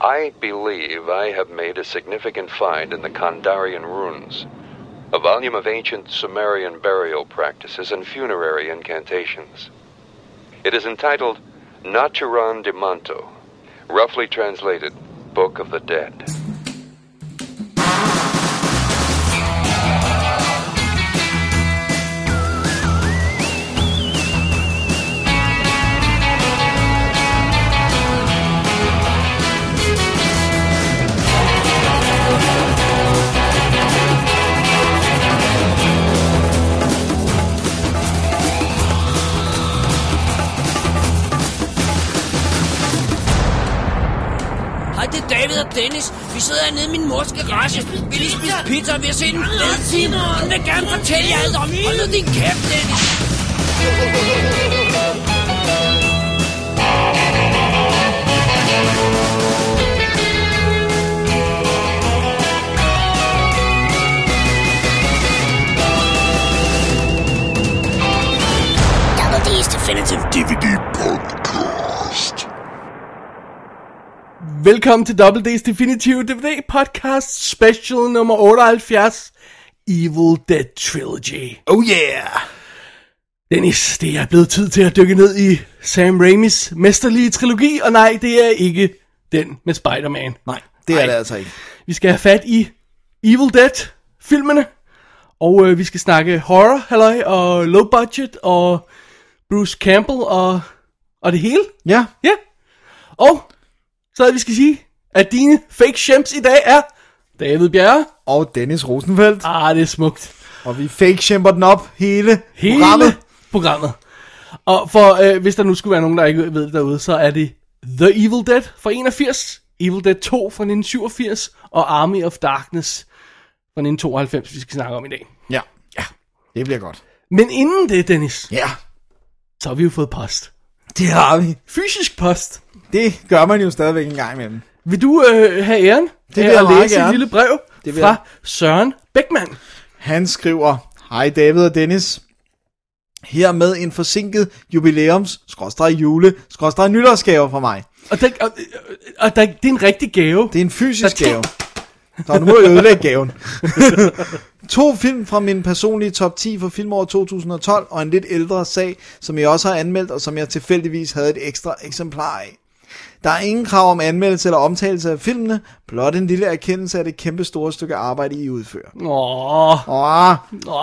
I believe I have made a significant find in the Kandarian runes, a volume of ancient Sumerian burial practices and funerary incantations. It is entitled Naturan de Manto, roughly translated Book of the Dead. Hej, det er David og Dennis. Vi sidder nede i min mors garage. Vi lige spise pizza, og vi har set en fed film. Hun vil gerne fortælle jer alt om. Hold nu din kæft, Dennis. Double D's Definitive DVD Podcast. Velkommen til Double D's Definitive DVD Podcast Special nummer 78, Evil Dead Trilogy. Oh yeah! Dennis, det er blevet tid til at dykke ned i Sam Raimis mesterlige trilogi, og nej, det er ikke den med Spider-Man. Nej, det er det altså ikke. Vi skal have fat i Evil Dead-filmene, og øh, vi skal snakke horror, halløj, og low budget, og Bruce Campbell, og, og det hele. Ja, Ja. Og så vi skal sige, at dine fake champs i dag er David Bjerre. og Dennis Rosenfeldt. Ah, det er smukt. Og vi fake shimper den op hele, Hele programmet. programmet. programmet. Og for, øh, hvis der nu skulle være nogen, der ikke ved det derude, så er det The Evil Dead fra 81, Evil Dead 2 fra 1987 og Army of Darkness fra 1992, vi skal snakke om i dag. Ja. ja, det bliver godt. Men inden det, Dennis, Ja, så har vi jo fået post. det har vi. Fysisk post. Det gør man jo stadigvæk en gang imellem. Vil du øh, have æren det vil jeg at meget læse et gerne. lille brev Det det vil fra jeg. Søren Beckmann? Han skriver, Hej David og Dennis. Her med en forsinket jubilæums skråstreg jule skråstreg nytårsgave fra mig. Og, der, og, og der, det er en rigtig gave. Det er en fysisk Der er gave. Så nu må jeg ødelægge gaven. to film fra min personlige top 10 for filmåret 2012 og en lidt ældre sag, som jeg også har anmeldt og som jeg tilfældigvis havde et ekstra eksemplar af. Der er ingen krav om anmeldelse eller omtalelse af filmene, blot en lille erkendelse af det kæmpe store stykke arbejde, I udfører. Åh, Åh,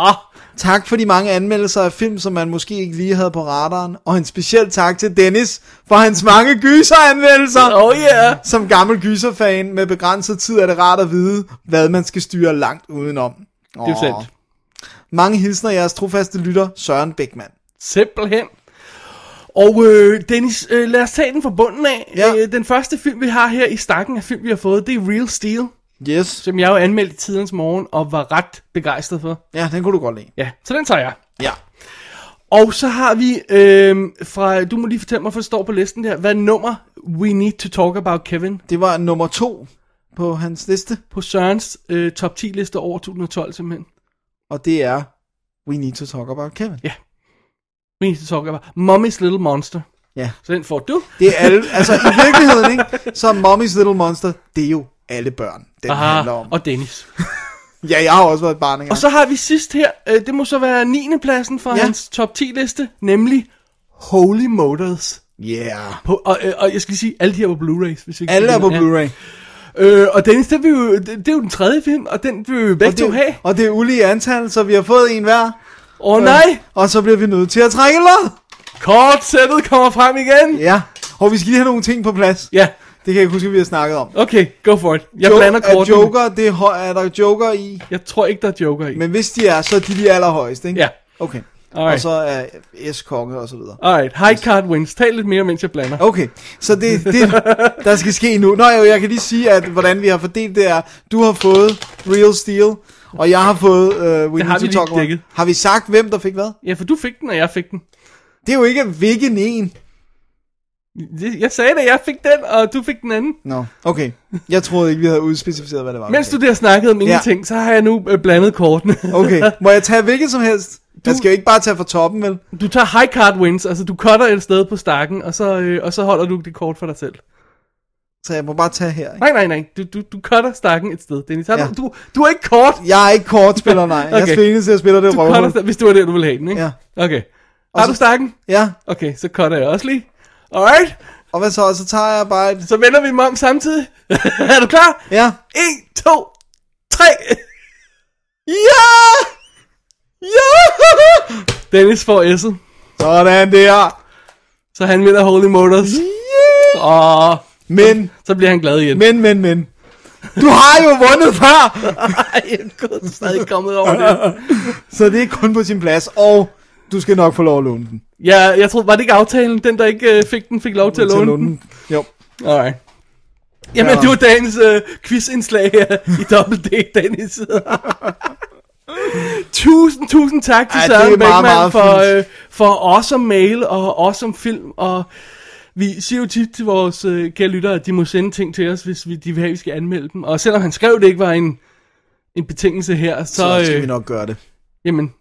åh. tak for de mange anmeldelser af film, som man måske ikke lige havde på radaren, og en speciel tak til Dennis for hans mange gyseranmeldelser. Oh yeah. Som gammel gyserfan med begrænset tid er det rart at vide, hvad man skal styre langt udenom. Åh. Det er sandt. Mange hilsner jeres trofaste lytter, Søren Bækman. Simpelthen. Og øh, Dennis, øh, lad os tage den fra bunden af. Ja. Øh, den første film, vi har her i stakken af film, vi har fået, det er Real Steel, Yes. som jeg jo anmeldte i tidens morgen og var ret begejstret for. Ja, den kunne du godt lide. Ja, så den tager jeg. Ja. Og så har vi øh, fra, du må lige fortælle mig, for det står på listen der, hvad nummer We Need to Talk About Kevin Det var nummer to på hans liste, på Sørens øh, top 10 liste over 2012 simpelthen. og det er We Need to Talk About Kevin. Ja. We Need to Talk About Mommy's Little Monster. Ja. Så den får du. Det er alle, altså i virkeligheden, ikke? Så Mommy's Little Monster, det er jo alle børn, den Aha. handler om. og Dennis. Ja, jeg har også været et barn engang. Og så har vi sidst her, øh, det må så være 9. pladsen fra Ja. ja. hans top 10 liste, nemlig Holy Motors. Yeah. På, og, øh, og jeg skal lige sige, alle de her på Blu-rays. Hvis ikke Alle er på Ja. Blu-ray. Øh, og Dennis, det, vil jo, det, det er jo den tredje film, og den vil vi jo Og begge to have. det, og det er ulige antal, så vi har fået en hver. Åh oh, nej, Øh, Og så bliver vi nødt til at trække lod. kortsættet kommer frem igen. Ja. Og vi skal lige have nogle ting på plads. Ja, Det kan jeg ikke huske, at vi har snakket om. okay, go for it. Jeg jo, blander er kortene. Joker, det er, hø- er der joker i. Jeg tror ikke, der er joker i. Men hvis de er, så er de de allerhøjeste, ikke? Ja, Okay. Og alright. så er S-konge og så videre. Alright, high card wins. Tal lidt mere, mens jeg blander. Okay, så det, det der skal ske nu. Nå jo, jeg kan lige sige, at hvordan vi har fordelt det er, du har fået Real Steel, og jeg har fået uh, We Det Need har to vi lige Talk About- dækket. Har vi sagt, hvem der fik hvad? Ja, for du fik den, og jeg fik den. Det er jo ikke hvilken en. Det- Jeg sagde det, jeg fik den, og du fik den anden. Nå, okay. Jeg troede ikke, vi havde udspecificeret, hvad det var. Mens du der snakkede om ingenting, så har jeg nu øh, blandet kortene. Okay, må jeg tage hvilket som helst? Du... Jeg skal jo ikke bare tage fra toppen, vel? Du tager high card wins, altså du cutter et sted på stakken, og så, øh, og så holder du det kort for dig selv. Så jeg må bare tage her. Ikke? Nej, nej, nej. Du, du, du cutter stakken et sted, Dennis. Har Ja. du, du, du er ikke kort. Jeg er ikke kortspiller, nej. okay. Jeg Okay. spiller eneste, jeg spiller det Du cutter røvhul. stakken, hvis det var der, du ville have den, ikke? Ja. Okay. Har så- du stakken? Ja, Okay, så cutter jeg også lige. Alright. og hvad så? Og så tager jeg bare et... Så vender vi dem om samtidig. er du klar? Ja. 1, 2, 3. ja! Ja! Dennis får S'et. Sådan der. Så han vinder Holy Motors. Yeah. Og Men, så bliver han glad igen. men, men, men. Du har jo vundet før, Ej, gud, du er stadig kommet over det. så det er kun på sin plads, og du skal nok få lov at låne den. Ja, jeg tror, var det ikke aftalen? Den, der ikke øh, fik den, fik lov til at låne den? Jo. Alright. Jamen, Ja. det var dagens øh, quizindslag her i Double D, Dennis. tusind, tusind tak til Ej, det er Søren meget, Beckmann meget for, fint. øh, for awesome mail og awesome film. Og vi siger jo tit til vores øh, kære lyttere, at de må sende ting til os, hvis vi, de vil have, at vi skal anmelde dem. Og selvom han skrev, det ikke var en, en betingelse her, så, Så skal øh, vi nok gøre det. jamen,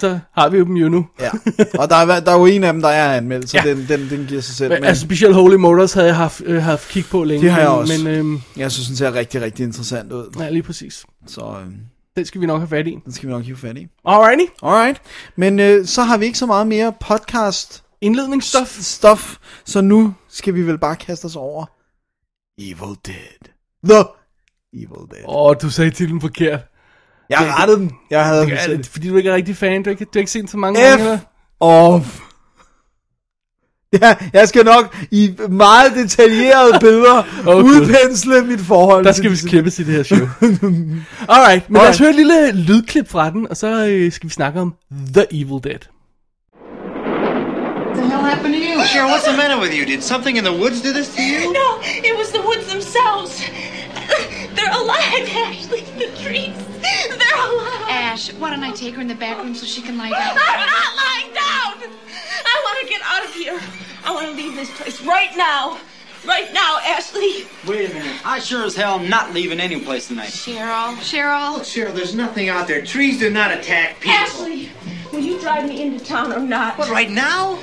så har vi jo dem jo nu. Ja. Og der er, der er jo en af dem, der er anmeldt, så Ja. ja. den, den, den giver sig selv. Men, altså, specielt Holy Motors havde jeg haft, øh, haft kig på længe. Det har jeg men- også. Men, øhm, Jeg synes, den ser rigtig, rigtig interessant ud. nej, lige præcis. Så øh, Den skal vi nok have fat i. den skal vi nok hive fat i. Alrighty. Alright. Men øh, så har vi ikke så meget mere podcast-stuff, Indledningsstof. så nu skal vi vel bare kaste os over Evil Dead. The Evil Dead. Åh, oh, du sagde titlen forkert. Jeg rettede den. Jeg havde Ja, den det, er fordi du ikke er rigtig fan. Du har ikke, du har ikke set den så mange gange. eller? F off. Ja, jeg skal nok i meget detaljerede billeder Åh, oh, Gud. udpensle mit forhold. Der til skal vi disse- klippes i det her show. Alright, men lad os Alright. høre et lille lydklip fra den, og så øh, skal vi snakke om The Evil Dead. What the hell happened to you? Cheryl, what's the matter with you? Did something in the woods do this to you? No, it was the woods themselves. They're alive, Ashley. The trees. They're alive. Ash, why don't I take her in the back room so she can lie down? I'm not lying down. I want to get out of here. I want to leave this place right now. Right now, Ashley. Wait a minute. I sure as hell am not leaving any place tonight. Cheryl, Cheryl. Cheryl, there's nothing out there. Trees do not attack people. Ashley, will you drive me into town or not? What, right now?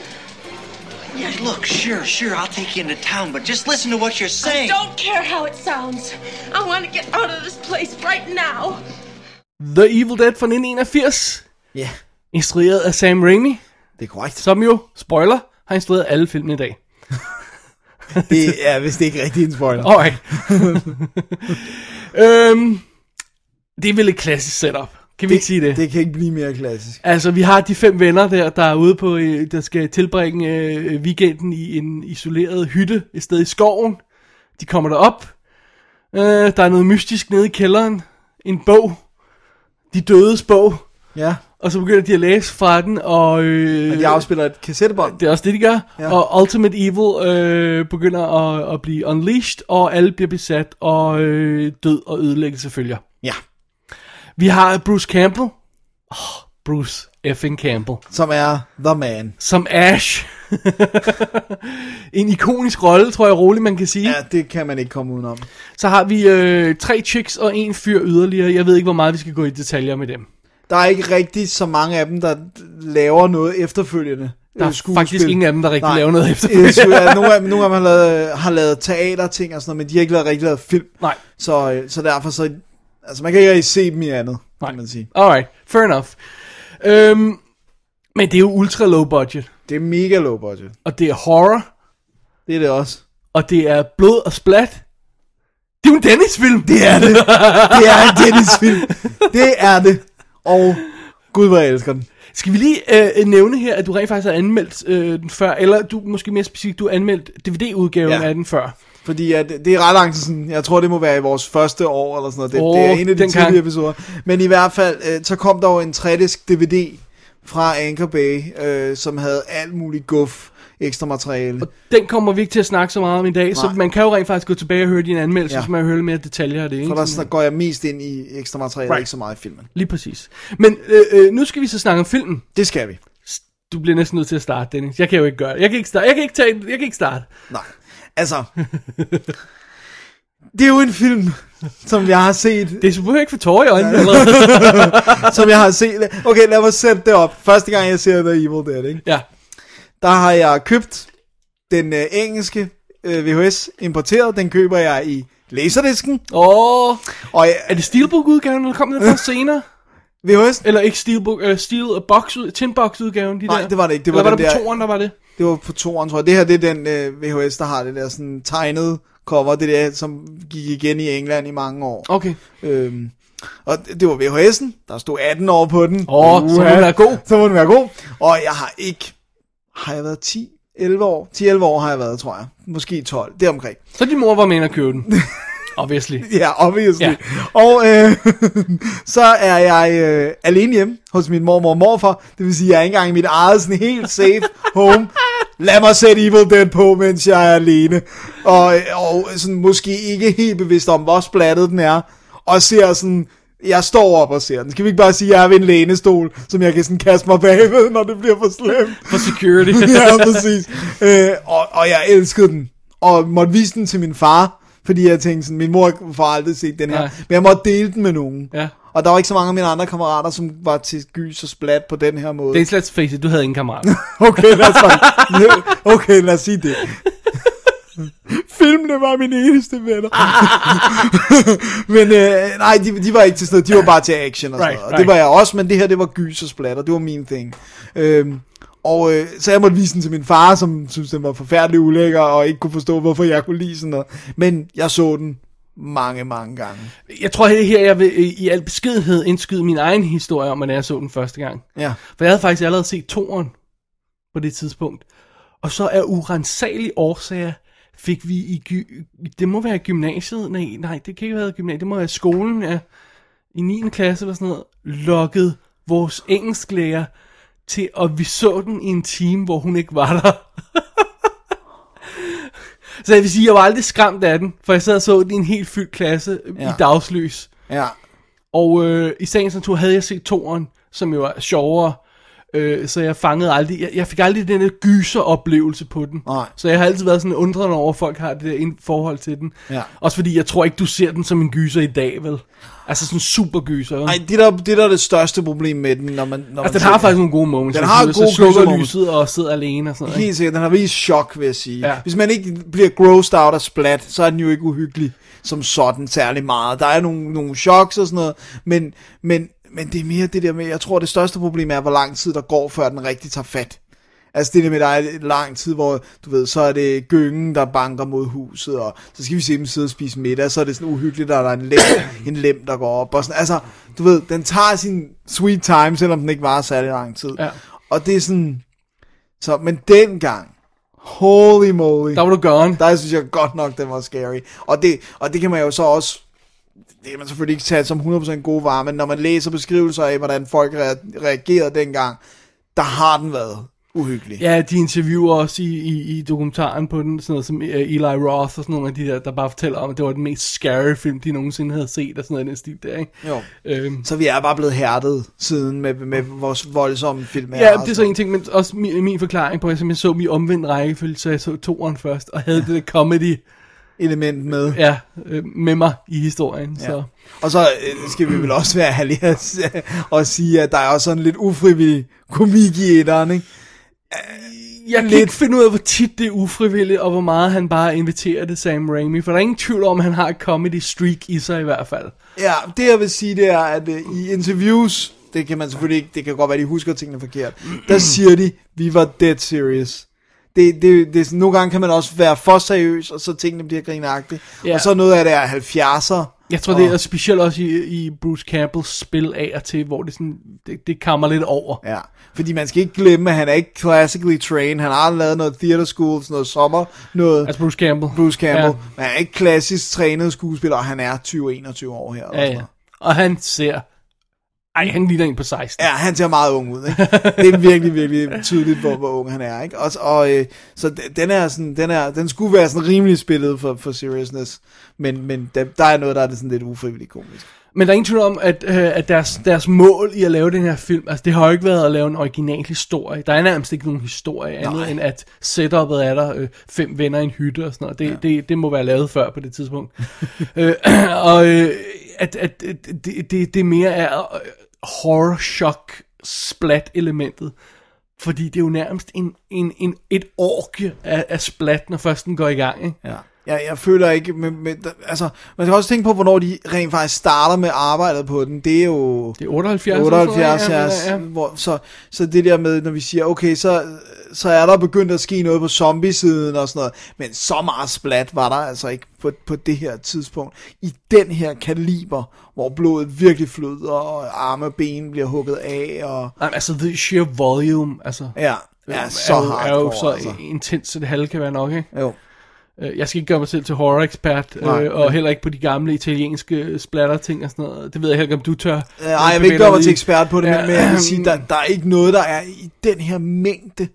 Yeah, look, sure, sure, I'll take you into town, but just listen to what you're I saying. don't care how it sounds. I want to get out of this place right now. The Evil Dead fra 1981, Ja, instrueret af Sam Raimi, det er korrekt. som jo, spoiler, har instrueret alle filmene i dag. Det er vist ikke rigtig en spoiler. Alright. øhm, det er vel et klassisk setup. Kan vi ikke sige det? Det kan ikke blive mere klassisk. Altså, vi har de fem venner der, der er ude på, øh, der skal tilbringe øh, weekenden i en isoleret hytte et sted i skoven. De kommer derop. Øh, der er noget mystisk nede i kælderen. En bog. De dødes bog. Ja, Og så begynder de at læse fra den, og... Øh, men de afspiller et kassettebånd. det er også det, de gør. Ja. Ja. Og Ultimate Evil øh, begynder at, at blive unleashed, og alle bliver besat, og øh, død og ødelæggelse følger. Ja, Vi har Bruce Campbell. Oh, Bruce effing Campbell. som er The Man. som Ash. en ikonisk rolle, tror jeg roligt, man kan sige. Ja, Ja. det kan man ikke komme udenom. Så har vi øh, tre chicks og en fyr yderligere. Jeg ved ikke, hvor meget vi skal gå i detaljer med dem. Der er ikke rigtig så mange af dem, der laver noget efterfølgende. Der er faktisk ingen af dem, der rigtig Øh, Nej. laver noget efter Øh, så, ja, nogle af dem, nogle af dem har, lavet, har lavet teaterting og sådan noget, men de har ikke lavet, rigtig lavet film. Nej. Så, øh, så derfor så... Altså, man kan ikke rigtig se dem i andet, Nej. Nej. kan man sige. Alright, fair enough. Øhm, men det er jo ultra low budget. Det er mega low budget. Og det er horror. Det er det også. Og det er blod og splat. Det er jo en Dennis-film. Det er det. Det er en Dennis-film. Det er det. Og gud, hvor jeg elsker den. Skal vi lige øh, nævne her, at du rent faktisk har anmeldt øh, den før, eller du måske mere specifikt, du har anmeldt DVD-udgaven ja. Ja. af den før. Fordi at, det er ret lang tid siden. Jeg tror, det må være i vores første år eller sådan noget. Det, oh, det er Åh, en af de dengang. tidlige episoder. Men i hvert fald, øh, så kom der jo en 3-disk DVD fra Anchor Bay, øh, som havde alt muligt guf ekstra materiale. Den kommer vi ikke til at snakke så meget om i dag, Nej. så Nej. man kan jo rent faktisk gå tilbage og høre din anmeldelse, ja. Ja. så man kan høre lidt mere detaljer af det. For Ikke? der så går jeg mest ind i ekstra materiale, Right. right. ikke så meget i filmen. Lige præcis. Men øh, øh, nu skal vi så snakke om filmen. Det skal vi. Du bliver næsten nødt til at starte, Dennis. Jeg kan jo ikke gøre det. Jeg kan ikke starte. Jeg kan ikke, tage, jeg kan ikke starte. Nej, altså... det er jo en film, som jeg har set Det er selvfølgelig ikke for tårer i øjnene. Eller? som jeg har set. Okay, lad mig sætte det op. Første gang, jeg ser The Evil Dead, ikke? Ja. der har jeg købt den øh, engelske øh, VHS importeret. Den køber jeg i laserdisken. Åh, Og øh, jeg, er det Steelbook-udgaven, eller kom den først senere? VHS, Eller ikke Steelbook, øh, Steel øh, box, ud- Tin Box udgaven de Nej, der? det var det ikke. Det var eller var den det på der- toren, der var det? det var på toeren, tror jeg. Det her, det er den øh, VHS, der har det der sådan tegnede cover. Det der, som gik igen i England i mange år. Okay. Øhm, og det det var VHS'en, der stod 18 år på den. Åh, så må Uha. den være god. Så må den være god. Og jeg har ikke, har jeg været 10, 11 år? 10-11 år har jeg været, tror jeg. Måske 12, det er omkring. Så din mor var med ind og købe den. Obviously. Ja, obviously. Ja. Ja. Og øh, så er jeg øh, alene hjemme hos min mormor og morfar. Det vil sige, jeg er ikke engang i mit eget sådan helt safe home. Lad mig sætte Evil Dead på, mens jeg er alene. Og, og sådan, måske ikke helt bevidst om, hvor splattet den er. Og ser sådan... Jeg står op og ser den. Skal vi ikke bare sige, at jeg er ved en lænestol, som jeg kan sådan kaste mig bagved, når det bliver for slemt? For security. ja, præcis. Øh, og, og jeg elskede den. Og måtte vise den til min far, fordi jeg tænkte sådan, min mor får aldrig set den her. Nej. Nej. Men jeg måtte dele den med nogen. Ja. Og der var ikke så mange af mine andre kammerater, som var til gys og splat på den her måde. Dennis, let's face it, du havde ingen kammerat. Okay, lad os, bare... okay, lad os sige det. Filmene var mine eneste venner. Ah, men øh, nej, de, de var ikke til stede. De var bare til action og sådan Right, noget. Og det var jeg også, men det her, det var gys og splatter. Det var min ting. Øhm, og øh, så jeg måtte vise den til min far, som synes den var forfærdelig ulækker, og ikke kunne forstå, hvorfor jeg kunne lide sådan noget. Men jeg så den mange, mange gange. Jeg tror her, jeg vil øh, i al beskedenhed indskyde min egen historie om, hvordan jeg så den første gang. Ja. For jeg havde faktisk allerede set toren på det tidspunkt. Og så af urensagelige årsager fik vi i, gy- det må være gymnasiet, nej, nej, det kan ikke være gymnasiet, det må være skolen ja, i 9. klasse eller sådan noget, lokket vores engelsklærer til, og vi så den i en time, hvor hun ikke var der. så jeg vil sige, jeg var aldrig skræmt af den, for jeg sad og så den i en helt fyldt klasse ja. i Ja. dagslys. Ja. Og øh, i sagens natur havde jeg set toren, som jo er sjovere, øh, så jeg fangede aldrig, jeg, jeg fik aldrig den der gyser-oplevelse på den. Nej. Så jeg har altid været sådan undrende over, at folk har det der ind- forhold til den. Ja. Også fordi, jeg tror ikke, du ser den som en gyser i dag, vel? Altså sådan en supergyser. vel? Ej, det der, det der er det største problem med den, når man... Når altså, man den har ser faktisk nogle gode moments. Den hvis har du- gode Så slukker gyser-moments. lyset og sidder alene og sådan noget. ikke? Helt sikkert, den har været i chok, vil jeg sige. Ja. Ja. Hvis man ikke bliver grossed out af splat, så er den jo ikke uhyggelig som sådan særlig meget. Der er nogle, nogle choks og sådan noget, men, men, men det er mere det der med, jeg tror det største problem er, hvor lang tid der går, før den rigtig tager fat. Altså det der med, der er lang tid, hvor du ved, så er det gyngen, der banker mod huset, og så skal vi se dem sidde og spise middag, så er det sådan uhyggeligt, at der er en lem, en lem der går op. Og sådan. Altså, du ved, den tager sin sweet time, selvom den ikke var særlig lang tid. Ja. Og det er sådan, så, men dengang, holy moly, Der var du gone. der synes jeg godt nok, den var scary. Og det, og det kan man jo så også, det kan man selvfølgelig ikke tage som 100% gode varer, men når man læser beskrivelser af, hvordan folk rea- reagerede dengang, der har den været uhyggelig. Ja, de interviewer også i, i, i dokumentaren på den, sådan noget som øh, Eli Roth og sådan nogle af de der, der bare fortæller om, at det var den mest scary film, de nogensinde havde set og sådan noget i den stil der, ikke? Jo. Øhm, Så vi er bare blevet hærdet siden med, med vores voldsomme film. altså, ja, det er så en ting, men også min, min forklaring på, at jeg simpelthen så min omvendt rækkefølge, så jeg så toeren først, og havde det der comedy element med. ja, øh, med mig i historien, ja. så... Og så øh, skal vi vel også være ærlige og s- og sige, at der er også sådan lidt ufrivillig komik i etteren, ikke? Jeg kan Lidt. ikke finde ud af, hvor tit det er ufrivilligt, og hvor meget han bare inviterer det Sam Raimi, for der er ingen tvivl om, at han har et comedy streak i sig i hvert fald. Ja, det jeg vil sige, det er, at øh, i interviews, det kan man selvfølgelig ikke, det kan godt være, de husker tingene forkert, der siger de, vi var dead serious. Det, det, det, er sådan, nogle gange kan man også være for seriøs, og så tingene bliver grinagtige. Ja. Ja. Og så noget af det er 70'er. Jeg tror, det er specielt også i, i Bruce Campbells spil af og til, hvor det, sådan, det, det kammer lidt over. Ja, fordi man skal ikke glemme, at han er ikke classically trained. Han har lavet noget theater school, sådan noget sommer, noget Altså Bruce Campbell. Bruce Campbell. Ja. Men han er ikke klassisk trænet skuespiller, og han er 20-21 år her. Ja, eller sådan ja, ja. noget. Og han ser... Ej, han ligner en på 16. Ja, han ser meget ung ud, ikke? Det er virkelig, virkelig tydeligt, hvor, hvor ung han er, ikke? Og, og øh, så d- den er sådan, den, er, den skulle være sådan rimelig spillet for, for seriousness, men, men der, der er noget, der er sådan lidt ufrivilligt komisk. Men der er ingen tvivl om, at, øh, at deres, deres mål i at lave den her film, altså det har jo ikke været at lave en original historie. Der er nærmest ikke nogen historie andet, Nej. end at setupet er der øh, fem venner i en hytte og sådan noget. Det, ja. det, det må være lavet før på det tidspunkt. øh, og øh, at, at, at det, det, det mere er øh, horror-shock-splat-elementet. Fordi det er jo nærmest en, en, en, et orke af, af splat, når først den går i gang. Ikke? Ja. Jeg, jeg føler ikke, med, med, altså, man skal også tænke på, hvornår de rent faktisk starter med arbejdet på den. Det er jo... Det er 78. eller sådan noget, 78, ja, ja, ja, ja, ja. Hvor, så, så det der med, når vi siger, okay, så, så er der begyndt at ske noget på zombiesiden og sådan noget, men så meget splat var der altså ikke på, på det her tidspunkt. I den her kaliber, hvor blodet virkelig flyder, og arme og ben bliver hugget af, og Jamen, altså, the sheer volume, altså... ja, er ja så jo, er jo hardcore, så altså. intens, så det halve kan være nok, ikke? Jo. Øh, Jeg skal ikke gøre mig selv til horror-ekspert, øh, Nej. og heller ikke på de gamle italienske øh, splatter-ting og sådan noget. Det ved jeg heller ikke, om du tør. Nej, Øh, jeg vil ikke gøre mig til ekspert på det, Ja, ja, men, men jeg øhm. vil sige, der, der er ikke noget, der er i den her mængde.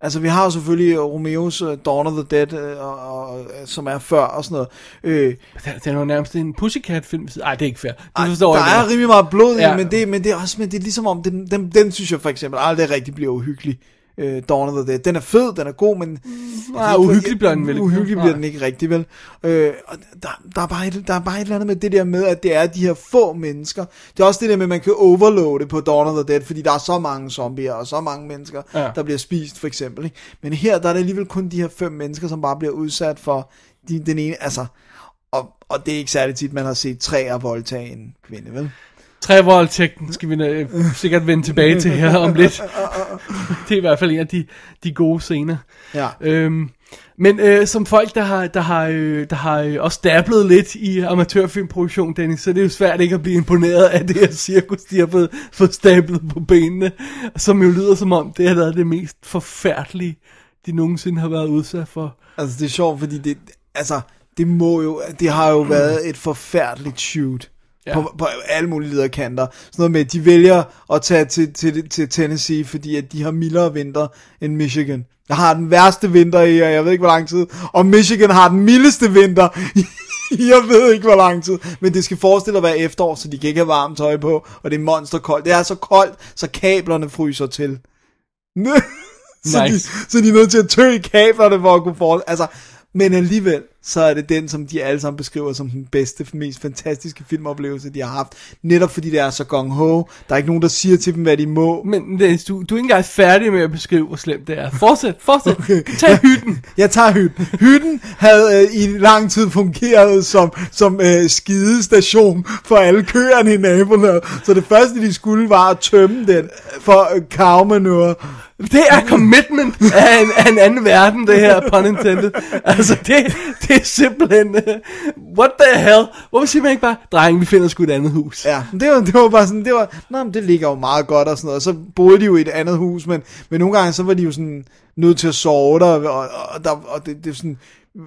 Altså, vi har jo selvfølgelig Romeos uh, Dawn of the Dead, uh, og, og, som er før og sådan noget. Øh, Det er jo nærmest en pussycat-film. Nej, det er ikke fair. Det ej, forstår der jeg er godt. rimelig meget blod Ja. ja. i, men det, men det er også, men det er ligesom om, den, den, den synes jeg for eksempel aldrig rigtig bliver uhyggelig. Øh, Dawn of the Dead. Den er fed, den er god, men... Nej, uhyggelig Altså, bliver den vel ikke. Uhyggelig Nej. bliver den ikke rigtig, vel? Øh, og der, der, er bare et, der er bare et eller andet med det der med, at det er de her få mennesker. Det er også det der med, at man kan overloade på Dawn of the Dead, fordi der er så mange zombier og så mange mennesker, Ja. ja. der bliver spist, for eksempel. Ikke? Men her, der er det alligevel kun de her fem mennesker, som bare bliver udsat for de, den ene... Altså, og, og det er ikke særlig tit, man har set træer voldtage en kvinde, vel? Trevoldtægten skal vi øh, sikkert vende tilbage til her om lidt. det er i hvert fald en af de, de gode scener. Ja. Øhm, men øh, som folk, der har, der har, øh, der har øh, også dablet lidt i amatørfilmproduktion, Dennis, så det er jo svært ikke at blive imponeret af det her cirkus, de har fået, fået stablet på benene, som jo lyder som om, det har været det mest forfærdelige, de nogensinde har været udsat for. Altså, det er sjovt, fordi det, altså, det må jo, det har jo været et forfærdeligt shoot. Ja. Ja. På, på alle mulige lederkanter. Sådan noget med, at de vælger at tage til, til, til Tennessee, fordi at de har mildere vinter end Michigan. Jeg har den værste vinter i, og jeg ved ikke, hvor lang tid. Og Michigan har den mildeste vinter i, jeg ved ikke, hvor lang tid. Men det skal forestille at være efterår, så de kan ikke have varmt tøj på, og det er monsterkoldt. Det er så koldt, så kablerne fryser til. så, Nice. de, så de er nødt til at tø i kablerne for at kunne for... Altså, men alligevel, så er det den, som de alle sammen beskriver som den bedste, mest fantastiske filmoplevelse, de har haft. Netop fordi det er så gung-ho. Der er ikke nogen, der siger til dem, hvad de må. Men Dennis, du, du er ikke engang færdig med at beskrive, hvor slemt det er. Fortsæt, fortsæt. Okay. Tag hytten. Jeg tager hytten. Hytten havde øh, i lang tid fungeret som, som øh, skidestation for alle køerne i nabolaget. Så det første, de skulle, var at tømme den for øh, kavmanøvre. Det er commitment af en, af en anden verden, det her, pun intended. Altså, det, det er simpelthen... Uh, what the hell? Hvorfor siger man ikke bare, dreng, vi finder sgu et andet hus? Ja, men det var, det var bare sådan, det var, nej, men det ligger jo meget godt og sådan noget, og så boede de jo i et andet hus, men, men nogle gange, så var de jo sådan nødt til at sove der, og, og, der, og det, det er sådan,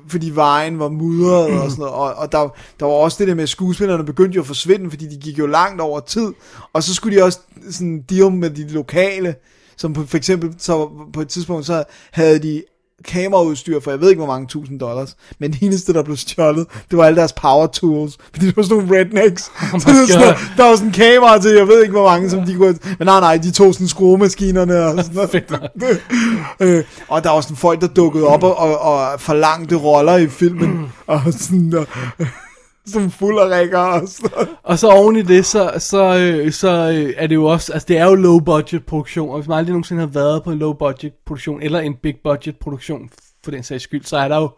fordi vejen var mudret og sådan noget, og, og der, der var også det der med, at skuespillerne begyndte jo at forsvinde, fordi de gik jo langt over tid, og så skulle de også sådan deal med de lokale, som på, for eksempel, så på et tidspunkt, så havde de kameraudstyr for jeg ved ikke hvor mange tusind dollars, men det eneste, der blev stjålet, det var alle deres power tools, fordi det var sådan nogle rednecks, oh så det var sådan, God. noget- der var sådan en kamera til, jeg ved ikke hvor mange, som de kunne... Men nej, nej, de tog sådan skruemaskinerne og sådan noget. øh, og der var sådan folk, der dukkede op og, og, og forlangte roller i Mm. filmen. og sådan... Og, som fuld af rækker og sådan noget. Og så oven i det, så, så, øh, så øh, er det jo også, altså det er jo low budget produktion, og hvis man aldrig nogensinde har været på en low budget produktion, eller en big budget produktion, for den sags skyld, så er der jo,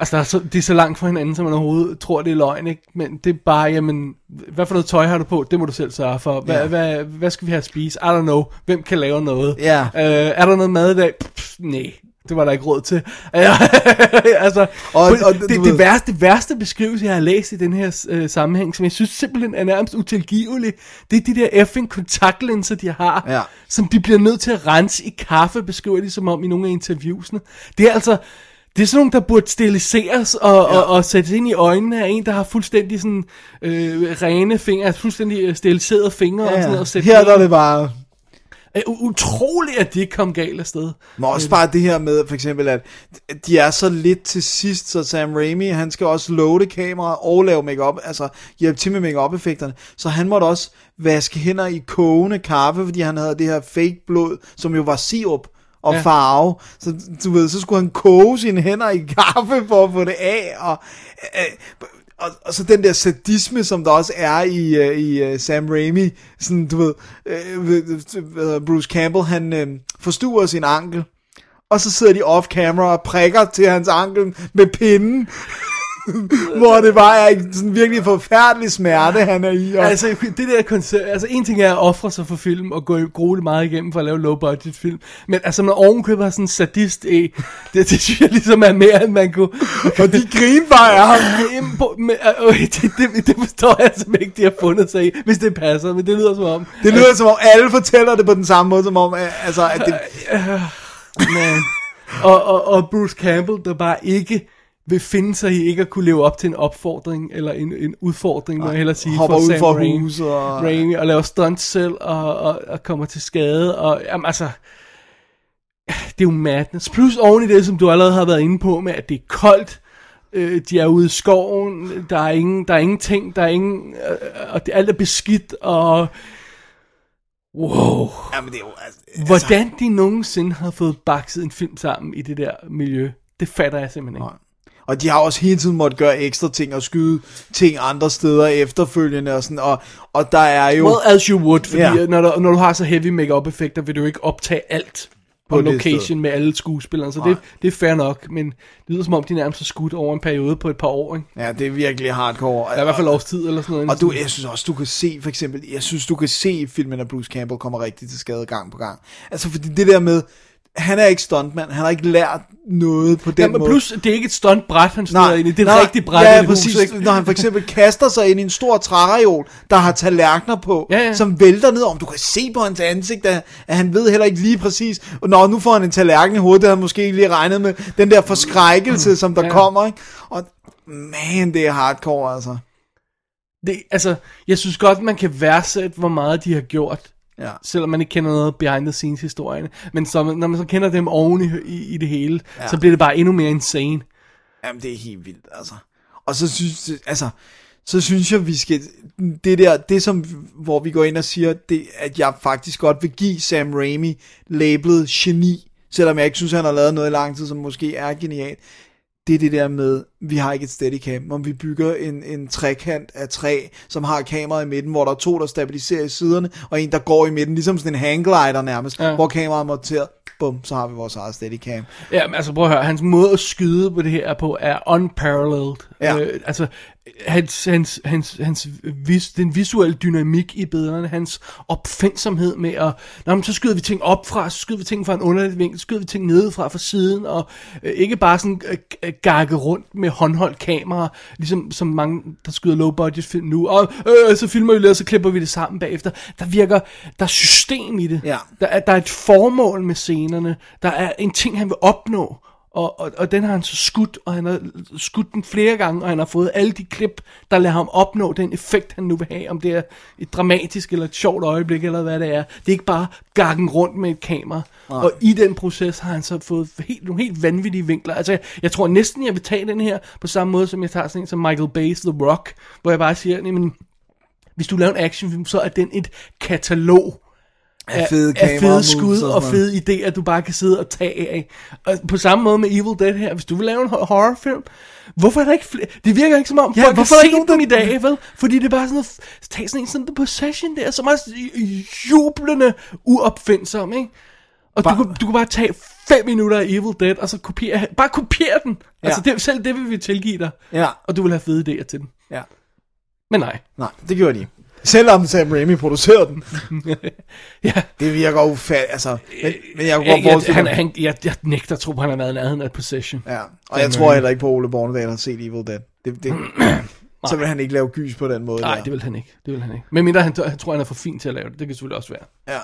altså der er så, det er så langt fra hinanden, som man overhovedet tror, det er løgn, ikke? Men det er bare, jamen, hvad for noget tøj har du på, det må du selv sørge for, hvad, Ja. hvad, hvad skal vi have at spise, I don't know, hvem kan lave noget, Ja. øh, er der noget mad i dag, Pff, nej, det var der ikke råd til. altså, og, Og- og, og det, du det, ved- det, værste, det værste beskrivelse, jeg har læst i den her øh, sammenhæng, som jeg synes simpelthen er nærmest utilgivelig, det er de der effing kontaktlinser, de har, Ja. som de bliver nødt til at rense i kaffe, beskriver de som om i nogle af interviewsene. Det er altså... Det er sådan nogle, der burde steriliseres og, ja. og, og sættes ind i øjnene af en, der har fuldstændig sådan øh, rene fingre, altså fuldstændig øh, steriliserede fingre og sådan noget. Og Ja, sætte her der er ind. det bare... Øh, u- Utroligt, at de ikke kom galt afsted. Men også bare det her med, for eksempel, at de er så lidt til sidst, så Sam Raimi, han skal også loade kameraet og lave makeup, altså hjælpe til med makeup effekterne Så han måtte også vaske hænder i kogende kaffe, fordi han havde det her fake blod, som jo var sirup og Ja. ja. farve. Så du ved, så skulle han koge sine hænder i kaffe for at få det af, og... Øh, og, og så den der sadisme, som der også er i, øh, i øh, Sam Raimi. Sådan, du ved, øh, ved- ved- ved- Bruce Campbell, han øh, forstuer sin ankel. Og så sidder de off-camera og prikker til hans ankel med pinden. hvor det bare er en sådan virkelig forfærdelig smerte, han er i. Og, Altså, det der koncept, altså en ting er at ofre sig for film og gå i grueligt meget igennem for at lave low budget film, men altså når ovenkøbet har sådan en sadist i, det, det synes jeg ligesom er mere, end man kunne... og de griner bare af ham. Jamen, på- men, øh, øh, det, det, det forstår jeg simpelthen ikke, de har fundet sig i, hvis det passer, men det lyder som om... Det lyder som om alle fortæller det på den samme måde, som om, øh, altså, at det, Man. øh, og, og, og Bruce Campbell, der bare ikke vil finde sig i ikke at kunne leve op til en opfordring, eller en, en udfordring, må jeg hellere sige, hopper for ud Sam fra Raimi, huset og- Raimi, og laver stunts selv, og, og, og kommer til skade, og jamen, altså, det er jo madness. Plus oven i det, som du allerede har været inde på, med at det er koldt, øh, de er ude i skoven, der er ingen, der er ingenting, der er ingen, øh, og det, alt er beskidt, og wow. jamen, det er jo, altså, Hvordan de nogensinde har fået bakset en film sammen i det der miljø, det fatter jeg simpelthen ikke. Nej. Og de har også hele tiden måttet gøre ekstra ting og skyde ting andre steder efterfølgende og sådan, og, og der er jo... Well, as you would, fordi Ja. yeah. når, du, når du har så heavy makeup effekter vil du jo ikke optage alt på, På det location sted. med alle skuespillerne, så det, det er fair nok, men det lyder som om, de nærmest er skudt over en periode på et par år, ikke? Ja, det er virkelig hardcore. Der er i hvert fald års tid eller sådan noget. Og du, jeg synes også, du kan se, for eksempel, jeg synes, du kan se i filmen, at Bruce Campbell kommer rigtig til skade gang på gang. Altså, fordi det der med, han er ikke stuntmand, han har ikke lært noget på den ja, men måde. plus, det er ikke et stuntbræt, han støder ind i, det er et rigtigt bræt i ja, et præcis. hus, ikke? Når han for eksempel kaster sig ind i en stor træreol, der har tallerkener på, Ja, ja. som vælter ned om. Du kan se på hans ansigt, at, at han ved heller ikke lige præcis, Nå, nu får han en tallerken i hovedet, det havde han måske ikke lige regnet med. Den der forskrækkelse, som der Ja. kommer, ikke? Og man, det er hardcore, altså. Det, altså, jeg synes godt, man kan værdsætte, hvor meget de har gjort. Ja. selvom man ikke kender noget behind the scenes historien. Men så, når man så kender dem oven i, i, i det hele, ja. så bliver det bare endnu mere insane. Jamen, det er helt vildt, altså. Og så synes, altså, så synes jeg, vi skal, det der, det som, hvor vi går ind og siger, det, at jeg faktisk godt vil give Sam Raimi labelet geni, selvom jeg ikke synes, han har lavet noget i lang tid, som måske er genialt, det er det der med, vi har ikke et steadicam, om vi bygger en, en trekant af træ, som har kamera i midten, hvor der er to, der stabiliserer i siderne, og en, der går i midten, ligesom sådan en hanglider nærmest, Ja. ja. hvor kameraet er monteret, bum, så har vi vores eget steadicam. Ja, men altså prøv at høre, hans måde at skyde på det her på er unparalleled. Ja. Øh, altså, hans, hans, hans, hans vis, den visuelle dynamik i billederne, hans opfindsomhed med at, Nå, men så skyder vi ting op fra, så skyder vi ting fra en underlig vinkel, så skyder vi ting nedefra fra siden, og øh, ikke bare sådan øh, øh, gakke rundt med håndholdt kamera, ligesom som mange, der skyder low budget film nu, og øh, så filmer vi lidt, og så klipper vi det sammen bagefter. Der virker, der er system i det. Ja. Der er, der er et formål med scenerne. Der er en ting, han vil opnå. Og, og, og den har han så skudt, og han har skudt den flere gange, og han har fået alle de klip, der lader ham opnå den effekt, han nu vil have. Om det er et dramatisk eller et sjovt øjeblik, eller hvad det er. Det er ikke bare gakken rundt med et kamera. Nej. Og i den proces har han så fået helt, nogle helt vanvittige vinkler. Altså, jeg, jeg tror næsten, jeg vil tage den her på samme måde, som jeg tager sådan en som Michael Bay's The Rock, hvor jeg bare siger, jamen, hvis du laver en actionfilm, så er den et katalog Af fede, af kamera fede moves skud sådan og noget. fede idéer, du bare kan sidde og tage af. Og på samme måde med Evil Dead her, hvis du vil lave en hor- horrorfilm, hvorfor er der ikke flere? Det virker ikke som om, ja, folk hvorfor hvorfor er har set der ikke nogen nogen, dem i der- dag, vel? Fordi det er bare sådan noget, tag sådan en sådan The Possession der, som er s- jublende uopfindsom, ikke? Og du, Bare- kunne, du kunne bare tage fem minutter af Evil Dead, og så kopiere, bare kopiere den. Ja. Ja. Altså det, selv det vil vi tilgive dig. Ja. Og du vil have fede idéer til den. Ja. Men nej. Nej, det gjorde de. Selvom Sam Raimi producerede den. Ja. Det virker ufatteligt, altså. Men, men jeg kunne Jeg, godt jeg, forestille han, mig. han, jeg, jeg nægter at tro, at han har været i nærheden af Possession. Ja, og jeg tror heller ikke på, at Ole Bornedal har set Evil Dead. Det, det, så vil han ikke lave gys på den måde. Nej, der. det vil han ikke. Det vil han ikke. Men mindre han, han tror, han er for fin til at lave det. Det kan selvfølgelig også være. Ja,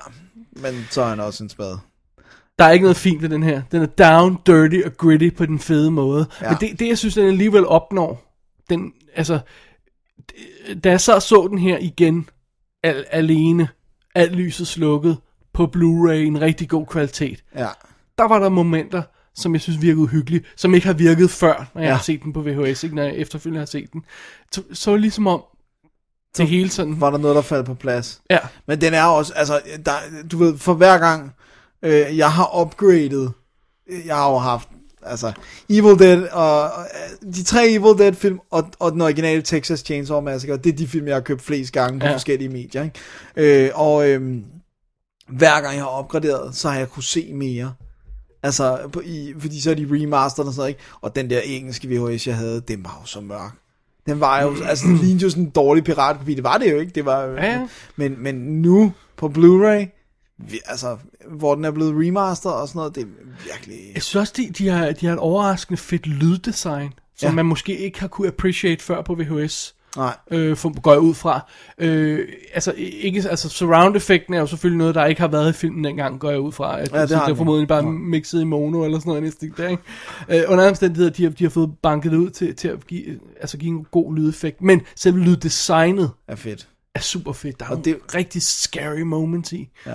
men så er han også en spade. Der er ikke noget fint ved den her. Den er down, dirty og gritty på den fede måde. Ja. Ja. Men det, det, jeg synes, den alligevel opnår, den, altså, det- da jeg så så den her igen, al, alene, alt lyset slukket, på Blu-ray, en rigtig god kvalitet, Ja, der var der momenter, som jeg synes virkede hyggelige, som ikke har virket før, når jeg Ja. har set den på VHS, ikke når jeg efterfølgende har set den. Så, så var det ligesom om, det hele sådan, var der noget, der faldt på plads? ja, Men den er også, altså, der, du ved, for hver gang øh, jeg har upgradet, øh, jeg har jo haft Altså, Evil Dead og, og de tre Evil Dead film og, og den originale Texas Chainsaw Massacre, det er de film, jeg har købt flest gange på Ja. ja. forskellige medier. Ikke? Øh, og øhm, hver gang jeg har opgraderet, så har jeg kunne se mere. Altså, på, i, fordi så er de remasteret og sådan noget, ikke? Og den der engelske VHS, jeg havde, den var jo så mørk. Den var jo, altså den lignede jo sådan en dårlig piratkopi. Det var det jo ikke, det var Mm. ja. Men, men nu på Blu-ray, vi, altså, hvor den er blevet remasteret og sådan noget, det er virkelig... Jeg synes også, de, de, har, de har et overraskende fedt lyddesign, som ja. Ja. man måske ikke har kunne appreciate før på VHS. Nej, øh, for, går jeg ud fra. Øh, altså, ikke, altså, surround-effekten er jo selvfølgelig noget, der ikke har været i filmen dengang, går jeg ud fra. At, Ja, det så har det er den formodentlig ikke. bare Nej. mixet i mono eller sådan noget næste der, ikke? Øh, under andre omstændigheder, de har, de har fået banket det ud til, til at give, altså, give en god lydeffekt. Men selve lyddesignet er fedt. er super fedt. Der er Og nogle det- rigtig scary moments i. Ja.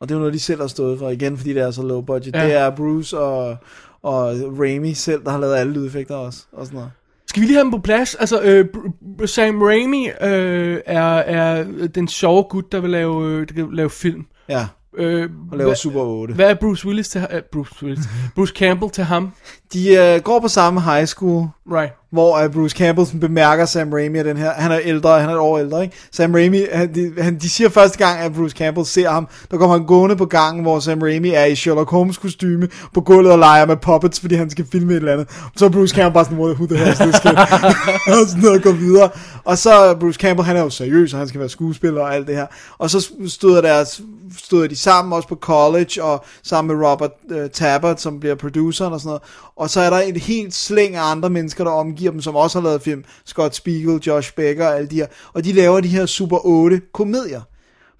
Og det er jo noget, de selv har stået for, igen, fordi det er så low budget. Ja. Ja. Det er Bruce og, og Raimi selv, der har lavet alle lydeffekter også, og sådan noget. Skal vi lige have dem på plads? Altså, øh, Br- Br- Sam Raimi øh, er, er den sjove gut, der vil lave, øh, der kan lave film. Ja, Øh, og laver Super 8. Hvad er Bruce Willis til uh, Bruce Willis. Bruce Campbell til ham? De øh, går på samme high school, Right. hvor øh, Bruce Campbell sådan, bemærker Sam Raimi, og den her, han er ældre, han er et år ældre, ikke? Sam Raimi, han, de, han, de siger første gang, at Bruce Campbell ser ham, der kommer han gående på gangen, hvor Sam Raimi er i Sherlock Holmes kostume på gulvet og leger med puppets, fordi han skal filme et eller andet. Så er Bruce Campbell bare sådan, who the hell is this kid? og sådan noget, går videre. Og så øh, Bruce Campbell, han er jo seriøs, og han skal være skuespiller og alt det her. Og så stod deres stod de sammen også på college, og sammen med Robert øh, Tabbert, som bliver produceren og sådan noget. Og så er der et helt slæng af andre mennesker, der omgiver dem, som også har lavet film. Scott Spiegel, Josh Becker og alle de her. Og de laver de her Super 8 komedier.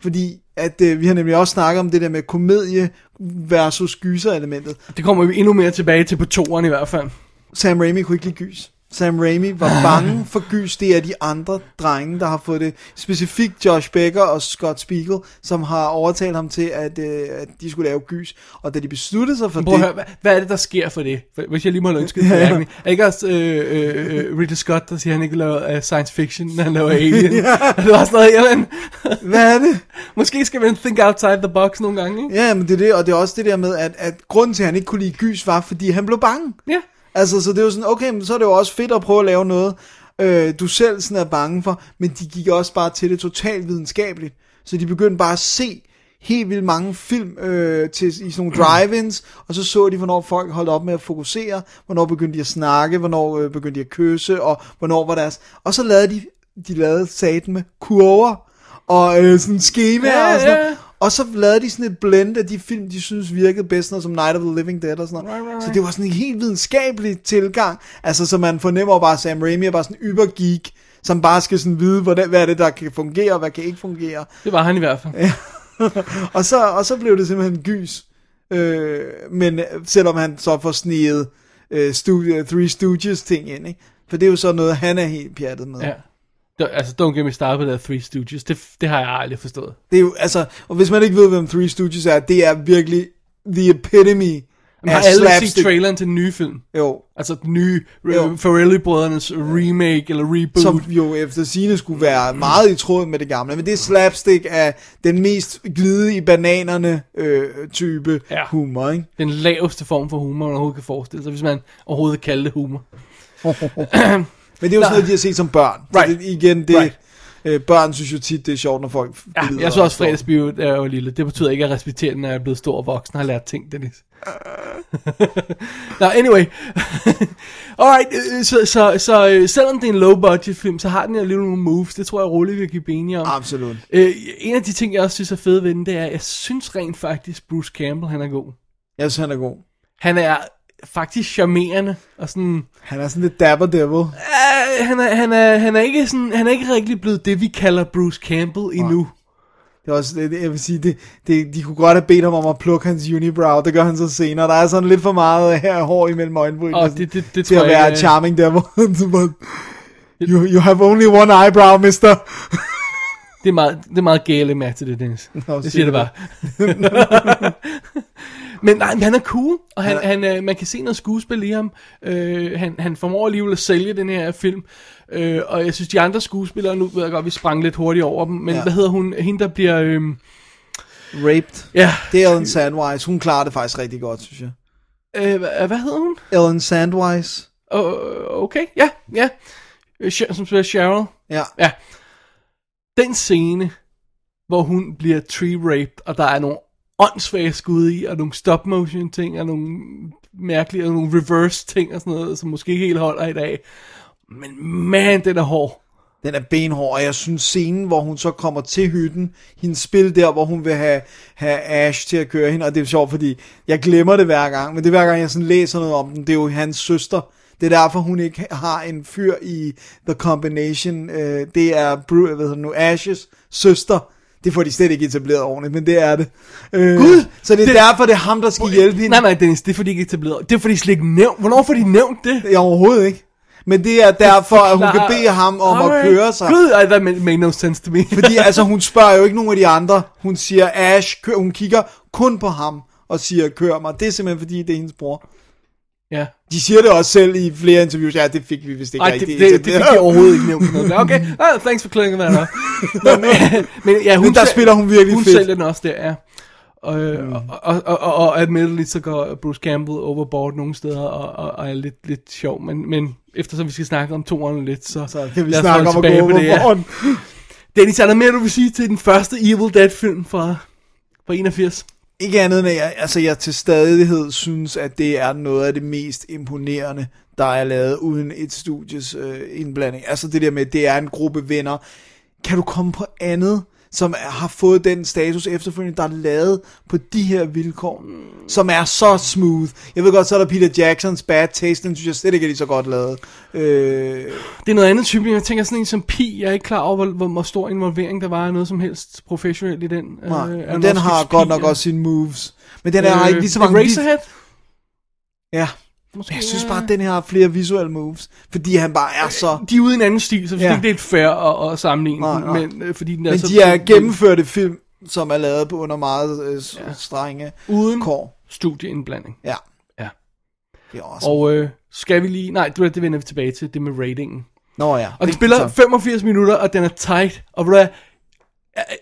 Fordi at, øh, vi har nemlig også snakket om det der med komedie versus gyser elementet. Det kommer vi endnu mere tilbage til på toeren i hvert fald. Sam Raimi kunne ikke lide gys. Sam Raimi Ah. var bange for gys. Det er de andre drenge, der har fået det. Specifikt Josh Becker og Scott Spiegel, som har overtalt ham til, at, øh, at de skulle lave gys. Og da de besluttede sig for Prøv at høre, det... hvad, hvad er det, der sker for det? For- Hvis jeg lige må have ønsket ja, ja. Er ikke også øh, øh, øh, Ridley Scott, der siger, at han ikke laver uh, science fiction, når han laver Alien? ja. Det var sådan noget, jamen, Hvad er det? måske skal man think outside the box nogle gange, ikke? Ja, men det er det, og det er også det der med, at, at grunden til, at han ikke kunne lide gys, var, fordi han blev bange. Ja. Altså, så det er jo sådan, okay, men så er det jo også fedt at prøve at lave noget, øh, du selv sådan er bange for, men de gik også bare til det totalt videnskabeligt. Så de begyndte bare at se helt vildt mange film øh, til, i sådan nogle drive-ins, og så så de, hvornår folk holdt op med at fokusere, hvornår begyndte de at snakke, hvornår øh, begyndte de at kysse, og hvornår var deres... Og så lavede de, de lavede satan med kurver, og øh, sådan skemaer Ja, og sådan ja. noget. Og så lavede de sådan et blend af de film, de synes virkede bedst, noget som Night of the Living Dead og sådan noget. Right, right, Så right. det var sådan en helt videnskabelig tilgang. Altså, så man fornemmer bare, at Sam Raimi er bare sådan en geek, som bare skal sådan vide, hvordan, hvad er det, der kan fungere, og hvad kan ikke fungere. Det var han i hvert fald. Ja. og, så, og så blev det simpelthen gys. Øh, men selvom han så får sneget øh, Stu- Three Stooges ting ind, ikke? For det er jo så noget, han er helt pjattet med. ja. Det- Altså, don't get me started på det Three Stooges. Det, det har jeg aldrig forstået. Det er jo, altså, og hvis man ikke ved, hvem Three Stooges er, det er virkelig the epitome Man har af alle set slapstick. traileren til den nye film. Jo, Altså den nye Jo. øh, Farrelly-brødrenes remake eller reboot. som jo efter sine skulle være meget i tråd med det gamle, men det er slapstick af den mest glide i bananerne øh, type Ja. ja. humor, ikke? Den laveste form for humor, man overhovedet kan forestille sig, hvis man overhovedet kan kalde det humor. Men det er jo sådan noget, de har set som børn. Så Right. Det, igen, det, Right. right. øh, børn synes jo tit, det er sjovt, når folk Ja, glider jeg så og også står. fredagsbio, da jeg var lille. Det betyder ikke, at jeg respekterer den, når jeg er blevet stor og voksen og har lært ting, Dennis. Nå, anyway. Alright, øh, så, så, så øh, selvom det er en low-budget film, så har den alligevel nogle moves. Det tror jeg roligt, vi kan blive enige om. Absolut. Øh, en af de ting, jeg også synes er fede ved den, det er, at jeg synes rent faktisk, Bruce Campbell, han er god. Jeg synes, han er god. Han er faktisk charmerende og sådan... Han er sådan lidt dapper devil. Øh, han, er, han, er, han, er ikke sådan, han er ikke rigtig blevet det, vi kalder Bruce Campbell endnu. Det er også, det- det- jeg vil sige, det, det, de kunne godt have bedt ham om at plukke hans unibrow, det gør han så senere. Der er sådan lidt for meget øh, her hår imellem øjenbrynene. Åh, det- det- det til tror at jeg være ikke, øh. charming devil. Så bare, you, you have only one eyebrow, mister. Det er meget, det er meget gale mærke til det, Dennis. Nå, jeg siger det bare. men nej, men han er cool, og han, han, øh, man kan se noget skuespil i ham. Øh, han, han formår alligevel at sælge den her film. Øh, og jeg synes, de andre skuespillere, nu ved jeg godt, vi sprang lidt hurtigt over dem, men ja. Ja. hvad hedder hun? Hende, der bliver... Øh, Raped. ja, Det er Ellen Sandwise. Hun klarer det faktisk rigtig godt, synes jeg. Øh, hva- hvad hedder hun? Ellen Sandwise. Øh, okay, ja, ja. Øh, Sh- Som spiller Cheryl. Ja. Ja. Den scene, hvor hun bliver tree-raped, og der er nogle åndssvage skud i, og nogle stop-motion ting, og nogle mærkelige, og nogle reverse ting og sådan noget, som måske ikke helt holder i dag. Men man, den er hård. Den er benhård, og jeg synes scenen, hvor hun så kommer til hytten, hendes spil der, hvor hun vil have, have Ash til at køre hende, og det er sjovt, fordi jeg glemmer det hver gang, men det er hver gang, jeg sådan læser noget om den, det er jo hans søster. Det er derfor, hun ikke har en fyr i The Combination. Øh, det er Bru, hvad hedder den nu, Ashes søster. Det får de slet ikke etableret ordentligt, men det er det. Øh, Gud, så det er det, derfor, det er ham, der skal hjælpe hende. Nej, nej, Dennis, det er fordi, de ikke etableret. Det er fordi, de slet ikke nævnt. Hvornår får de nævnt det? Ja, overhovedet ikke. Men det er derfor, at hun kan bede ham om at Alright. køre sig. Gud, ej, that made, made no sense to me. Fordi altså, hun spørger jo ikke nogen af de andre. Hun siger, Ash, kør. hun kigger kun på ham og siger, kør mig. Det er simpelthen fordi, det er hendes bror. ja. De siger det også selv i flere interviews. Ja, det fik vi vist ikke Ej, det, det, rigtigt. det, det, fik de overhovedet ikke nævnt noget. Men Okay, oh, thanks for clearing that up. Nå, men, men ja, hun Men der sælger- spiller hun virkelig hun fedt. sælger den også der, ja. Og, mm. og, og, og, og, og admittedly, så går Bruce Campbell overboard nogle steder, og, og, og er lidt, lidt sjov, men, men eftersom vi skal snakke om toerne lidt, så, Så kan vi lad os snakke holde om at tilbage gå på på det, ja. morgen. Dennis, er der mere, du vil sige til den første Evil Dead-film fra, fra 81? Ikke andet end, at jeg, altså, jeg til stadighed synes, at det er noget af det mest imponerende, der er lavet uden et studies øh, indblanding. Altså det der med, at det er en gruppe venner. Kan du komme på andet, som er- har fået den status efterfølgende, der er lavet på de her vilkår, som er så smooth. Jeg ved godt, så er der Peter Jacksons Bad Taste, den synes jeg slet ikke er lige så godt lavet. Øh, Det er noget andet type, men jeg tænker sådan en som Pi, jeg er ikke klar over, hvor, hvor- hvor stor involvering der var af noget som helst professionelt i den. nej, Øh, men Aronofskys den har Pi, godt nok ja. også sine moves. Men den har ikke lige så Øh, mange... vis- Eraserhead? Ja. Måske, Jeg synes ja. bare, at den her har flere visuelle moves, fordi han bare er så... De er ude i en anden stil, så jeg synes Ja. ikke, det er et fair at, at sammenligne Nej, den, nej. Men, øh, fordi den er Men så, de er gennemførte film, som er lavet på under meget øh, s- strenge Uden kår. studieindblanding. Ja. Ja. Det er også. Og øh, skal vi lige... Nej, det, det vender vi tilbage til, det med ratingen. Nå ja. Og den det- spiller så- 85 minutter, og den er tight. Og ved du hvad,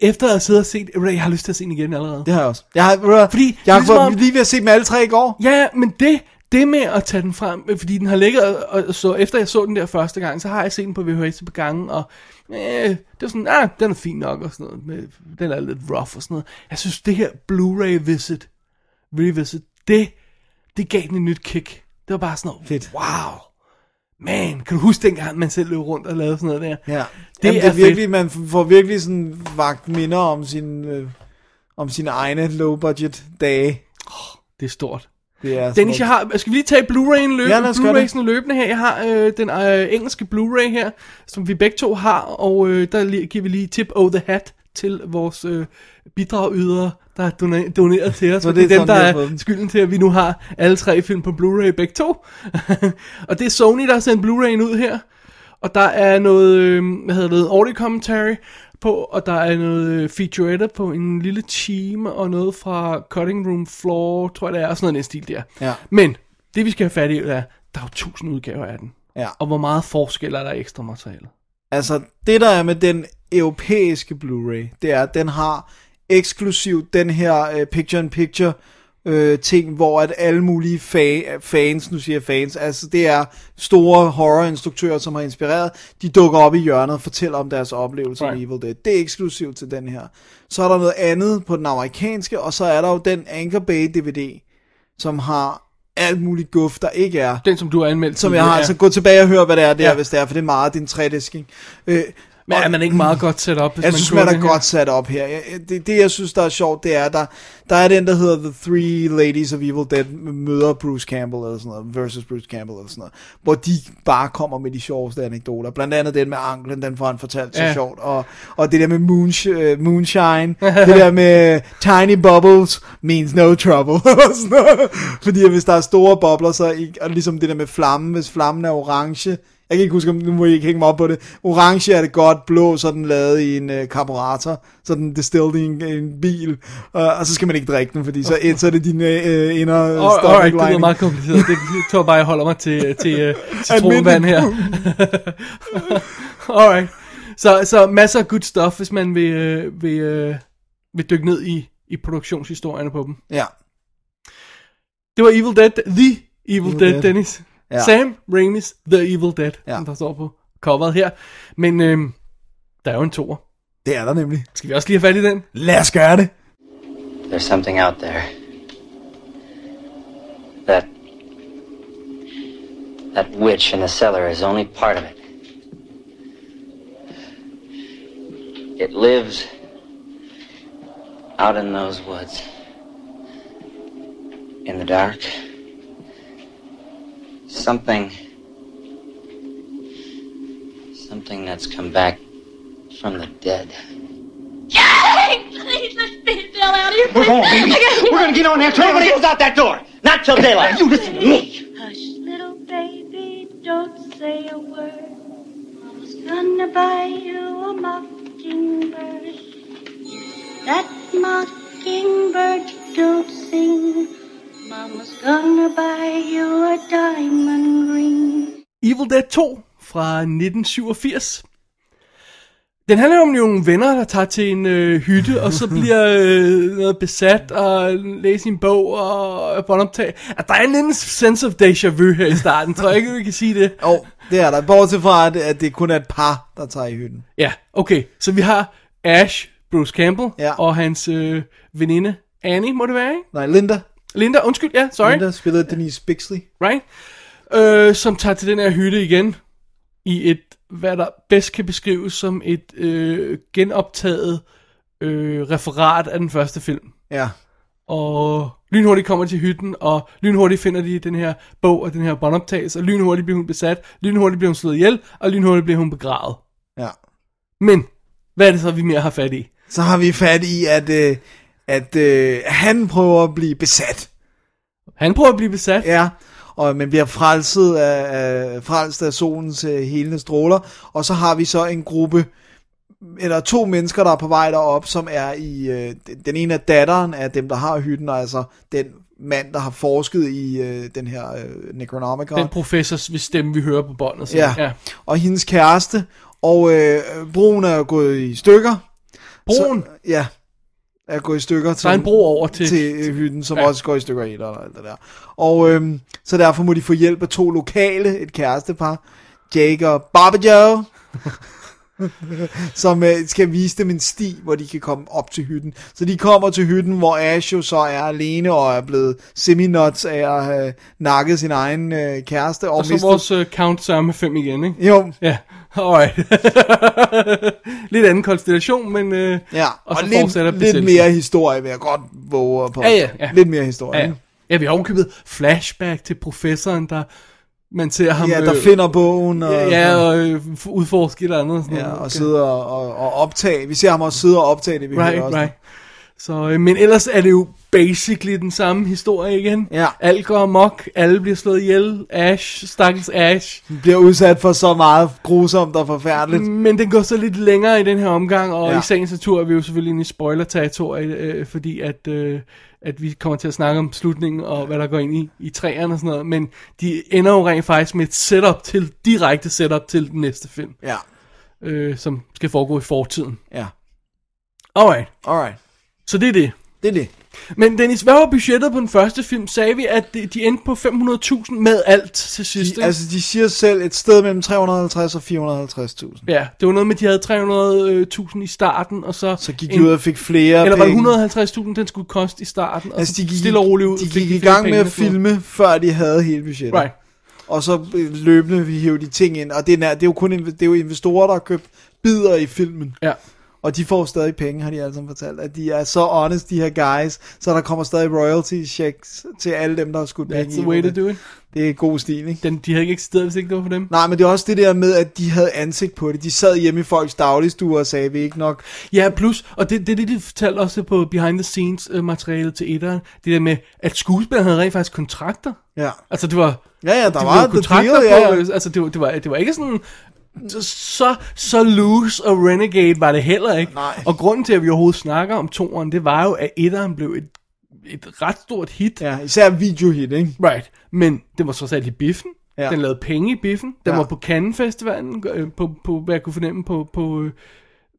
efter at have siddet og set... ved du hvad, Jeg har lyst til at se den igen allerede. Det har jeg også. Jeg har, ved Fordi fordi, jeg har ligesom ligesom om- lige ved at se dem alle tre i går. Ja, men det, det med at tage den frem, øh, fordi den har ligget, og, og så efter jeg så den der første gang, så har jeg set den på VHS på gangen, og øh, det var sådan, ah, den er fin nok, og sådan noget, med, den er lidt rough og sådan noget. Jeg synes, det her Blu-ray visit, revisit, det, det gav den et nyt kick. Det var bare sådan noget, Fedt. wow, man, kan du huske dengang, man selv løb rundt og lavede sådan noget der? Ja. Det Jamen, er det er virkelig, man f- får virkelig sådan vagt minder om sin... Øh, om sine egne low-budget dage. Det er stort. Det er Dennis, smukt. jeg har, skal vi lige tage Blu-ray'en løbende, Ja, lad os gøre Blu-ray'sen løbende her? Jeg har øh, den øh, engelske Blu-ray her, som vi begge to har, og øh, der li- giver vi lige tip of the hat til vores øh, bidragydere, der har doner- doneret til os. Så Så det det er er dem, der sådan, vi har fået er dem. skylden til, at vi nu har alle tre film på Blu-ray begge to. og det er Sony, der har sendt Blu-ray'en ud her, og der er noget, øh, hvad hedder det, audio commentary på, og der er noget øh, featurette på en lille time, og noget fra Cutting Room Floor, tror jeg det er, og sådan noget i den stil der. Ja. Men det vi skal have fat i, er, der er jo tusind udgaver af den. Ja. Og hvor meget forskel er der i ekstra materiale? Altså, det der er med den europæiske Blu-ray, det er, at den har eksklusivt den her øh, picture-in-picture øh, ting, hvor at alle mulige fa- fans, nu siger jeg fans, altså det er store horrorinstruktører, som har inspireret, de dukker op i hjørnet og fortæller om deres oplevelser right. Right. med Evil Dead. Det er eksklusivt til den her. Så er der noget andet på den amerikanske, og så er der jo den Anchor Bay DVD, som har alt muligt guf, der ikke er Den, som du har anmeldt. som jeg tidligere, har, altså, ja. så gå tilbage og hør, hvad det er der, Ja. ja. hvis det er, for det er meget din trædisk, ikke? Øh, Men er og- man ikke meget godt sat op, hvis jeg man synes, køber man er den her? godt sat op her. Jeg- jeg- Det, det, jeg synes, der er sjovt, det er, der, der er den, der hedder The Three Ladies of Evil Dead møder Bruce Campbell eller sådan noget, versus Bruce Campbell eller sådan noget, hvor de bare kommer med de sjoveste anekdoter. Blandt andet den med anklen, den får han fortalt så Ja. sjovt, og, og det der med moonsh, øh, moonshine, det der med tiny bubbles means no trouble. og sådan noget. Fordi hvis der er store bobler, så er ikke- og ligesom det der med flammen, hvis flammen er orange, jeg kan ikke huske, om nu må I ikke hænge mig op på det. Orange er det godt, blå så er den lavet i en øh, karburator, så er den distilled i en, en bil, og, og så skal man ikke drikke den, fordi så, så er det din øh, indre øh, All, stomach alright, det lyder lining. meget kompliceret. Det jeg tror bare, jeg holder mig til, til uh, citronvand her. alright. Så, så masser af good stuff, hvis man vil, øh, vil, øh, vil dykke ned i, i produktionshistorierne på dem. Ja. Det var Evil Dead, The Evil, Evil Dead, Dead. Dead, Dennis. Ja. Ja. Sam Raimis The Evil Dead, Ja. ja. som der står på coveret her. Men øhm, der er jo en toer. Det er der nemlig. Skal vi også lige have fat i den? Lad os gøre det. There's something out there. That. That witch in the cellar is only part of it. It lives out in those woods. In the dark. Something. Something that's come back from the dead. Yay! Please, let's get the hell out of here. We're going, baby. We're gonna get on after everybody goes out that door. Not till daylight! You listen to me. Hush, little baby, don't say a word. Mama's gonna buy you a mockingbird. That mockingbird don't sing. Mama's gonna buy you a diamond ring. Evil Dead 2 fra 1987. Den handler om nogle venner, der tager til en øh, hytte, og så bliver øh, noget besat, og læser en bog, og båndoptag. Altså, der er en lille sense of déjà vu her i starten, tror jeg ikke, vi kan sige det. Jo, det er der. Bortset fra, at, at det kun er et par, der tager i hytten. Ja, okay, så vi har Ash, Bruce Campbell, Ja. ja. og hans øh, veninde Annie, må det være, ikke? Nej, Linda. Linda, undskyld, ja, sorry. Linda spillede Denise Bixley. right? Øh, som tager til den her hytte igen i et, hvad der bedst kan beskrives som et øh, genoptaget øh, referat af den første film. Ja. Og lynhurtigt kommer til hytten, og lynhurtigt finder de den her bog og den her båndoptagelse, og lynhurtigt bliver hun besat, lynhurtigt bliver hun slået ihjel, og lynhurtigt bliver hun begravet. ja. Men, hvad er det så, vi mere har fat i? Så har vi fat i, at, øh, at øh, han prøver at blive besat. Han prøver at blive besat. Ja, og man bliver frelset af, af, frelst af solens øh, helende stråler. Og så har vi så en gruppe, eller to mennesker, der er på vej derop, som er i, øh, den- den ene er datteren af dem, der har hytten, og altså den mand, der har forsket i øh, den her øh, Necronomicon. Den professors hvis stemme, vi hører på båndet. så- ja. ja, og hendes kæreste, og øh, broen er jo gået i stykker. Broen, Så, ja, er gået i stykker. der er en bro over til, til øh, hytten, som ja. også går i stykker i eller alt det der. Og øhm, så derfor må de få hjælp af to lokale, et kærestepar, Jake og Baba Joe, som øh, skal vise dem en sti, hvor de kan komme op til hytten. Så de kommer til hytten, hvor Ash jo så er alene og er blevet semi-nuts af at have nakket sin egen øh, kæreste. Og, og så vores uh, count sammen med fem igen, ikke? Jo, Ja, alright. lidt anden konstellation, men... Øh, ja. Og så fortsætter lidt, lidt besættelsen. mere historie, vil jeg godt våge på. Ja, ja, ja. Lidt mere historie. ja, ja, vi har ovenkøbet flashback til professoren, der... Man ser ham... ja der øh, finder bogen. Og, Ja, ja og øh, f- udforske et eller andet. Sådan Ja, noget. og sidde og, og, og optage. Vi ser ham også sidde og optage det, vi hører Right, også. right. Så, øh, men ellers er det jo basically den samme historie igen. Ja. Alt går amok, alle bliver slået ihjel, Ash, stakkels Ash. Vi bliver udsat for så meget grusomt og forfærdeligt. Men den går så lidt længere i den her omgang, og Ja. ja. i sagens natur er vi jo selvfølgelig inde i spoiler-territoriet, øh, fordi at, øh, at vi kommer til at snakke om slutningen og hvad der går ind i, i træerne og sådan noget, men de ender jo rent faktisk med et setup til, direkte setup til den næste film, Ja, øh, som skal foregå i fortiden. ja. Alright, Alright. så det er det. Det er det. Men Dennis, hvad var budgettet på den første film? Sagde vi, at de, de endte på 500.000 med alt til sidst? De, ikke? altså, de siger selv et sted mellem 350 og 450.000. Ja, det var noget med, at de havde 300.000 i starten, og så... Så gik de en- ud og fik flere Eller var penge. det 150.000, den skulle koste i starten, og Altså, de gik, stille og roligt ud. de og fik gik i flere gang med penge at og sådan noget. filme, før de havde hele budgettet. Right. Og så øh, løbende vi hævde de ting ind. Og det er, nær- det er jo kun inv- det er jo investorer, der har købt bidder i filmen. Ja. Og de får stadig penge, har de alle sammen fortalt. At de er så honest, de her guys, så der kommer stadig royalty checks til alle dem, der har skudt penge That's the i way to det. do it. Det er god stil, ikke? Den, de havde ikke eksisteret, hvis ikke det var for dem. Nej, men det er også det der med, at de havde ansigt på det. De sad hjemme i folks dagligstuer og sagde, vi er ikke nok. Ja, plus, og det er det, det, de fortalte også på behind the scenes øh, materiale til etteren, det der med, at skuespillerne havde rent faktisk kontrakter. Ja, Altså, det var... ja, ja der Det var var det kontrakter deal, ja. på, ja. altså det var, det, var, det var ikke sådan, så, så loose og renegade var det heller ikke. Nej. Og grunden til, at vi overhovedet snakker om toeren, det var jo, at etteren blev et, et ret stort hit. Ja, især videohit, ikke? Right, men den var trods alt i biffen. Ja. Ja. Den lavede penge i biffen. Den Ja. ja. var på Cannes Festivalen, øh, på, på, hvad jeg kunne fornemme, på, på øh,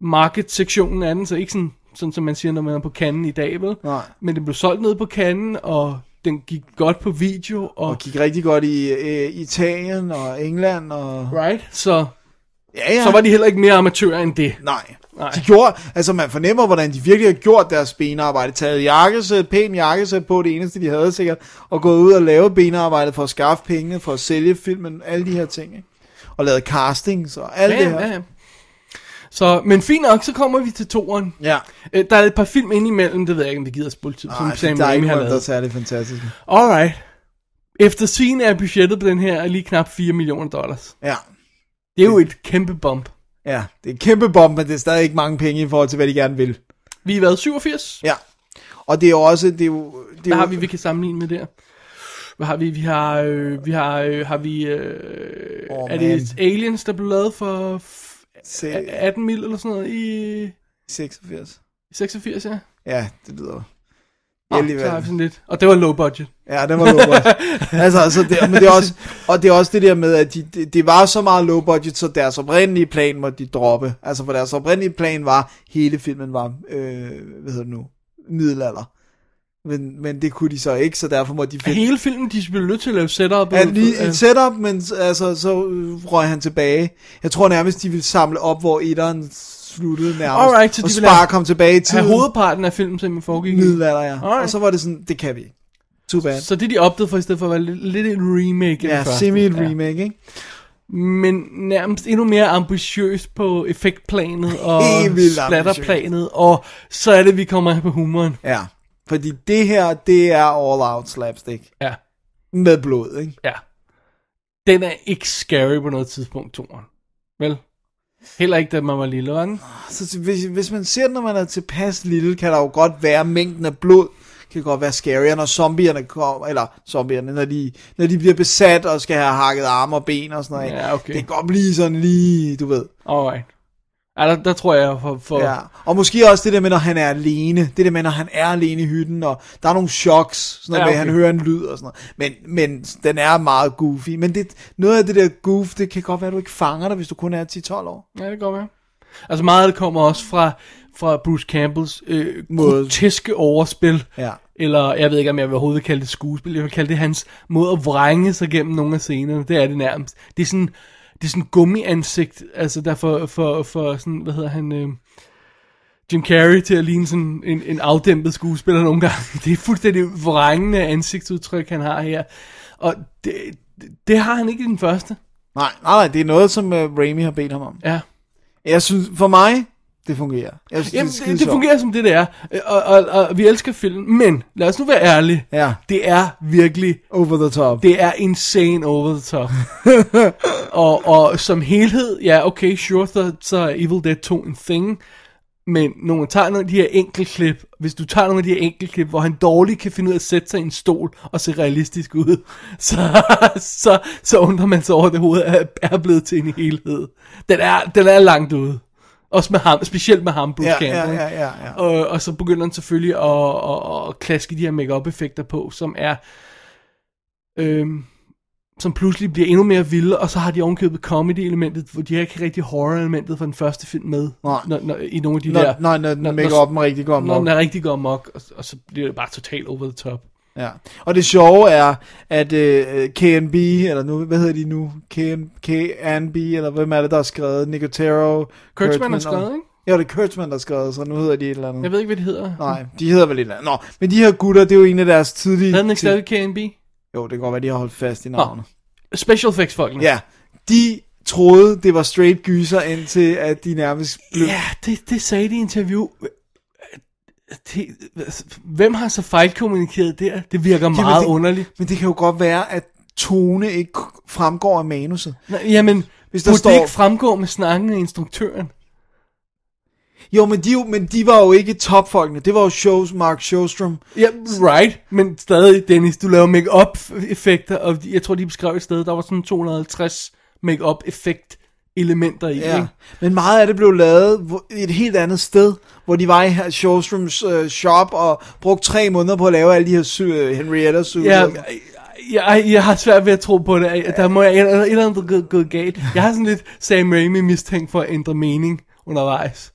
market-sektionen af den, så ikke sådan, sådan, som man siger, når man er på Cannes i dag, vel? Nej. Men den blev solgt ned på Cannes, og den gik godt på video, og, Og gik rigtig godt i øh, Italien og England og... right, så, Ja, ja. så var de heller ikke mere amatører end det. Nej. Nej. De gjorde, altså man fornemmer, hvordan de virkelig har gjort deres benarbejde. Taget jakkesæt, pæn jakkesæt på, det eneste de havde sikkert, og gået ud og lavet benarbejdet for at skaffe penge, for at sælge filmen, alle de her ting. Ikke? Og lavet castings og alt Ja, det her. ja, ja. Så, men fint nok, så kommer vi til toeren. ja. Øh, der er et par film indimellem, det ved jeg ikke, om det gider at spole tid, som Ej, Sam der er Raimi ikke har noget, der er lavet. særlig fantastisk. Alright. Efter scene er budgettet på den her lige knap 4 millioner dollars. Ja. Det er jo et kæmpe bump. ja, det er en kæmpe bombe, men det er stadig ikke mange penge i forhold til, hvad de gerne vil. Vi er været 87. Ja. Og det er jo også, det er jo... Det er Hvad jo, har vi, vi kan sammenligne med der? Hvad har vi? Vi har, øh, vi har, øh, har vi, øh, Åh, oh, er man. det Aliens, der blev lavet for f- Se, a- 18 mil eller sådan noget i 86. 86, ja? Ja, det lyder... Nå, så har vi sådan lidt. Og det var low budget. Ja, det var low budget. altså, altså det, men det er også, og det er også det der med, at de, de, det var så meget low budget, så deres oprindelige plan måtte de droppe. Altså, for deres oprindelige plan var, hele filmen var, øh, hvad hedder det nu, middelalder. Men, men det kunne de så ikke, så derfor måtte de finde... Hele filmen, de blev nødt til at lave setup. Ja, ud- lige øh, et setup, men s- altså, så øh, røg han tilbage. Jeg tror nærmest, de ville samle op, hvor etteren sluttede nærmest. Alright, så de og ville Spar have- kom tilbage til have hovedparten af filmen simpelthen foregik. i- middelalder, ja. Alright. Og så var det sådan, det kan vi ikke. Too bad. Så det de opdagede for i stedet for var lidt, lidt et remake af Ja, den første. semi et remake, ikke? Men nærmest endnu mere ambitiøst på effektplanet og Helt vildt splatterplanet. Og så er det vi kommer her på humoren Ja, fordi det her, det er all out slapstick. Ja, Med blod, ikke? ja Den er ikke scary på noget tidspunkt Toren Vel? Heller ikke da man var lille var den? Så hvis, hvis man ser den, når man er tilpas lille, kan der jo godt være mængden af blod, kan godt være scary, og når zombierne kommer, eller zombierne, når de, når de bliver besat og skal have hakket arme og ben og sådan noget. Ja, okay. Det kan godt blive sådan lige, du ved. Alright ja, der, der tror jeg for, for Ja. Og måske også det der med, når han er alene. Det der med, når han er alene i hytten, og der er nogle choks, sådan noget Ja, ja, okay. med, okay. at han hører en lyd og sådan noget. Men, men den er meget goofy. Men det, noget af det der goof, det kan godt være, at du ikke fanger dig, hvis du kun er 10-12 år. Ja, det kan godt være. Altså meget af det kommer også fra, fra Bruce Campbells øh, Måde. groteske overspil. Ja. Eller jeg ved ikke, om jeg vil overhovedet kalde det skuespil. Jeg vil kalde det hans måde at vrænge sig gennem nogle af scenerne. Det er det nærmest. Det er sådan, det er sådan gummiansigt. Altså der for, for, for sådan, hvad hedder han... Øh, Jim Carrey til at ligne sådan en, en afdæmpet skuespiller nogle gange. Det er fuldstændig vrængende ansigtsudtryk, han har her. Og det, det, det har han ikke i den første. Nej, nej, nej, det er noget, som uh, Raimi har bedt ham om. Ja. Jeg synes, for mig, det fungerer. Jeg synes, Jamen, det, er det, det skidesjovt. fungerer som det, det er. Øh, Og, og, og vi elsker filmen, men lad os nu være ærlige. Ja. Det er virkelig, Over the top. det er insane over the top. og, og som helhed, ja, okay, sure, så, så er Evil Dead 2 en thing. Men når man tager nogle af de her enkeltklip, hvis du tager nogle af de her enkeltklip, hvor han dårligt kan finde ud af at sætte sig i en stol og se realistisk ud, så, så, så undrer man sig over, at det hovedet er, er blevet til en helhed. Den er, den er langt ude. Også med ham, specielt med ham, Bruce Ja, Campbell. ja, ikke? ja, ja, ja. Og, og så begynder han selvfølgelig at, at, at klaske de her make effekter på, som er... Øhm, som pludselig bliver endnu mere vilde, og så har de ovenkøbet comedy-elementet, hvor de har ikke rigtig horror-elementet fra den første film med, Nej. når, når, i nogle af de Når, der... når, når, når make-up'en rigtig går Når om. den er rigtig går mok, og, og så bliver det bare totalt over the top. Ja. Og det sjove er, at øh, KNB, eller nu, hvad hedder de nu? KN, KNB, eller hvem er det, der har skrevet? Nicotero? Kurtzman har og- skrevet, ikke? Jo, det er Kurtzman, der har skrevet, så nu hedder de et eller andet. Jeg ved ikke, hvad det hedder. Nej, de hedder vel et eller andet. Nå, men de her gutter, det er jo en af deres tidlige... Hvad er den ikke stadig KNB? Jo, det kan godt være, de har holdt fast i navnet. Special effects folkene. Ja, de troede, det var straight gyser, indtil at de nærmest blev... Ja, det, det sagde de i interview. Det, hvem har så fejlkommunikeret der? Det virker meget det- underligt. Men det kan jo godt være, at tone ikke fremgår af manuset. Nej, Jamen, Hvis Hvis der der burde står- det ikke fremgå med snakken af instruktøren? Jo, men de, jo- men de var jo ikke topfolkene. Det var jo shows, Mark Showstrom. Ja, right, men stadig, Dennis, du laver make-up effekter, og jeg tror, de beskrev et sted, der var sådan 250 make-up effekt elementer i, ja. Ja. ikke? Men meget af det blev lavet hvor- et helt andet sted, hvor de var i her Showstroms øh, shop og brugte tre måneder på at lave alle de her sy- øh, Henrietta suits. Ja, jeg, jeg, jeg har svært ved at tro på det. Der må jeg et eller- et eller andet gået gå galt. Jeg har sådan lidt Sam Raimi mistænkt for at ændre mening undervejs.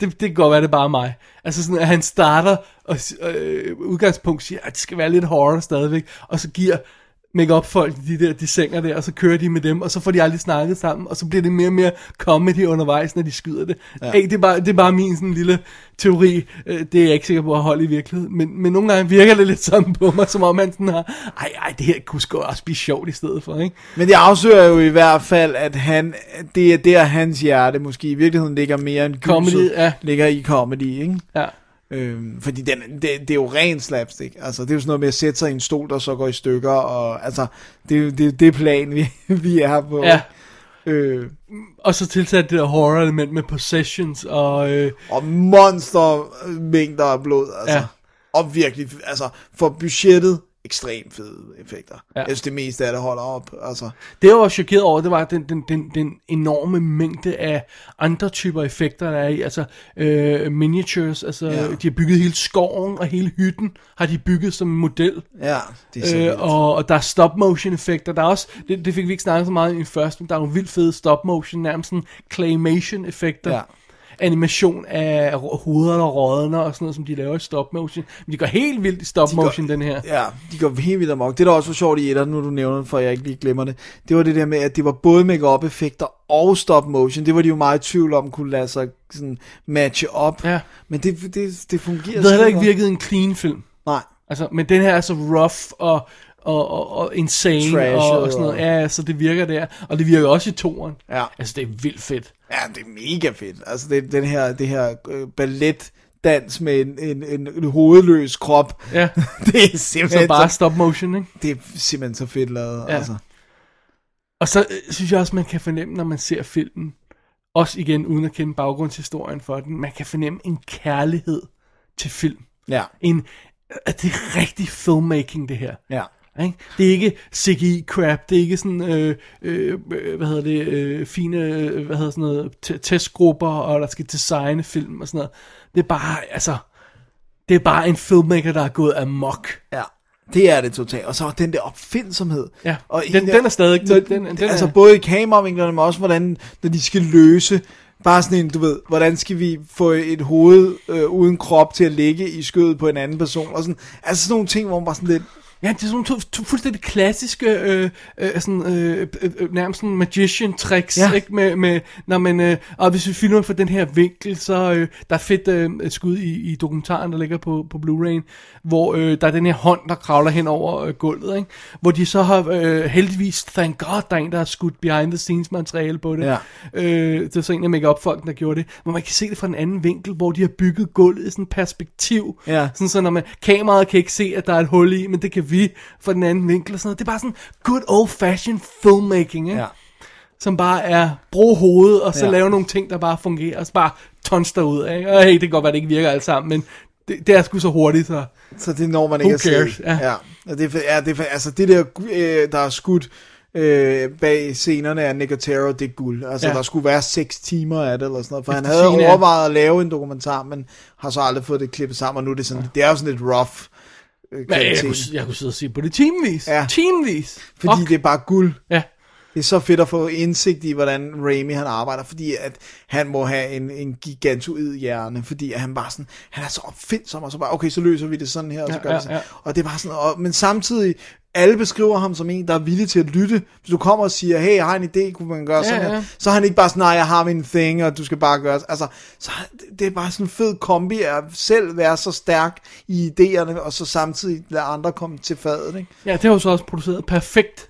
Det, det kan godt være, det er bare mig. Altså sådan, at han starter, og s- øh, udgangspunkt siger, at det skal være lidt horror stadigvæk, og så giver make folk de der, de sænger der, og så kører de med dem, og så får de aldrig snakket sammen, og så bliver det mere og mere comedy undervejs, når de skyder det. Ja. Hey, det, er bare, det er bare min sådan lille teori, Øh, det er jeg ikke sikker på at holde i virkeligheden, men, men nogle gange virker det lidt sådan på mig, som om han sådan har, ej, ej, det her kunne sgu også blive sjovt i stedet for, ikke? Men det afslører jo i hvert fald, at han, det er der hans hjerte måske i virkeligheden ligger mere end gyset, Comedy, ja. ligger i comedy, ikke? Ja. Øhm, fordi den, det, det, er jo ren slapstick. Altså, det er jo sådan noget med at sætte sig i en stol, der så går i stykker, og altså, det, er jo- det, er det plan, vi, vi er på. Ja. Øh, Og så tilsat det der horror element med possessions og... Øh, og monstermængder af blod, altså. Ja. Ja. Og virkelig, altså, for budgettet, ekstremt fede effekter. Ja. Ja. Jeg synes, det meste af det holder op, altså. Det jeg var chokeret over, det var den, den, den, den enorme mængde af andre typer effekter, der er i. Altså øh, miniatures, altså ja. Ja. de har bygget hele skoven og hele hytten, har de bygget som en model. Ja, det er så Øh, vildt. og, og der er stop motion effekter. Der er også, det, det fik vi ikke snakket så meget om i den første, men der er nogle vildt fede stop motion, nærmest sådan claymation effekter. Ja. Animation af ro- hoveder der rådner og sådan noget, som de laver i stop motion. Men de går helt vildt i stop motion, den her. Ja, de går helt vildt amok. Det der også var sjovt i etteren, nu du nævner det, for jeg ikke lige glemmer det, det var det der med, at det var både make-up effekter og stop motion. Det var de jo meget i tvivl om, kunne lade sig sådan matche op. Ja. Men det, det, det fungerer Det havde heller ikke skide virket en clean film. godt. Altså, men den her er så rough og, og, og, og insane Trashet og, og sådan noget. og- Ja, ja, så det virker der. Og det virker også i toren. Ja. Altså, det er vildt fedt. Nej, ja, det er mega fedt. Altså det, den her, det her øh, ballet dans med en, en, en, en hovedløs krop. Ja. det Så er simpelthen bare så, stop motion, ikke? det er simpelthen så fedt lavet. Ja. Ja. Altså. Og så øh, synes jeg også, man kan fornemme, når man ser filmen, også igen uden at kende baggrundshistorien for den, man kan fornemme en kærlighed til film. Ja. En, at det er rigtig filmmaking, det her. Ja. Ikke? Det er ikke CGI crap, det er ikke sådan, øh, øh, hvad hedder det, øh, fine, øh, hvad hedder sådan noget, te- testgrupper, og der skal designe film og sådan noget. Det er bare, altså, det er bare en filmmaker, der er gået amok. Ja, det er det totalt. Og så den der opfindsomhed. Ja, og den- den er stadig- Når, den- den er- altså både i kameravinklerne, men også hvordan, når de skal løse, bare sådan en, du ved, hvordan skal vi få et hoved øh, uden krop til at ligge i skødet på en anden person, og sådan, altså sådan nogle ting, hvor man bare sådan lidt, Ja, det er sådan nogle to, to fuldstændig klassiske, øh, øh, sådan, øh, øh, øh, nærmest sådan magician tricks, ja. Ja. ikke? Med, med, når man, øh, og hvis vi filmer fra den her vinkel, så øh, der er fedt øh, skud i, i dokumentaren, der ligger på, på Blu-ray'en, hvor øh, der er den her hånd, der kravler hen over øh, gulvet, ikke? Hvor de så har øh, heldigvis, thank god, der er en, der har skudt behind the scenes materiale på det. Ja. Øh, det var så en af make up folkene der gjorde det. Men man kan se det fra en anden vinkel, hvor de har bygget gulvet i sådan perspektiv. Ja. Sådan så når man, kameraet kan ikke se, at der er et hul i, men det kan vi fra den anden vinkel og sådan noget. Det er bare sådan good old fashioned filmmaking, ikke? Ja. Som bare er, brug hovedet, og så ja. Ja. lave nogle ting, der bare fungerer, og så bare tons derud, ikke? Og hey, det kan godt være, det ikke virker alt sammen, men det, det er sgu så hurtigt, så... så det når man Who ikke at cares? se. Ja. ja. Og det, er fe- ja, det, er fe- altså det der, øh, der er skudt, Øh, bag scenerne af Nicotero, det er guld. Altså, Ja. ja. der skulle være 6 timer af det, eller sådan noget, for han Efter havde sigende, ja. overvejet at lave en dokumentar, men har så aldrig fået det klippet sammen, og nu er det sådan, ja. det er jo sådan lidt rough Men øh, jeg, kvalitet. kunne, jeg kunne sidde og se på det timevis. Ja. Timevis. Fordi Og- det er bare guld. Ja. Det er så fedt at få indsigt i, hvordan Raimi han arbejder, fordi at han må have en, en gigantoid hjerne, fordi at han bare sådan, han er så opfindsom, og så bare, okay, så løser vi det sådan her, og så Ja, gør vi ja, det sådan. ja. Og det er bare sådan, og, men samtidig, alle beskriver ham som en, der er villig til at lytte. Hvis du kommer og siger, hey, jeg har en idé, kunne man gøre Ja, sådan ja. her, så er han ikke bare sådan, nej, jeg har min thing, og du skal bare gøre, altså, så det- det er bare sådan en fed kombi af at selv være så stærk i idéerne, og så samtidig lade andre komme til fadet, ikke? Ja, det har jo så også produceret perfekt,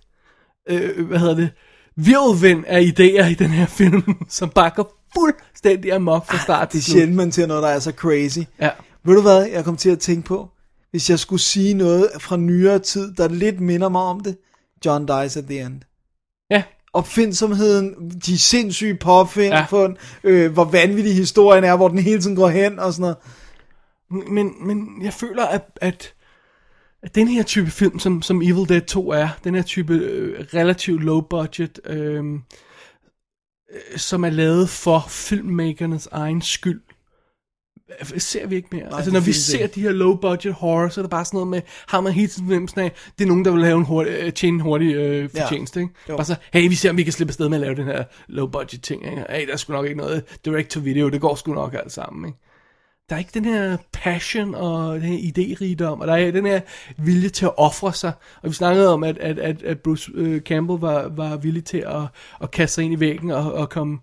øh, hvad hedder det, virvelvind af idéer i den her film, som bakker fuldstændig amok fra start Det er til slut. sjældent, man ser noget, der er så crazy. Ja. Ved du hvad, jeg kom til at tænke på? Hvis jeg skulle sige noget fra nyere tid, der lidt minder mig om det. John dies at the end. Ja, Opfindsomheden, de sindssyge påfind, Ja. ja. øh, hvor vanvittig historien er, hvor den hele tiden går hen og sådan noget. men, men jeg føler, at, at, at den her type film, som, som Evil Dead 2 er, den her type øh, relativt low budget, øh, øh, som er lavet for filmmakernes egen skyld, øh, ser vi ikke mere. Nej, altså det når vi findes ser ikke. de her low budget horror, så er det bare sådan noget med, har man hele tiden fornemmelsen af, det er nogen, der vil lave en hurtig, øh, tjene en hurtig øh, fortjeneste. Ikke? Jo. Bare så, hey, vi ser, om vi kan slippe afsted med at lave den her low budget ting. Ikke? Hey, der er sgu nok ikke noget direct to video, det går sgu nok alt sammen. Ikke? Der er ikke den her passion og den her idérigdom, og der er den her vilje til at ofre sig. Og vi snakkede om, at, at, at, at Bruce øh, Campbell var, var villig til at, at kaste sig ind i væggen og, og komme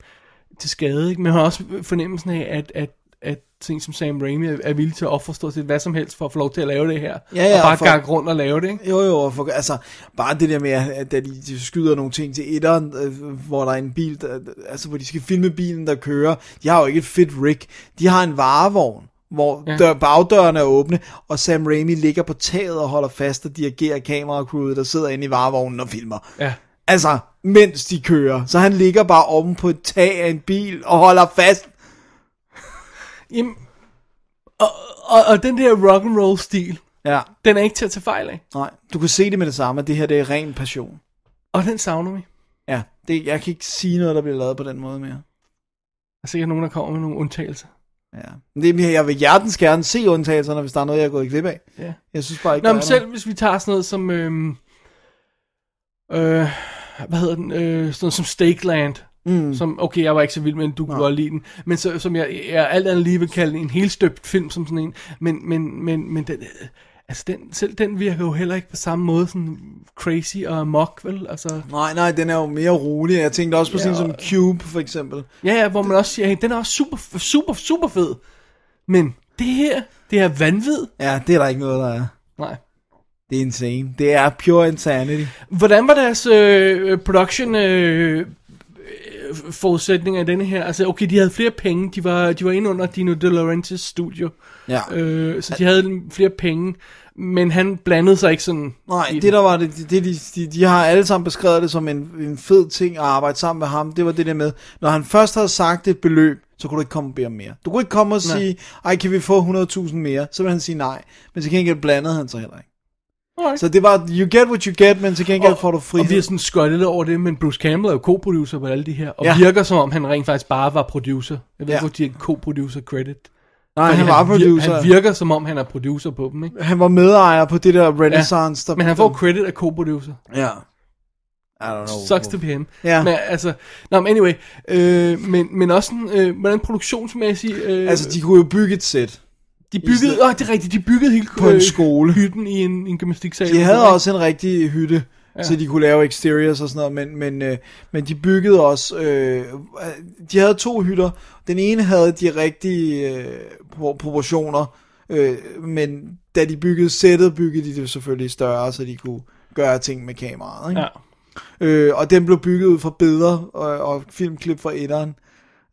til skade. Ikke? Men har også fornemmelsen af, at, at, at ting som Sam Raimi er, er villig til at ofre stort set hvad som helst for at få lov til at lave det her. Ja, ja, og bare for- for... gakke rundt og lave det. Ikke? Jo, jo, og for, altså, bare det der med, at da de, de skyder nogle ting til etteren, øh, hvor der er en bil, der, altså hvor de skal filme bilen, der kører. De har jo ikke et fedt rig. De har en varevogn, hvor ja. Ja. dør, bagdøren er åbne, og Sam Raimi ligger på taget og holder fast og dirigerer kameracrewet, der sidder inde i varevognen og filmer. Ja. Altså, mens de kører. Så han ligger bare oven på et tag af en bil og holder fast. Jamen, og, og, og den der rock and roll stil, Ja, den er ikke til at tage fejl af. nej. Du kan se det med det samme, at det her det er ren passion. Og den savner vi. Ja, det, jeg kan ikke sige noget, der bliver lavet på den måde mere. Der er sikkert nogen, der kommer med nogle undtagelser. Ja. Men det er mere, jeg vil hjertens gerne se undtagelserne, hvis der er noget, jeg er gået glip af. Ja. Jeg synes bare ikke, Nå, der men er selv hvis vi tager sådan noget som... Øhm, øh, hvad hedder den? Øh, sådan noget som Stakeland. Mm. Som, okay, jeg var ikke så vild med den, du kunne godt lide den. Men så, som jeg, jeg alt andet lige vil kalde en helstøbt film som sådan en. Men, men, men, men den, øh, altså den, selv den virker jo heller ikke på samme måde sådan crazy og mock, vel? Altså, noget. Nej, nej, den er jo mere rolig. Jeg tænkte også på Ja, sådan en som og- Cube, for eksempel. ja, ja, hvor man også siger, hey, den er også super, super, super fed. Men det her, det er vanvid. Ja, det er der ikke noget, der er. Nej. Det er insane. Det er pure insanity. Hvordan var deres øh, øh, production øh, øh, forudsætninger i denne her? Altså, okay, de havde flere penge. De var, de var inde under Dino De Laurentiis' studio. Ja. Øh, så de havde flere penge. Men han blandede sig ikke sådan. Nej, i den. det der var det, det det, de, de, de har alle sammen beskrevet det som en, en fed ting at arbejde sammen med ham, det var det der med, når han først havde sagt et beløb, så kunne du ikke komme og bede om mere. Du kunne ikke komme og Nej. sige, ej, kan vi få 100.000 mere? Så ville han sige nej. Men til gengæld blandede han sig heller ikke. Alright. Så det var, you get what you get, men til gengæld får du frihed. Og vi er sådan skøjtet lidt over det, men Bruce Campbell er jo co-producer på alle de her, og Ja. ja. virker som om han rent faktisk bare var producer. Jeg ved Ja. ikke, hvor de har co-producer credit. nej, han Fordi var vir- producer. Han virker som om han er producer på dem, ikke? han var medejer på det der Renaissance. Ja, der, Men han får credit af co-producer. Ja. I don't know. Sucks to be him. Ja. Men altså, no, men anyway, øh, men, men også sådan, øh, hvordan produktionsmæssigt, øh, Altså, de kunne jo bygge et sæt. de byggede, åh, det er rigtigt, de byggede hele øh, På en skole. hytten i en, en gymnastiksal. De havde også en rigtig hytte, ja. så de kunne lave exteriors og sådan noget, men, men, øh, men de byggede også, øh, de havde to hytter. Den ene havde de rigtige øh, pro- proportioner, øh, men da de byggede sættet, byggede de det selvfølgelig større, så de kunne gøre ting med kameraet. Ikke? Ja. Øh, og den blev bygget ud fra billeder og, og filmklip fra etteren.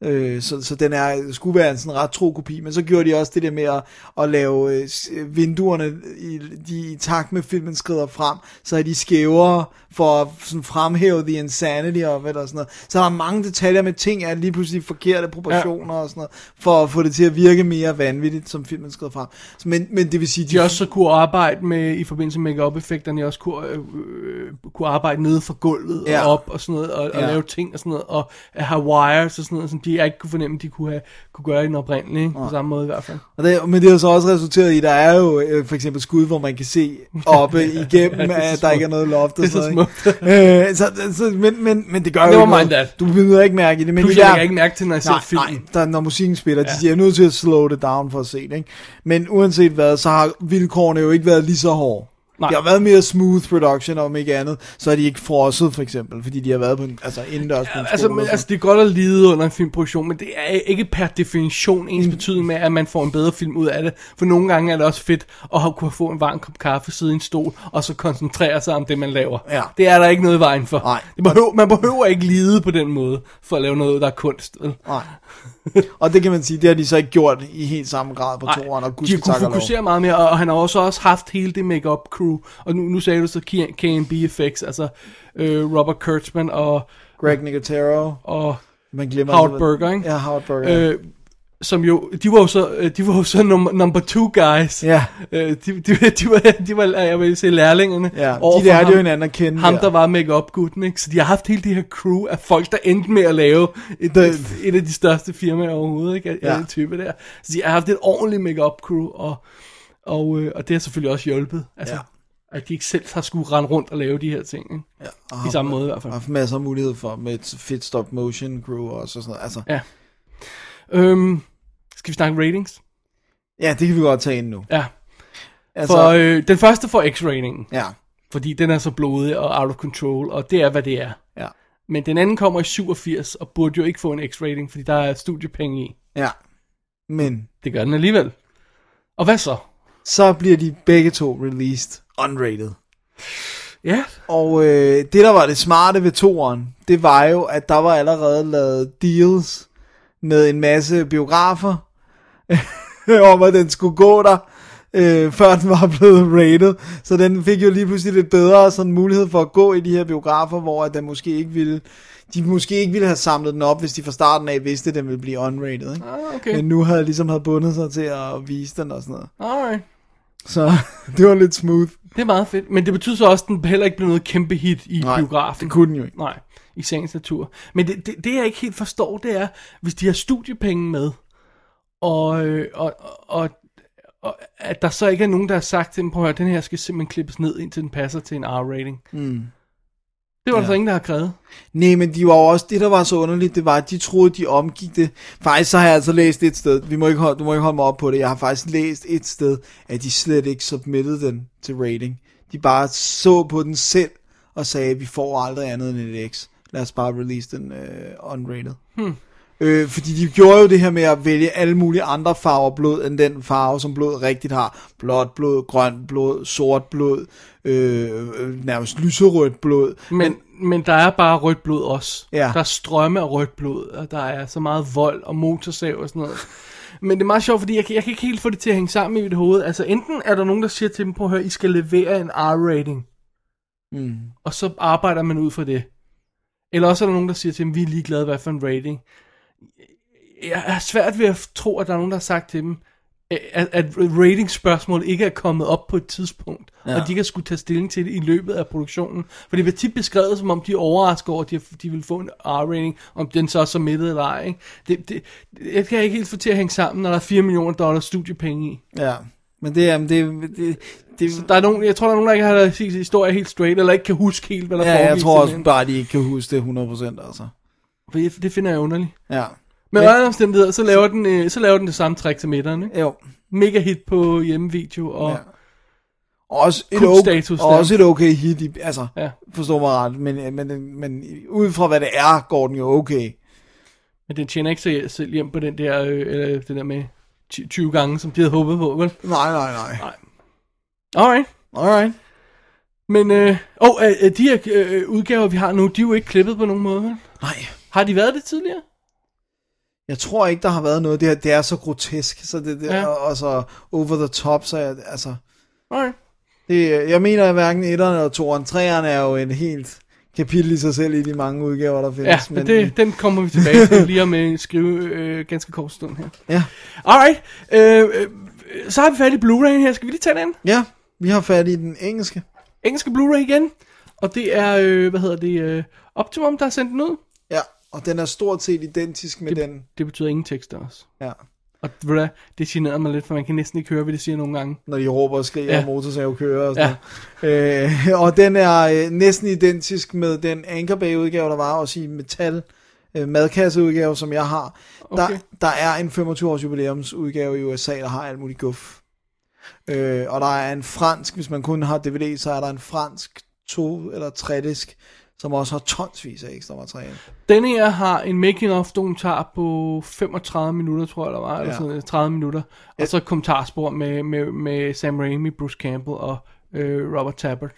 Øh, så, så den er, skulle være en sådan ret tro kopi, men så gjorde de også det der med at, at lave øh, s- øh, vinduerne i, de, i takt med filmen skrider frem, så er de skævere for at sådan fremhæve the insanity og hvad der er sådan noget. Så der er mange detaljer med ting er lige pludselig forkerte proportioner ja. og sådan noget, for at få det til at virke mere vanvittigt, som filmen skrider frem. Så, men, men det vil sige, de også så kunne arbejde med, i forbindelse med make-up-effekterne, også kunne, øh, øh, kunne arbejde nede fra gulvet Ja. og op og sådan noget, og, og Ja. lave ting og sådan noget, og have wires og sådan noget, som de ikke kunne fornemme, de kunne, have, kunne gøre i den oprindelige, ikke? på samme måde i hvert fald. Og det, men det har så også resulteret i, at der er jo øh, for eksempel skud, hvor man kan se oppe igennem, det er så at der ikke er smukt. noget loft og Det er så sådan noget, ikke? øh, så, så, men, men, men det gør jo Never ikke mind noget. that. Du bider ikke mærke i det. Men Plus, det jeg der, lægger ikke mærke til, når jeg ser nej, filmen. nej, der, når musikken spiller, ja. de siger, jeg er nødt til at slow det down for at se det. Ikke? Men uanset hvad, så har vilkårene jo ikke været lige så hårde. Nej. Nej. Det har været mere smooth production, om ikke andet, så er de ikke frosset, for eksempel, fordi de har været på en, altså indendørs på en skole. Altså, men, og sådan. altså, det er godt at lide under en filmproduktion, men det er ikke per definition Mm. ens betydende med, at man får en bedre film ud af det. For nogle gange er det også fedt at have- kunne få en varm kop kaffe, sidde i en stol, og så koncentrere sig om det, man laver. Ja. Det er der ikke noget i vejen for. Nej. Det behøver, man behøver ikke lide på den måde, for at lave noget, der er kunst. vel? Nej. og det kan man sige, det har de så ikke gjort i helt samme grad på toeren, og gud de kunne og lov. fokusere meget mere, og han har også, også haft hele det make-up crew, og nu, nu sagde du så K- K&B Effects, altså øh, Robert Kurtzman og, Greg Nicotero. og Man glemmer Howard altid, hvad- Burger, ikke? Ja, Howard Burger. Øh, Øh, som jo, de var jo så, øh, de var jo så num- number two guys. Ja. Øh, de, de, de, var, de var, jeg vil sige, lærlingerne. Ja, de overfor lærte jo hinanden at kende Ham, der. der var make up gutten ikke? Så de har haft hele det her crew af folk, der endte med at lave et, The- et, et af de største firmaer overhovedet, ikke? Af, Ja. ja. den type der. Så de har haft et ordentligt make up crew, og, og, øh, og det har selvfølgelig også hjulpet. Altså, Ja. ja. at de ikke selv har skulle rende rundt og lave de her ting, ikke? Ja. Og I har samme måde i hvert fald. haft masser af mulighed for med et fedt stop motion crew også og sådan noget. Altså, Ja. Øhm, skal vi snakke ratings? ja, det kan vi godt tage ind nu. Ja. Altså, For, øh, den første får X-ratingen, ja, fordi den er så blodig og out of control, og det er, hvad det er. ja, Men den anden kommer i 87, og burde jo ikke få en X-rating, fordi der er studiepenge i. ja. Men Det gør den alligevel. Og hvad så? så bliver de begge to released unrated. Ja, Og øh, det, der var det smarte ved toeren, det var jo, at der var allerede lavet deals med en masse biografer, om at den skulle gå der, øh, før den var blevet rated. Så den fik jo lige pludselig lidt bedre sådan mulighed for at gå i de her biografer, hvor at den måske ikke ville, de måske ikke ville have samlet den op, hvis de fra starten af vidste, at den ville blive unrated. Ikke? Ah, okay. Men nu havde ligesom havde bundet sig til at vise den og sådan noget. alright. Så det var lidt smooth. Det er meget fedt. Men det betyder så også, at den heller ikke blev noget kæmpe hit i Nej, biografen. det kunne den jo ikke. Nej, i sagens natur. Men det, det, det jeg ikke helt forstår, det er, hvis de har studiepenge med, og, øh, og, og, og, og at der så ikke er nogen, der har sagt til dem, prøv at høre, den her skal simpelthen klippes ned, indtil den passer til en R-rating. Mm. Det var ja. der så ingen, der har krævet. Nej, men de var jo også, det der var så underligt, det var, at de troede, de omgik det. Faktisk så har jeg altså læst et sted, vi må ikke holde, du må ikke holde mig op på det, jeg har faktisk læst et sted, at de slet ikke submitted den til rating. De bare så på den selv, og sagde, vi får aldrig andet end et X. Lad os bare release den øh, unrated. Hmm. Øh, fordi de gjorde jo det her med at vælge alle mulige andre farver blod, end den farve, som blod rigtigt har. Blåt blod, grønt blod, sort blod, øh, øh, nærmest lyserødt blod. Men, men der er bare rødt blod også. Ja. Der er strømme af rødt blod, og der er så meget vold og motorsav og sådan noget. Men det er meget sjovt, fordi jeg, kan- jeg kan ikke helt få det til at hænge sammen i mit hoved. Altså enten er der nogen, der siger til dem, prøv at høre, I skal levere en R-rating. Mm. Og så arbejder man ud fra det. Eller også er der nogen, der siger til dem, vi er ligeglade, hvad for en rating. Jeg er svært ved at tro, at der er nogen, der har sagt til dem, at, at ratingspørgsmål ikke er kommet op på et tidspunkt, ja. og de kan skulle tage stilling til det i løbet af produktionen. For det bliver tit beskrevet, som om de er overrasket over, at de, de vil få en R-rating, om den så er så midtet eller ej. Ikke? Det, det, jeg kan ikke helt få til at hænge sammen, når der er 4 millioner dollars studiepenge i. Ja, men det, jamen, det, det, det Så der er nogen, jeg tror, der er nogen, der ikke har deres historie helt straight, eller ikke kan huske helt, hvad der ja, jeg foregik tror også simpelthen. bare, de ikke kan huske det 100%, altså. For det- Det finder jeg underligt. Ja, Men, Men- Men andre omstændigheder, så laver, den, øh, så laver den det samme trick til midteren. Ikke? jo. Mega hit på hjemmevideo, og Ja. Også et, Cool okay, status der. også et okay hit, i, altså, ja. Ja. forstå mig ret, men, men, men ud fra hvad det er, går den jo okay. Men den tjener ikke sig selv hjem på den der, øh, eller den der med 20 20 gange, som de havde håbet på, vel? Nej, nej, nej. Alright. Alright. Men, øh, og øh, øh, de her øh, udgaver, vi har nu, de er jo ikke klippet på nogen måde, vel? Nej, Har de været det tidligere? jeg tror ikke, der har været noget, det her, det er så grotesk, så det, det ja. Ja. og, og så over the top, så jeg, altså, Alright. det, jeg mener at hverken etteren eller toeren, treeren er jo en helt kapitel i sig selv i de mange udgaver, der Ja, findes. men det, den kommer vi tilbage til lige om en skrive øh, ganske kort stund her. Ja. Alright. Øh, øh, så har vi fat i Blu-ray'en her. Skal vi lige tage den? ja, vi har fat i den engelske. Engelske Blu-ray igen. Og det er, øh, hvad hedder det, øh, Optimum, der har sendt den ud. Ja, og den er stort set identisk med Det- den. Det betyder ingen tekster også. Ja. Og ved du hvad, det generer mig lidt, for man kan næsten ikke høre, hvad de siger nogle gange. Når de råber og skriger, ja. Ja. og motorsav kører og sådan ja. øh, Og den er øh, næsten identisk med den Anchor Bay udgave, der var også i metal øh, madkasseudgave, som jeg har. Okay. Der, Okay. der er en 25 års jubilæumsudgave i USA, der har alt muligt guf. Øh, og der er en fransk, hvis man kun har DVD, så er der en fransk to- eller trædisk, som også har tonsvis af ekstra materiale. Denne her har en making of dokumentar på 35 minutter, tror jeg, der var, eller Ja. sådan noget, 30 minutter. Og så et kommentarspor med, med, med Sam Raimi, Bruce Campbell og øh, Robert Tappert.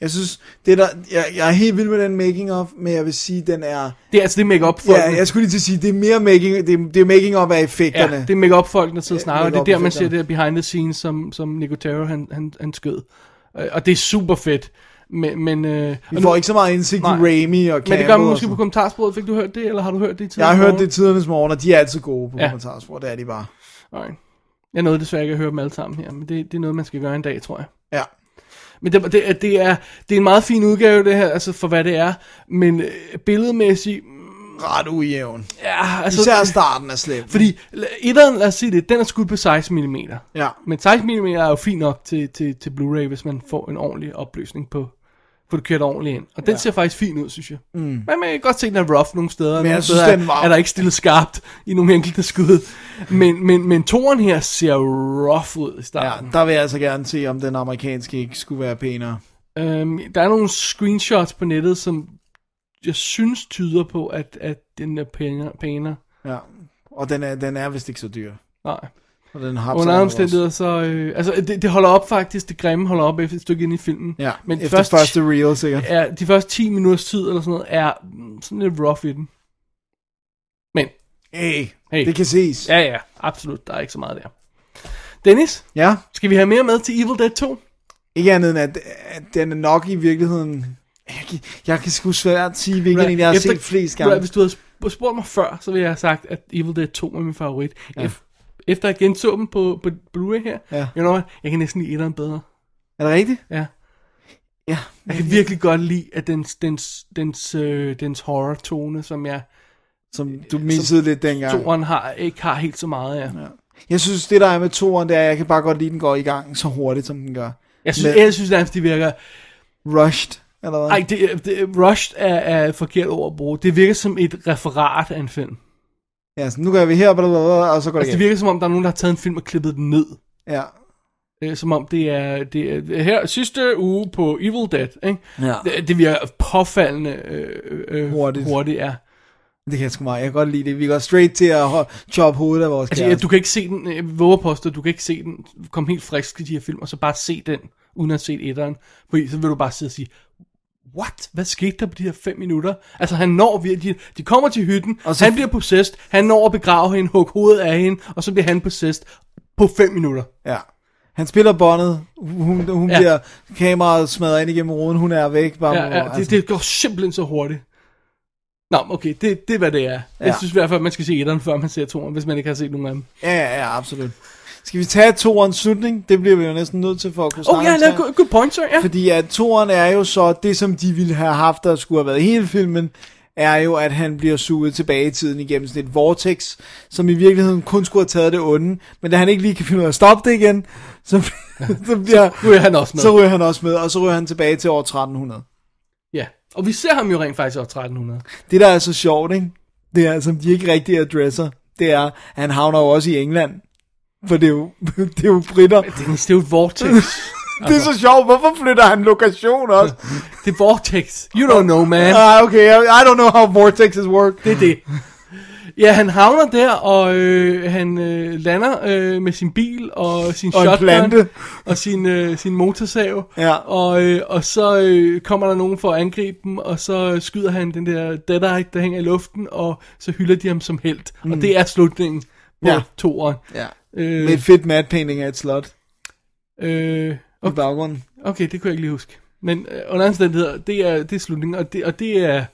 Jeg synes, det der, jeg, jeg er helt vild med den making of, men jeg vil sige, den er... Det er altså det make up Ja, folkene jeg skulle lige til at sige, det er mere making, det er, det er making up af effekterne. ja, det er make up folkene der sidder og snakker. og Det er der, man ser Make-up-effekterne. det der behind the scenes, som, som Nicotero han, han, han skød. Øh, Og det er super fedt. Men, men, øh, Vi og får ikke så meget indsigt Nej. i Raimi og Campbell. men det gør man og måske på sådan. kommentarsporet. Fik du hørt det, eller har du hørt det Jeg tidligere? har hørt det i tidernes morgen, og de er altid gode på Ja. ja. kommentarspor. Det er de bare. Nej. Jeg nåede desværre ikke at høre dem alle sammen her, men det, det er noget, man skal gøre en dag, tror jeg. Ja. Men det, det, er- det, er, det er en meget fin udgave, det her, altså for hvad det er. Men øh, billedmæssigt, Ret ujævn. ja, altså... Især starten er slem. Fordi la- etteren, lad os sige det, den er skudt på 16 mm. Ja. Men 16 mm er jo fint nok til, til, til Blu-ray, hvis man får en ordentlig opløsning på få det kørt ordentligt ind. Og den ja. ser faktisk fin ud, synes jeg. Mm. Men man kan godt se, at den er rough nogle steder. Men jeg nogle synes, steder den var- er der ikke stillet skarpt i nogle enkelte skud. Men, men, men toren her ser rough ud i ja, starten. der vil jeg altså gerne se, om den amerikanske ikke skulle være pænere. Ja. Øhm, der er nogle screenshots på nettet, som jeg synes tyder på, at, at den er pænere. pænere. Ja. Og den er, den er vist ikke så dyr. Nej. Og den har Under alle omstændigheder, så... Øh, altså, det, det holder op faktisk, det grimme holder op efter et stykke ind i filmen. Ja, men men de efter første, første, første reel sikkert. er, de første 10 minutters tid eller sådan noget, er mm, sådan lidt rough i den. Men, Hey, Hey. hey, det kan ses. Ja. ja ja, absolut, der er ikke så meget der. Dennis, ja. skal vi have mere med til Evil Dead 2? Ikke andet end, at, at den er nok i virkeligheden... Jeg kan, jeg kan sgu svært sige, hvilken en, jeg har Efter- set flest Ved du hvad, gange. Hvis du havde sp- spurgt mig før, så ville jeg have sagt, at Evil Dead 2 er min favorit. Ja. Efter jeg genså dem på, på Blu-ray her, Ja. you know what, jeg kan næsten lide etteren bedre. Er det rigtigt? Ja. Ja. Jeg kan virkelig godt lide, at dens, dens, dens, øh, dens horror-tone, som jeg Som du missede lidt dengang. toeren har, ikke har helt så meget af. Ja. Jeg synes, det der er med toren, det er, at jeg kan bare godt lide, at den går i gang så hurtigt, som den gør. Jeg synes, Men- jeg synes nærmest, de virker Rushed, eller hvad? Nej, det, det, rushed er, er et forkert ord at bruge. Det virker som et referat af en film. Ja, så nu gør vi her, blablabla, og så Altså, går det det igen. virker som om, der er nogen, der har taget en film og klippet den ned. Ja. Øh, Som om det er, det er her sidste uge på Evil Dead. Ikke? ja. Det, det virker påfaldende øh, øh, Hurtigt. hurtigt ja. Det kan jeg sgu meget. Jeg kan godt lide det. Vi går straight til at ho- choppe hovedet af vores Altså, altså, ja. kæreste. Du kan ikke se den, jeg våger at påstå, du kan ikke se den, kom helt frisk til de her film, og så bare se den, uden at se etteren. Fordi så vil du bare sidde og sige, what? Hvad skete der på de her fem minutter? Altså han når virkelig, de kommer til hytten, og Og så... så- han bliver possessed, han når at begrave hende, hugge hovedet af hende, og så bliver han possessed på fem minutter. Ja. Han spiller båndet. Hun, hun Ja. ja. bliver kameraet smadret ind igennem ruden. Hun er væk. Bare Ja, ja, det, altså, det, det går simpelthen så hurtigt. Nå, okay, det, det er hvad det er. Ja. Ja. Jeg synes i hvert fald, at man skal se etteren, før man ser toeren, hvis man ikke har set nogen af dem. ja, ja, ja, absolut. Skal vi tage toerens slutning? Det bliver vi jo næsten nødt til for at kunne Åh oh, snakke ja, om yeah, træerne. good, good point, sir. Ja. Fordi at toren er jo så, det som de ville have haft, der skulle have været i hele filmen, er jo, at han bliver suget tilbage i tiden igennem sådan et vortex, som i virkeligheden kun skulle have taget det onde, men da han ikke lige kan finde ud af at stoppe det igen, så, så, bliver, så, Ryger han også med. så ryger han også med, og så ryger han tilbage til år 1300. Ja, og vi ser ham jo rent faktisk over 1300. Det, der er så sjovt, ikke? det er, som de ikke rigtig adresser, det er, at han havner jo også i England, for det er jo, det er jo britter. Dennis, det er jo et vortex. Det er så sjovt, hvorfor flytter han lokation også? Det er vortex. You don't know, man. Ah, okay, I, I don't know how vortexes work. Det er det. Ja, han havner der, og øh, han øh, lander øh, med sin bil og sin Og en shotgun. plante. Og sin, øh, sin motorsav. Ja. Og, øh, og så øh, kommer der nogen for at angribe dem, og så øh, skyder han den der deadite, der hænger i luften, og så hylder de ham som helt. Mm. Og det er slutningen på ja. Ja. toeren. Ja. Øh, Med et fedt matte painting af et slot øh, okay. i baggrunden. Okay, det kunne jeg ikke lige huske. Men øh, under omstændigheder, det er, det er slutningen, og det, og det er...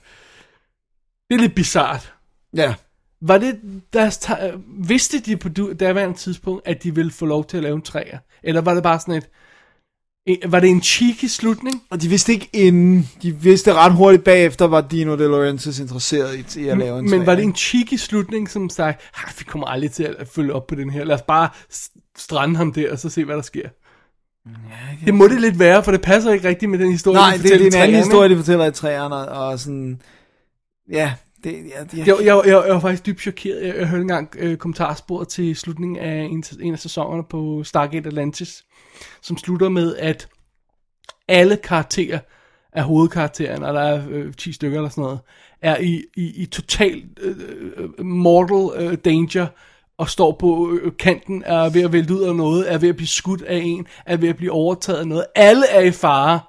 Det er lidt bizart. Ja. Var det deres ta- øh, vidste de på du- daværende tidspunkt, at de ville få lov til at lave en træer? Eller var det bare sådan et... en- Var det en cheeky slutning? Og de vidste ikke inden, de vidste ret hurtigt bagefter, var Dino De Laurentiis interesseret i, i at lave en Men var træer. det en cheeky slutning, som sagde, "Ah, vi kommer aldrig til at følge op på den her. Lad os bare s- strande ham der, og så se, hvad der sker. Det må det lidt være, for det passer ikke rigtigt med den historie, Nej, de det, det fortæller i er en anden træerne. historie, de fortæller i træerne, og, og sådan... Ja, det, ja, Jeg, det, jeg, jeg, jeg var faktisk dybt chokeret. Jeg, jeg hørte engang øh, kommentarsporet til slutningen af en, en af sæsonerne på Stargate Atlantis, som slutter med, at alle karakterer af hovedkarakteren, og der er øh, 10 stykker eller sådan noget, er i, i, i total øh, øh, mortal øh, danger, og står på øh, kanten, er ved at vælte ud af noget, er ved at blive skudt af en, er ved at blive overtaget af noget. Alle er i fare.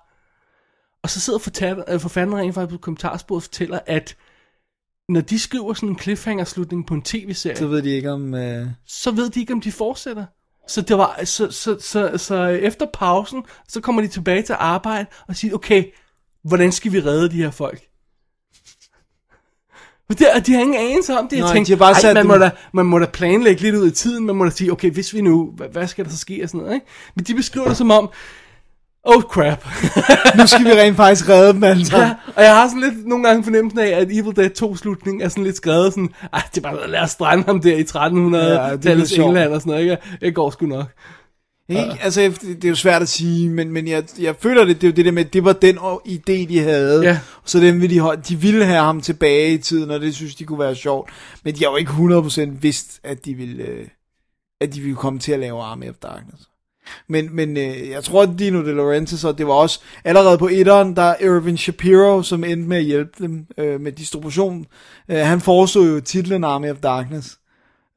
Og så sidder fortatter- øh, forfatteren rent faktisk på kommentarsporet og fortæller, at når de skriver sådan en cliffhanger-slutning på en tv-serie, så ved de ikke om... Øh... så ved de ikke, om de fortsætter. Så, det var, så, så, så, så efter pausen, så kommer de tilbage til arbejde og siger, okay, hvordan skal vi redde de her folk? Og Det, og de har ingen anelse om det. Jeg Nej, tænkte, de har bare "Ej, sat man, dem- må da, man må da planlægge lidt ud i tiden. Man må da sige, okay, hvis vi nu, hvad, hvad skal der så ske? Og sådan noget, ikke? Men de beskriver det som om, oh crap. Nu skal vi rent faktisk redde dem alle sammen. Ja, og jeg har sådan lidt nogle gange fornemmelsen af, at Evil Dead 2-slutningen er sådan lidt skrevet sådan, ej, det er bare, lad os strande ham der i Ja, det er lidt 1300-tallets ja, sjovt. England og sådan noget, ikke? Det går sgu nok. Ikke? Altså, det er jo svært at sige, men, men jeg, jeg føler det, det er jo det der med, at det var den år- idé, de havde. Ja. Så den ville de, holde, de ville have ham tilbage i tiden, og det synes de kunne være sjovt. Men de har jo ikke 100% vidst, at de ville, øh, at de ville komme til at lave Army of Darkness. Men, men øh, jeg tror, at Dino De Laurentiis, og det var også allerede på etteren, der er Irvin Shapiro, som endte med at hjælpe dem øh, med distribution. Øh, han foreslog jo titlen Army of Darkness.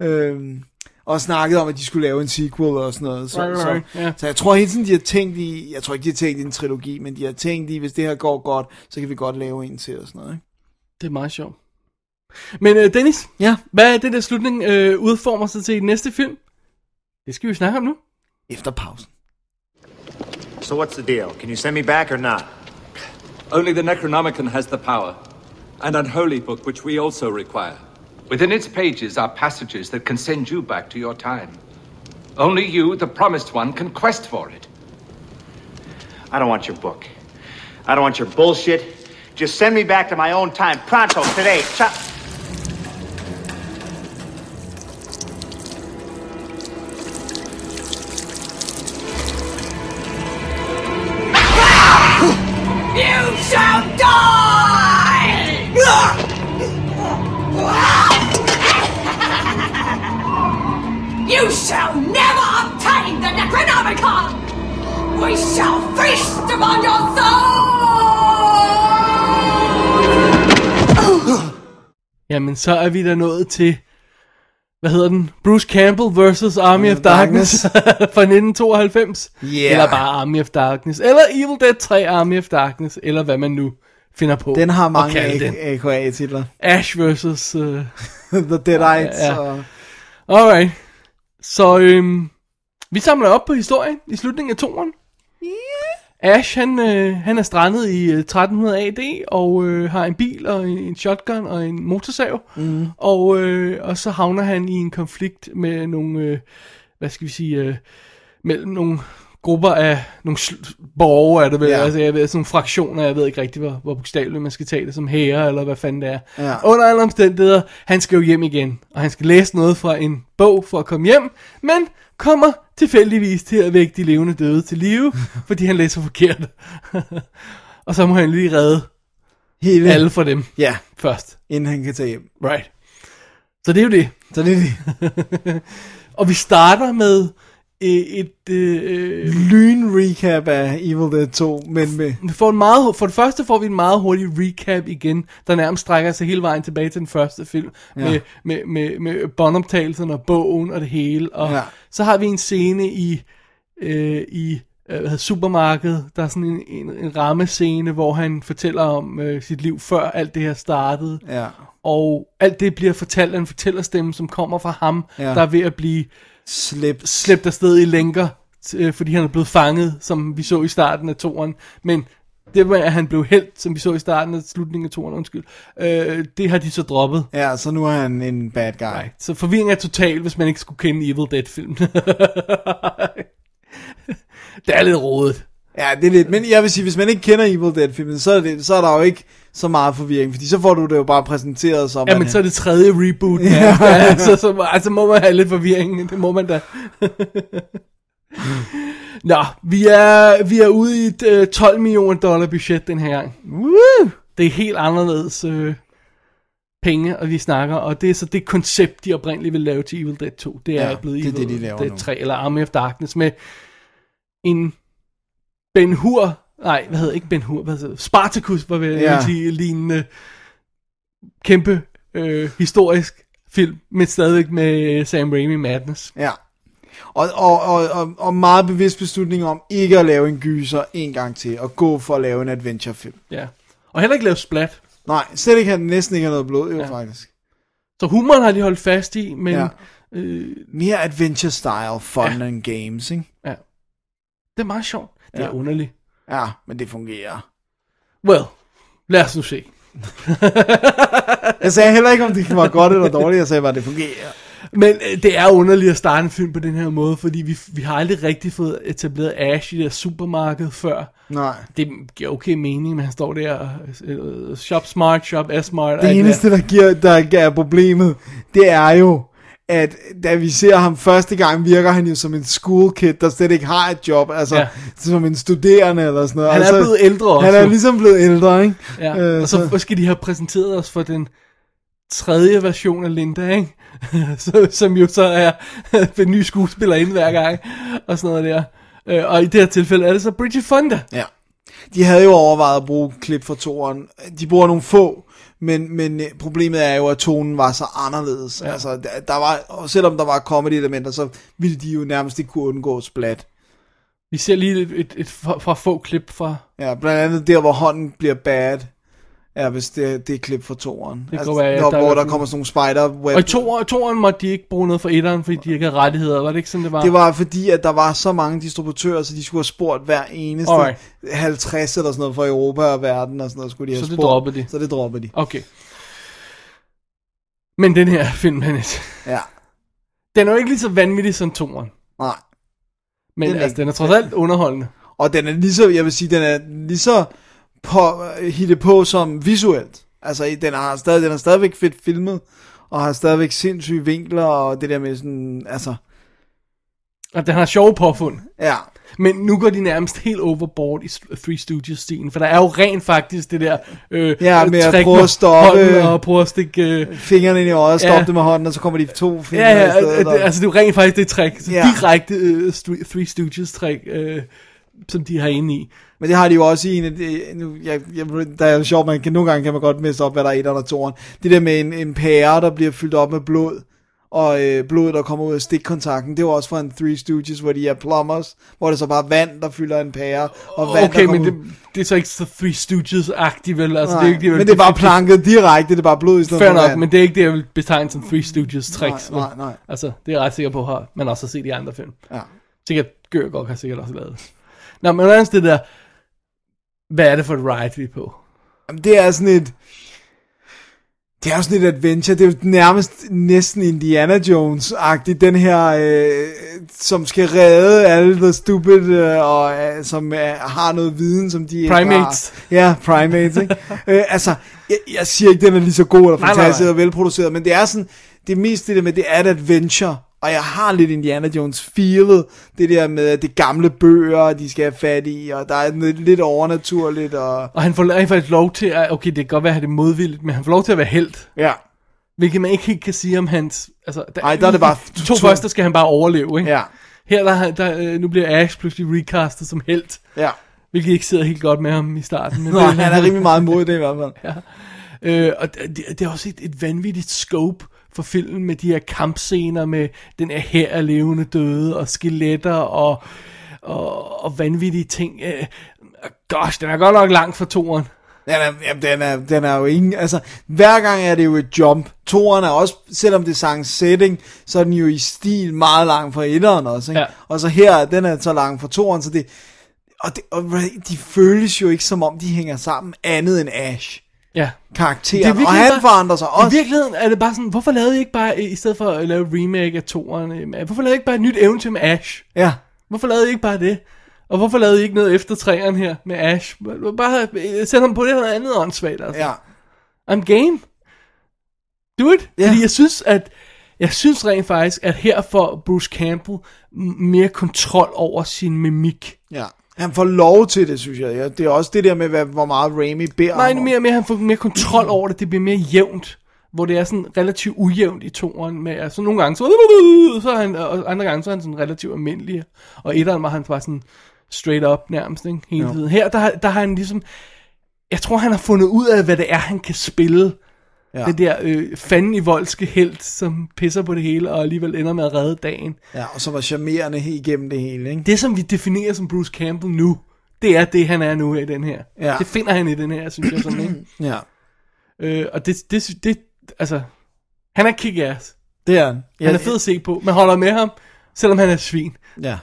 Øh, og snakkede om, at de skulle lave en sequel og sådan noget. Så, Right, right, så, ja. så jeg tror hele tiden, de har tænkt i, jeg tror ikke, de har tænkt i en trilogi, men de har tænkt i, hvis det her går godt, så kan vi godt lave en til og sådan noget. Ikke? Det er meget sjovt. Men øh, Dennis, Ja. hvad er det der slutning øh, udformer sig til i den næste film? Det skal vi snakke om nu. Efter pausen. So what's the deal? Can you send me back or not? Only the Necronomicon has the power, and unholy book which we also require. Within its pages are passages that can send you back to your time. Only you, the promised one, can quest for it. I don't want your book. I don't want your bullshit. Just send me back to my own time. Pronto, today. Chop. You shall die! You shall never obtain the Necronomicon! We shall feast upon your soul! Jamen, så er vi da nået til, hvad hedder den? Bruce Campbell vs. Army of Darkness, fra 1992. Yeah. Eller bare Army of Darkness. Eller Evil Dead 3 Army of Darkness, eller hvad man nu finder på. Den har at mange kalde den. A- AKA-titler. Ash vs. Uh... The Deadites Ja, ja. ja. og... Alright. Så øhm, vi samler op på historien i slutningen af toren. Yeah. Ash, han, øh, han er strandet i øh, 1300 AD, og øh, har en bil, og en, en shotgun, og en motorsav. Mm. Og, øh, og så havner han i en konflikt med nogle, øh, hvad skal vi sige, øh, mellem nogle grupper af nogle sl- borgere, er det vel, Ja. yeah. altså jeg ved, sådan nogle fraktioner, jeg ved ikke rigtig, hvor, hvor bogstaveligt man skal tage det, som hære, eller hvad fanden det er. Ja. Under alle omstændigheder, han skal jo hjem igen, og han skal læse noget fra en bog for at komme hjem, men kommer tilfældigvis til at vække de levende døde til live, fordi han læser forkert. og så må han lige redde Hele... alle fra dem Ja, først. inden han kan tage hjem. Right. Så det er jo det. Så det er det. Og vi starter med øh, et... Øh, lyn recap af Evil Dead 2, men med... Vi får en meget, for det første får vi en meget hurtig recap igen, der nærmest strækker sig hele vejen tilbage til den første film, ja. med, med, med, med båndoptagelserne og bogen og det hele. Og Ja. ja. så har vi en scene i, øh, i øh, hvad hedder, supermarkedet, der er sådan en, en, en rammescene, hvor han fortæller om øh, sit liv før alt det her startede. Ja. Og alt det bliver fortalt af en fortællerstemme, som kommer fra ham, Ja. ja. der er ved at blive Slip. slæbt afsted i lænker, t- øh, fordi han er blevet fanget, som vi så i starten af toren. Men det med, at han blev hældt, som vi så i starten af slutningen af toren, undskyld, øh, det har de så droppet. Ja, så nu er han en bad guy. Right. Så forvirring er total, hvis man ikke skulle kende Evil Dead-filmen. det er lidt rodet. Ja, det er lidt, men jeg vil sige, hvis man ikke kender Evil Dead filmen, så er, det, så er der jo ikke så meget forvirring, fordi så får du det jo bare præsenteret som... Ja, men så er det tredje reboot. Ja. altså, så, altså må man have lidt forvirring, det må man da. Nå, vi er, vi er ude i et øh, 12 millioner dollar budget den her gang. Woo! Det er helt anderledes øh, penge, og vi snakker, og det er så det koncept, de oprindeligt ville lave til Evil Dead 2. Det er Ja, ja, blevet det er Evil det, de laver nu. Dead 3, eller Army of Darkness, med en Ben Hur, nej, hvad hedder ikke Ben Hur, hvad hedder det? Spartacus, var vel, Ja. ja. sige, lignende kæmpe øh, historisk film, men stadigvæk med øh, Sam Raimi Madness. Ja. Og, og, og, og, og meget bevidst beslutning om ikke at lave en gyser en gang til, og gå for at lave en adventurefilm. Ja. Og heller ikke lave splat. Nej, slet ikke, han næsten ikke har noget blod, jo ja. Ja. faktisk. Så humoren har de holdt fast i, men Ja. ja. øh, Mere adventure style, fun ja. and games, ikke? det er meget sjovt. Det er Ja. underligt. Ja, men det fungerer. Well, lad os nu se. jeg sagde heller ikke, om det var godt eller dårligt. Jeg sagde bare, det fungerer. Men øh, det er underligt at starte en film på den her måde, fordi vi, vi har aldrig rigtig fået etableret Ash i det her supermarked før. Nej. Det giver okay mening, men han står der og øh, shop smart, shop as smart. Det eneste, der giver, der er problemet, det er jo, at da vi ser ham første gang, virker han jo som en school kid, der slet ikke har et job, altså Ja. ja. som en studerende eller sådan noget. Han er altså, blevet ældre også. Han er ligesom blevet ældre, ikke? Ja, øh, og så, så skal de have præsenteret os for den tredje version af Linda, ikke? så, som jo så er den nye skuespiller ind hver gang, og sådan noget der. Øh, og i det her tilfælde er det så Bridget Fonda. Ja. De havde jo overvejet at bruge klip fra toren. De bruger nogle få, men, men øh, problemet er jo, at tonen var så anderledes. Ja. Altså, der, der var, og selvom der var comedy-elementer, så ville de jo nærmest ikke kunne undgå splat. Vi ser lige et, et, et fra, fra få klip fra... Ja, blandt andet der, hvor hånden bliver bad, er hvis det, det er klip fra toren. Det kan være, ja, når, der der er hvor i hvert der fald- kommer sådan nogle spider Og i to, toeren måtte de ikke bruge noget fra etteren, fordi de ikke havde rettigheder. Var det ikke sådan, det var? Det var fordi, at der var så mange distributører, så de skulle have spurgt hver eneste Alright. Alright. 50 eller sådan noget for Europa og verden og sådan noget, skulle de Så have det spurgt. droppede de. Så det droppede de. Okay. Men den her film, Hennes, Ja. den er jo ikke lige så vanvittig som toeren. Nej. Men Den den er altså, ikke- den er trods alt underholdende. Og den er lige så, jeg vil sige, den er lige så på, hitte på som visuelt. Altså, i- den har stadig, den er stadigvæk fedt filmet, og har stadigvæk sindssyge vinkler, og det der med sådan, altså, Og den har sjove påfund. ja. Men nu går de nærmest helt overboard i St- Three Studios-stilen, for der er jo rent faktisk det der... Øh, Ja, med at trick prøve at stoppe- hånden Og prøve at stikke... Øh, Fingrene ind i øjet, Ja. stoppe ja. det med hånden, og så kommer de to fingre ja, i ja, stedet. øh, det, og- altså det er jo rent faktisk det trick. Så Ja. Direkte øh, St- Three Studios-trick, øh, som de har inde i. Men det har de jo også i en af de, nu, jeg, jeg, der er jo sjovt, man kan, nogle gange kan man godt miste op, hvad der er et eller toren. Det der med en, en pære, der bliver fyldt op med blod, og øh, blod, der kommer ud af stikkontakten, det var også fra en Three Stooges, hvor de er plumbers, hvor det så bare er vand, der fylder en pære, og vand, Okay, der kommer men ud. det, det er så ikke så Three Stooges-agtigt, vel? Altså, Nej, det er jo ikke, det, jeg vil- men det er bare planket direkte, det er bare blod i stedet Fair for nok, vand. men det er ikke det, jeg vil betegne som Three Stooges tricks. Nej, vel? nej, nej. Altså, det er jeg ret sikker på, har man også har set i andre film. Ja. Sikkert Gør godt har sikkert også lavet det. Nå, men hvordan er det der, hvad er det for et ride, vi er på? Jamen, det er sådan et... Det er jo sådan et adventure, det er jo nærmest næsten Indiana Jones-agtigt, den her, øh, som skal redde alle the stupid, øh, og øh, som øh, har noget viden, som de Primates. ikke har. Ja, primates, ikke? øh, altså, jeg, jeg siger ikke, den er lige så god eller Nej, nej, fantastisk nej. og velproduceret, men det er sådan, det er mest det der med, det er et adventure, og jeg har lidt Indiana Jones-feelet, det der med, at det gamle bøger, de skal have fat i, og der er noget, lidt overnaturligt, og... Og han får rent faktisk lov til at, okay, det kan godt være, at det er modvilligt, men han får lov til at være held. Ja. Hvilket man ikke helt kan sige om hans... Altså, der, Ej, der er det bare De to to- første skal han bare overleve, ikke? Ja. Her der, har- der, øh, nu bliver Ash pludselig recastet som held. Ja. Hvilket ikke sidder helt godt med ham i starten. Men Nå, han er rimelig meget imod det i hvert fald. Ja. Øh, og det, det er også et, et vanvittigt scope for filmen med de her kampscener med den her her af levende døde og skeletter og, og, og vanvittige ting. Øh, gosh, den er godt nok langt fra toren. Den er, jamen, den, er, den er jo ingen, altså, hver gang er det jo et jump. Toren er også, selvom det er samme setting, så er den jo i stil meget lang fra etteren også, ikke? Ja. Og så her, den er så lang fra toren, så det, og, det, og de føles jo ikke som om, de hænger sammen andet end Ash. Ja. Det er Karakteren, virkelig og han bare- forandrer sig også. I virkeligheden er det bare sådan, hvorfor lavede I ikke bare, i stedet for at lave remake af toren, øh, hvorfor lavede I ikke bare et nyt eventyr med Ash? Ja. Hvorfor lavede I ikke bare det? Og hvorfor lavede I ikke noget efter træerne her med Ash? Bare øh, sæt ham på det eller andet åndssvagt, altså. Ja. I'm game. Do it. Ja. Yeah. Fordi jeg synes, at jeg synes rent faktisk, at her får Bruce Campbell m- mere kontrol over sin mimik. Ja. Han får lov til det, synes jeg. Ja, det er også det der med, hvad, hvor meget Raimi beder Nej, ham nu om. mere og mere, han får mere kontrol over det, det bliver mere jævnt. Hvor det er sådan relativt ujævnt i toren med, altså nogle gange, så, så er han, og andre gange, så er han sådan relativt almindelig. Og etteren var han bare sådan straight up nærmest, ikke? Hele Jo. tiden. Her, der, har- der har han ligesom, jeg tror, han har fundet ud af, hvad det er, han kan spille. Ja. Ja. Den der øh, fanden i voldske held, som pisser på det hele, og alligevel ender med at redde dagen. Ja, og så var charmerende helt igennem det hele, ikke? Det, som vi definerer som Bruce Campbell nu, det er det, han er nu i den her. Ja. Det finder han i den her, synes jeg sådan, ikke? Ja. Øh, og det, det, det, altså, han er kick-ass. Det er han. Han er fed at se på. Man holder med ham, selvom han er et svin. Ja.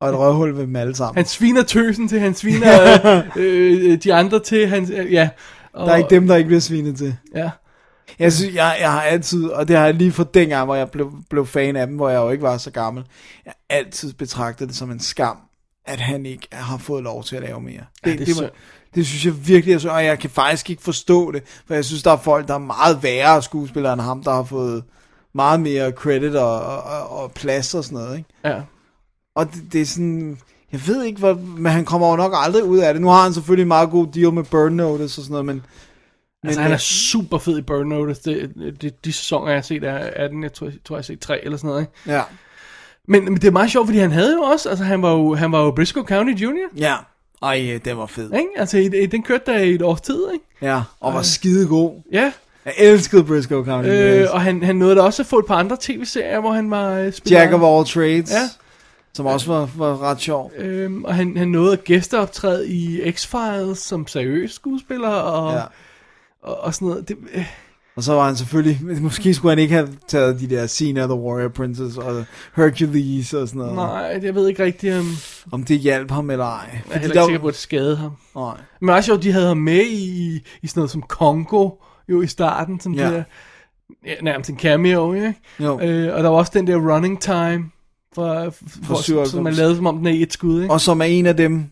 Og et røvhul ved dem alle sammen. Han sviner tøsen til, han sviner øh, øh, de andre til, han, øh, ja. Og, Der er ikke dem, der ikke bliver svinet til. Ja. Jeg, synes, jeg, jeg har altid, og det har jeg lige fra dengang, hvor jeg blev, blev fan af dem, hvor jeg jo ikke var så gammel, jeg har altid betragtet det som en skam, at han ikke har fået lov til at lave mere. Ja, det er det, synd. det synes jeg virkelig er synd, og jeg kan faktisk ikke forstå det, for jeg synes, der er folk, der er meget værre skuespillere end ham, der har fået meget mere credit og, og, og- og plads og sådan noget. Ikke? Ja. Og det, det er sådan... Jeg ved ikke, hvor, men han kommer jo nok aldrig ud af det. Nu har han selvfølgelig en meget god deal med Burn Notice og sådan noget, men... Altså, men, han er øh, super fed i Burn Notice. Det, det, de sæsoner, jeg har set af af den, jeg tror, jeg tror, jeg har set tre eller sådan noget. Ikke? Ja. Men, men det er meget sjovt, fordi han havde jo også, altså han var jo, han var jo Briscoe County Junior. Ja. Ej, øh, den var fed. Ikke? Altså, i, i, den kørte der i et års tid, ikke? Ja, og var skide god. Ja. Jeg elskede Briscoe County. Øh, Øh, og han, han nåede da også at få et par andre tv-serier, hvor han var øh, spiller. Jack of all trades. Ja. Som også var, var ret sjov. Øhm, og han, han nåede at gæsteoptræde i X-Files som seriøs skuespiller og, Ja. ja. og, og sådan noget. Det, øh, Og så var han selvfølgelig... Måske skulle han ikke have taget de der Cena, The Warrior Princess og Hercules og sådan noget. nej, jeg ved ikke rigtig, om... Om det hjalp ham eller ej. Jeg er heller ikke sikker på, at det skadede ham. Nej. Men også sjovt, de havde ham med i, i sådan noget som Kongo, jo i starten, som Ja. ja. der, ja, nærmest en cameo, ikke? Jo. Øh, og der var også den der running time, fra, hvor, 97. som man lavede, som om den er i et skud, ikke? Og som er en af dem,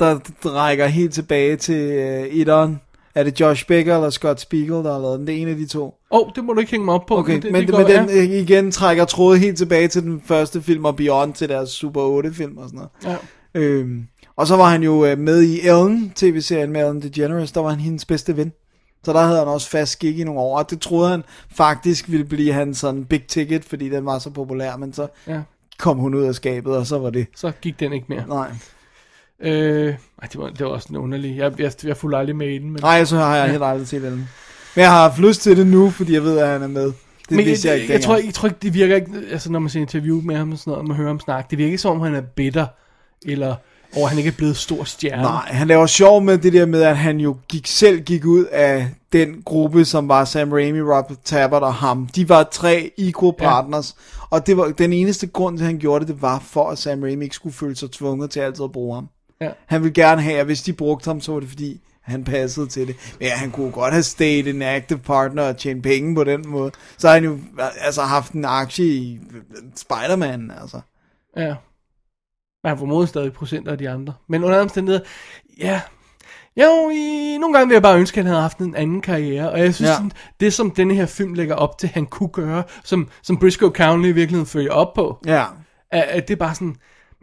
der rækker helt tilbage til øh, etteren. Er det Josh Becker eller Scott Spiegel, der har lavet den? Det er en af de to. Åh, oh, det må du ikke hænge mig op på. Okay, men, men, går- men den ja. øh, igen trækker trådet helt tilbage til den første film og Beyond til deres Super 8 film og sådan noget. Ja. Øhm, og så var han jo øh, med i Ellen, tv-serien med Ellen DeGeneres, der var han hendes bedste ven. Så der havde han også fast gik i nogle år, og det troede han faktisk ville blive hans sådan big ticket, fordi den var så populær, men så Ja. kom hun ud af skabet, og så var det. Så gik den ikke mere. Nej. Øh, ej, det, var, det var også en underlig. Jeg, jeg, jeg fulgte aldrig med i den. Men... Nej, så har jeg ja. helt aldrig set Ellen. Men jeg har haft lyst til det nu, fordi jeg ved, at han er med. Det men vidste jeg, jeg, ikke jeg, tror, dengang. jeg, jeg tror ikke, det virker ikke, altså når man ser interview med ham og sådan noget, og man hører ham snakke, det virker ikke som om, han er bitter, eller over at han ikke er blevet stor stjerne. Nej, han laver sjov med det der med, at han jo gik, selv gik ud af den gruppe, som var Sam Raimi, Robert Tappert og ham. De var tre equal partners, ja. og det var, den eneste grund til, at han gjorde det, det var for, at Sam Raimi ikke skulle føle sig tvunget til altid at bruge ham. Ja. Han ville gerne have, at hvis de brugte ham, så var det fordi, han passede til det. Men ja, han kunne godt have stayed en active partner og tjent penge på den måde. Så har han jo altså haft en aktie i Spider-Man, altså. Ja. Men han formoder stadig procenter af de andre. Men under andre omstændigheder, ja. Jo, i, nogle gange vil jeg bare ønske, at han havde haft en anden karriere. Og jeg synes, Ja. ja. sådan, det som denne her film lægger op til, han kunne gøre, som, som Briscoe County i virkeligheden følger op på, Ja. at, at det er bare sådan,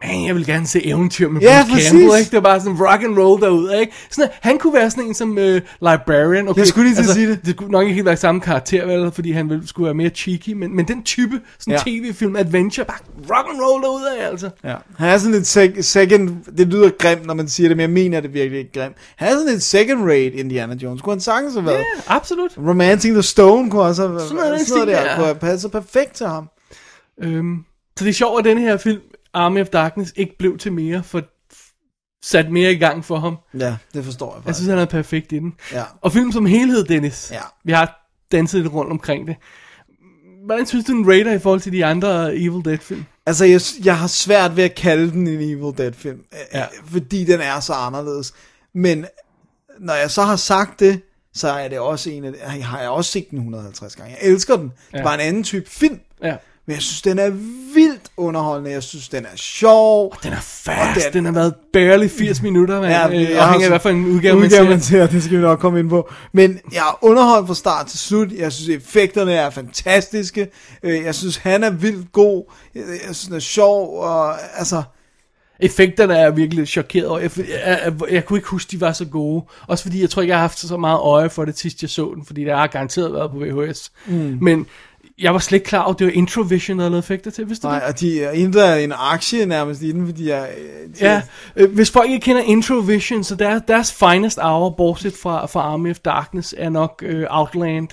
man, jeg vil gerne se eventyr med Ja, Bruce præcis. Campbell, ikke? Det er bare sådan rock and roll derude, ikke? Sådan, at han kunne være sådan en som øh, librarian. Okay, altså, Jeg skulle lige til at sige det. Det skulle nok ikke helt være samme karakter, vel? Fordi han ville, skulle være mere cheeky, men, men den type sådan Ja. ja. tv-film, adventure, bare rock and roll derude, altså. Ja. Han er sådan lidt sec- second, det lyder grimt, når man siger det, men jeg mener det virkelig ikke grimt. Han er sådan lidt second rate Indiana Jones, kunne han sagtens have været. Ja, absolut. Yeah. Romancing the Stone kunne også have været. Sådan noget i den sådan noget stil, der, ja. kunne have passet perfekt til ham. Øhm, så det er sjovt, at den her film, Army of Darkness, ikke blev til mere, for sat mere i gang for ham. Ja, det forstår jeg Jeg faktisk. synes, han er perfekt i den. Ja. Og filmen som helhed, Dennis. Ja. Vi har danset lidt rundt omkring det. Hvordan synes du, den rater i forhold til de andre Evil Dead-film? Altså, jeg, jeg har svært ved at kalde den en Evil Dead-film, ja. øh, fordi den er så anderledes. Men når jeg så har sagt det, så er det også en af ej, har jeg også set den 150 gange. Jeg elsker den. Ja. Det Ja. var en anden type film. Ja. Men jeg synes, den er vildt underholdende. Jeg synes, den er sjov. Den er fast. Den, den har været barely 80 minutter, mand. Ja, øh, har afhængig af, hvad for en udgave, man man ser. ser. Det skal vi nok komme ind på. Men jeg er underholdt fra start til slut. Jeg synes, effekterne er fantastiske. Øh, Jeg synes, han er vildt god. Jeg jeg synes, han er sjov. Og, altså, Effekterne er jeg virkelig chokeret over. Jeg, jeg, jeg, jeg kunne ikke huske, de var så gode. Også fordi, jeg tror ikke, jeg har haft så meget øje for det, sidst jeg så den. Fordi det har garanteret været på VHS. Mm. Men jeg var slet ikke klar over, at det var Introvision, der havde lavet effekter til. Vidste du det? nej, og de er indre en aktie nærmest i den, fordi jeg... de- Ja, øh, hvis folk ikke kender Introvision, så deres, deres finest hour, bortset fra, fra Army of Darkness, er nok øh, Outland,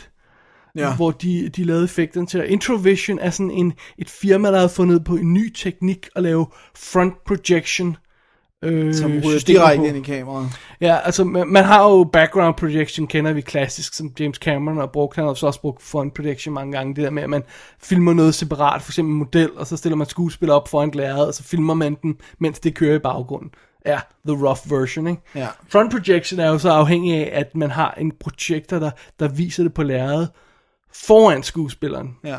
Ja. hvor de, de lavede effekterne til. Introvision er sådan en, et firma, der havde fundet på en ny teknik at lave front projection øh, Som ryger systemer direkte på. ind i kameraet. Ja, altså man, man har jo background projection, kender vi klassisk, som James Cameron har brugt. Han har så også brugt front projection mange gange, det der med, at man filmer noget separat, for eksempel en model, og så stiller man skuespiller op foran lærredet, og så filmer man den, mens det kører i baggrunden. Ja, the rough version, ikke? Ja. Front projection er jo så afhængig af, at man har en projektor, der, der viser det på lærredet foran skuespilleren. Ja.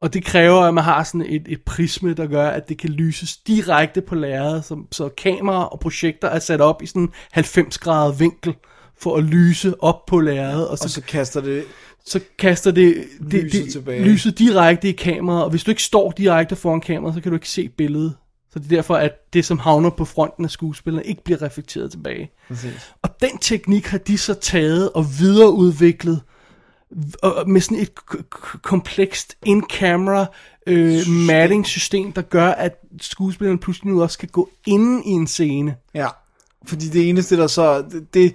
Og det kræver, at man har sådan et, et prisme, der gør, at det kan lyses direkte på lærredet, så, så kameraer og projekter er sat op i sådan en 90 grader vinkel for at lyse op på lærredet, og så, Og så kaster det... så kaster det, det, Lyset det tilbage. lyset direkte i kameraet, og hvis du ikke står direkte foran kameraet, så kan du ikke se billedet. Så det er derfor, at det, som havner på fronten af skuespilleren, ikke bliver reflekteret tilbage. Præcis. Og den teknik har de så taget og videreudviklet og med sådan et k- k- komplekst in-camera øh, matting-system, der gør, at skuespilleren pludselig nu også kan gå inden i en scene. Ja, fordi det eneste, der så... Det, det,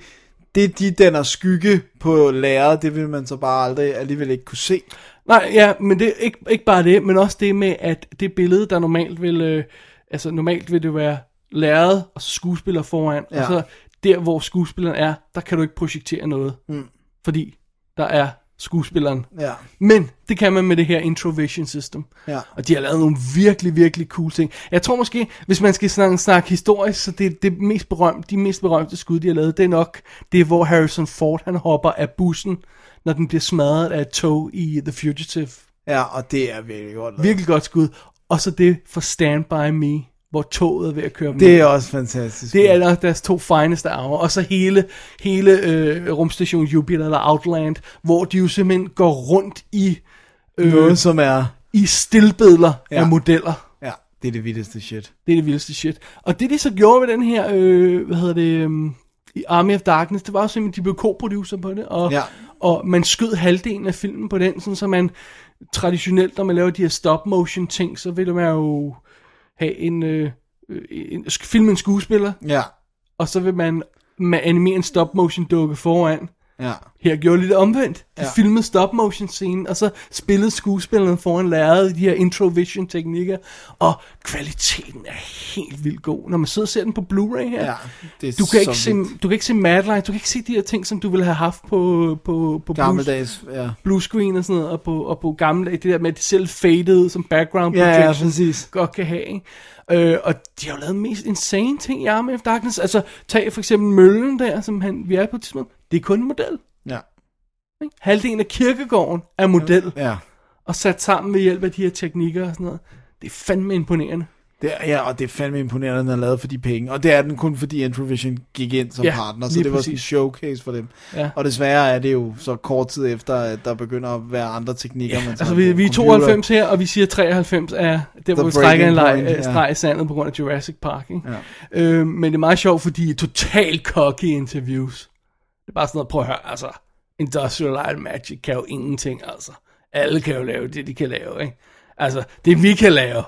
det de danner skygge på lærer, det vil man så bare aldrig alligevel ikke kunne se. Nej, ja, men det er ikke, ikke bare det, men også det med, at det billede, der normalt vil, øh, altså normalt vil det være lærred og skuespiller foran, ja. Ja. og så der, hvor skuespilleren er, der kan du ikke projektere noget, Mm. fordi der er skuespilleren. Ja. Men det kan man med det her Introvision System. Ja. Og de har lavet nogle virkelig, virkelig cool ting. Jeg tror måske, hvis man skal snakke, snakke historisk, så det, det mest berømte, de mest berømte skud, de har lavet, det er nok det, hvor Harrison Ford han hopper af bussen, når den bliver smadret af et tog i The Fugitive. Ja, og det er virkelig godt. lavet. Virkelig godt skud. Og så det for Stand By Me, hvor toget er ved at køre dem Det ned. er også fantastisk. Det er nok deres to fineste arver. Og så hele, hele øh, rumstation Jupiter eller Outland, hvor de jo simpelthen går rundt i, øh, noget, som er... i stillbilleder ja. Ja. af modeller. Ja, det er det vildeste shit. Det er det vildeste shit. Og det de så gjorde med den her, øh, hvad hedder det, um, Army of Darkness, det var jo simpelthen, de blev co-producer på det, og, Ja. og man skød halvdelen af filmen på den, sådan så man traditionelt, når man laver de her stop motion ting, så vil man jo have en, øh, øh, en sk- filme en skuespiller, Ja, og så vil man, man animere en stop motion dukke foran. ja. Her gjorde lidt omvendt. De ja. Ja. filmede stop motion scenen, og så spillede skuespilleren foran lærredet de her introvision teknikker, og kvaliteten er helt vildt god. Når man sidder og ser den på Blu-ray her, Ja, det er du, kan så ikke se, vildt. du kan ikke se Mad Light, du kan ikke se de her ting, som du ville have haft på, på, på blue, Gammeldags, ja. blue screen og sådan noget, og på, og på gamle det der med, at det selv faded ud som background Ja, ja, projection præcis. godt kan have. Ikke? Øh, og de har jo lavet mest insane ting i Army of Darkness. Altså, tag for eksempel Møllen der, som han, vi er på et tidspunkt. Det er kun en model. Ja. Ikke? Halvdelen af kirkegården er model, ja. Ja. og sat sammen ved hjælp af de her teknikker og sådan noget. Det er fandme imponerende. Det er, ja, og det er fandme imponerende, at den er lavet for de penge. Og det er den kun, fordi Introvision gik ind som Ja, ja, partner, så lige det var sådan en præcis. showcase for dem. Ja. Og desværre er det jo så kort tid efter, at der begynder at være andre teknikker. Ja, Altså, vi, vi er 92 her, og vi siger 93 er der, hvor vi trækker breaking en leg, point, point, ja. streg i sandet på grund af Jurassic Park. Ikke? Ja. Øh, men det er meget sjovt, fordi de er totalt cocky interviews. Det er bare sådan noget, prøv at høre, altså, Industrial Light and Magic kan jo ingenting, altså. Alle kan jo lave det, de kan lave, ikke? Altså, det vi kan lave,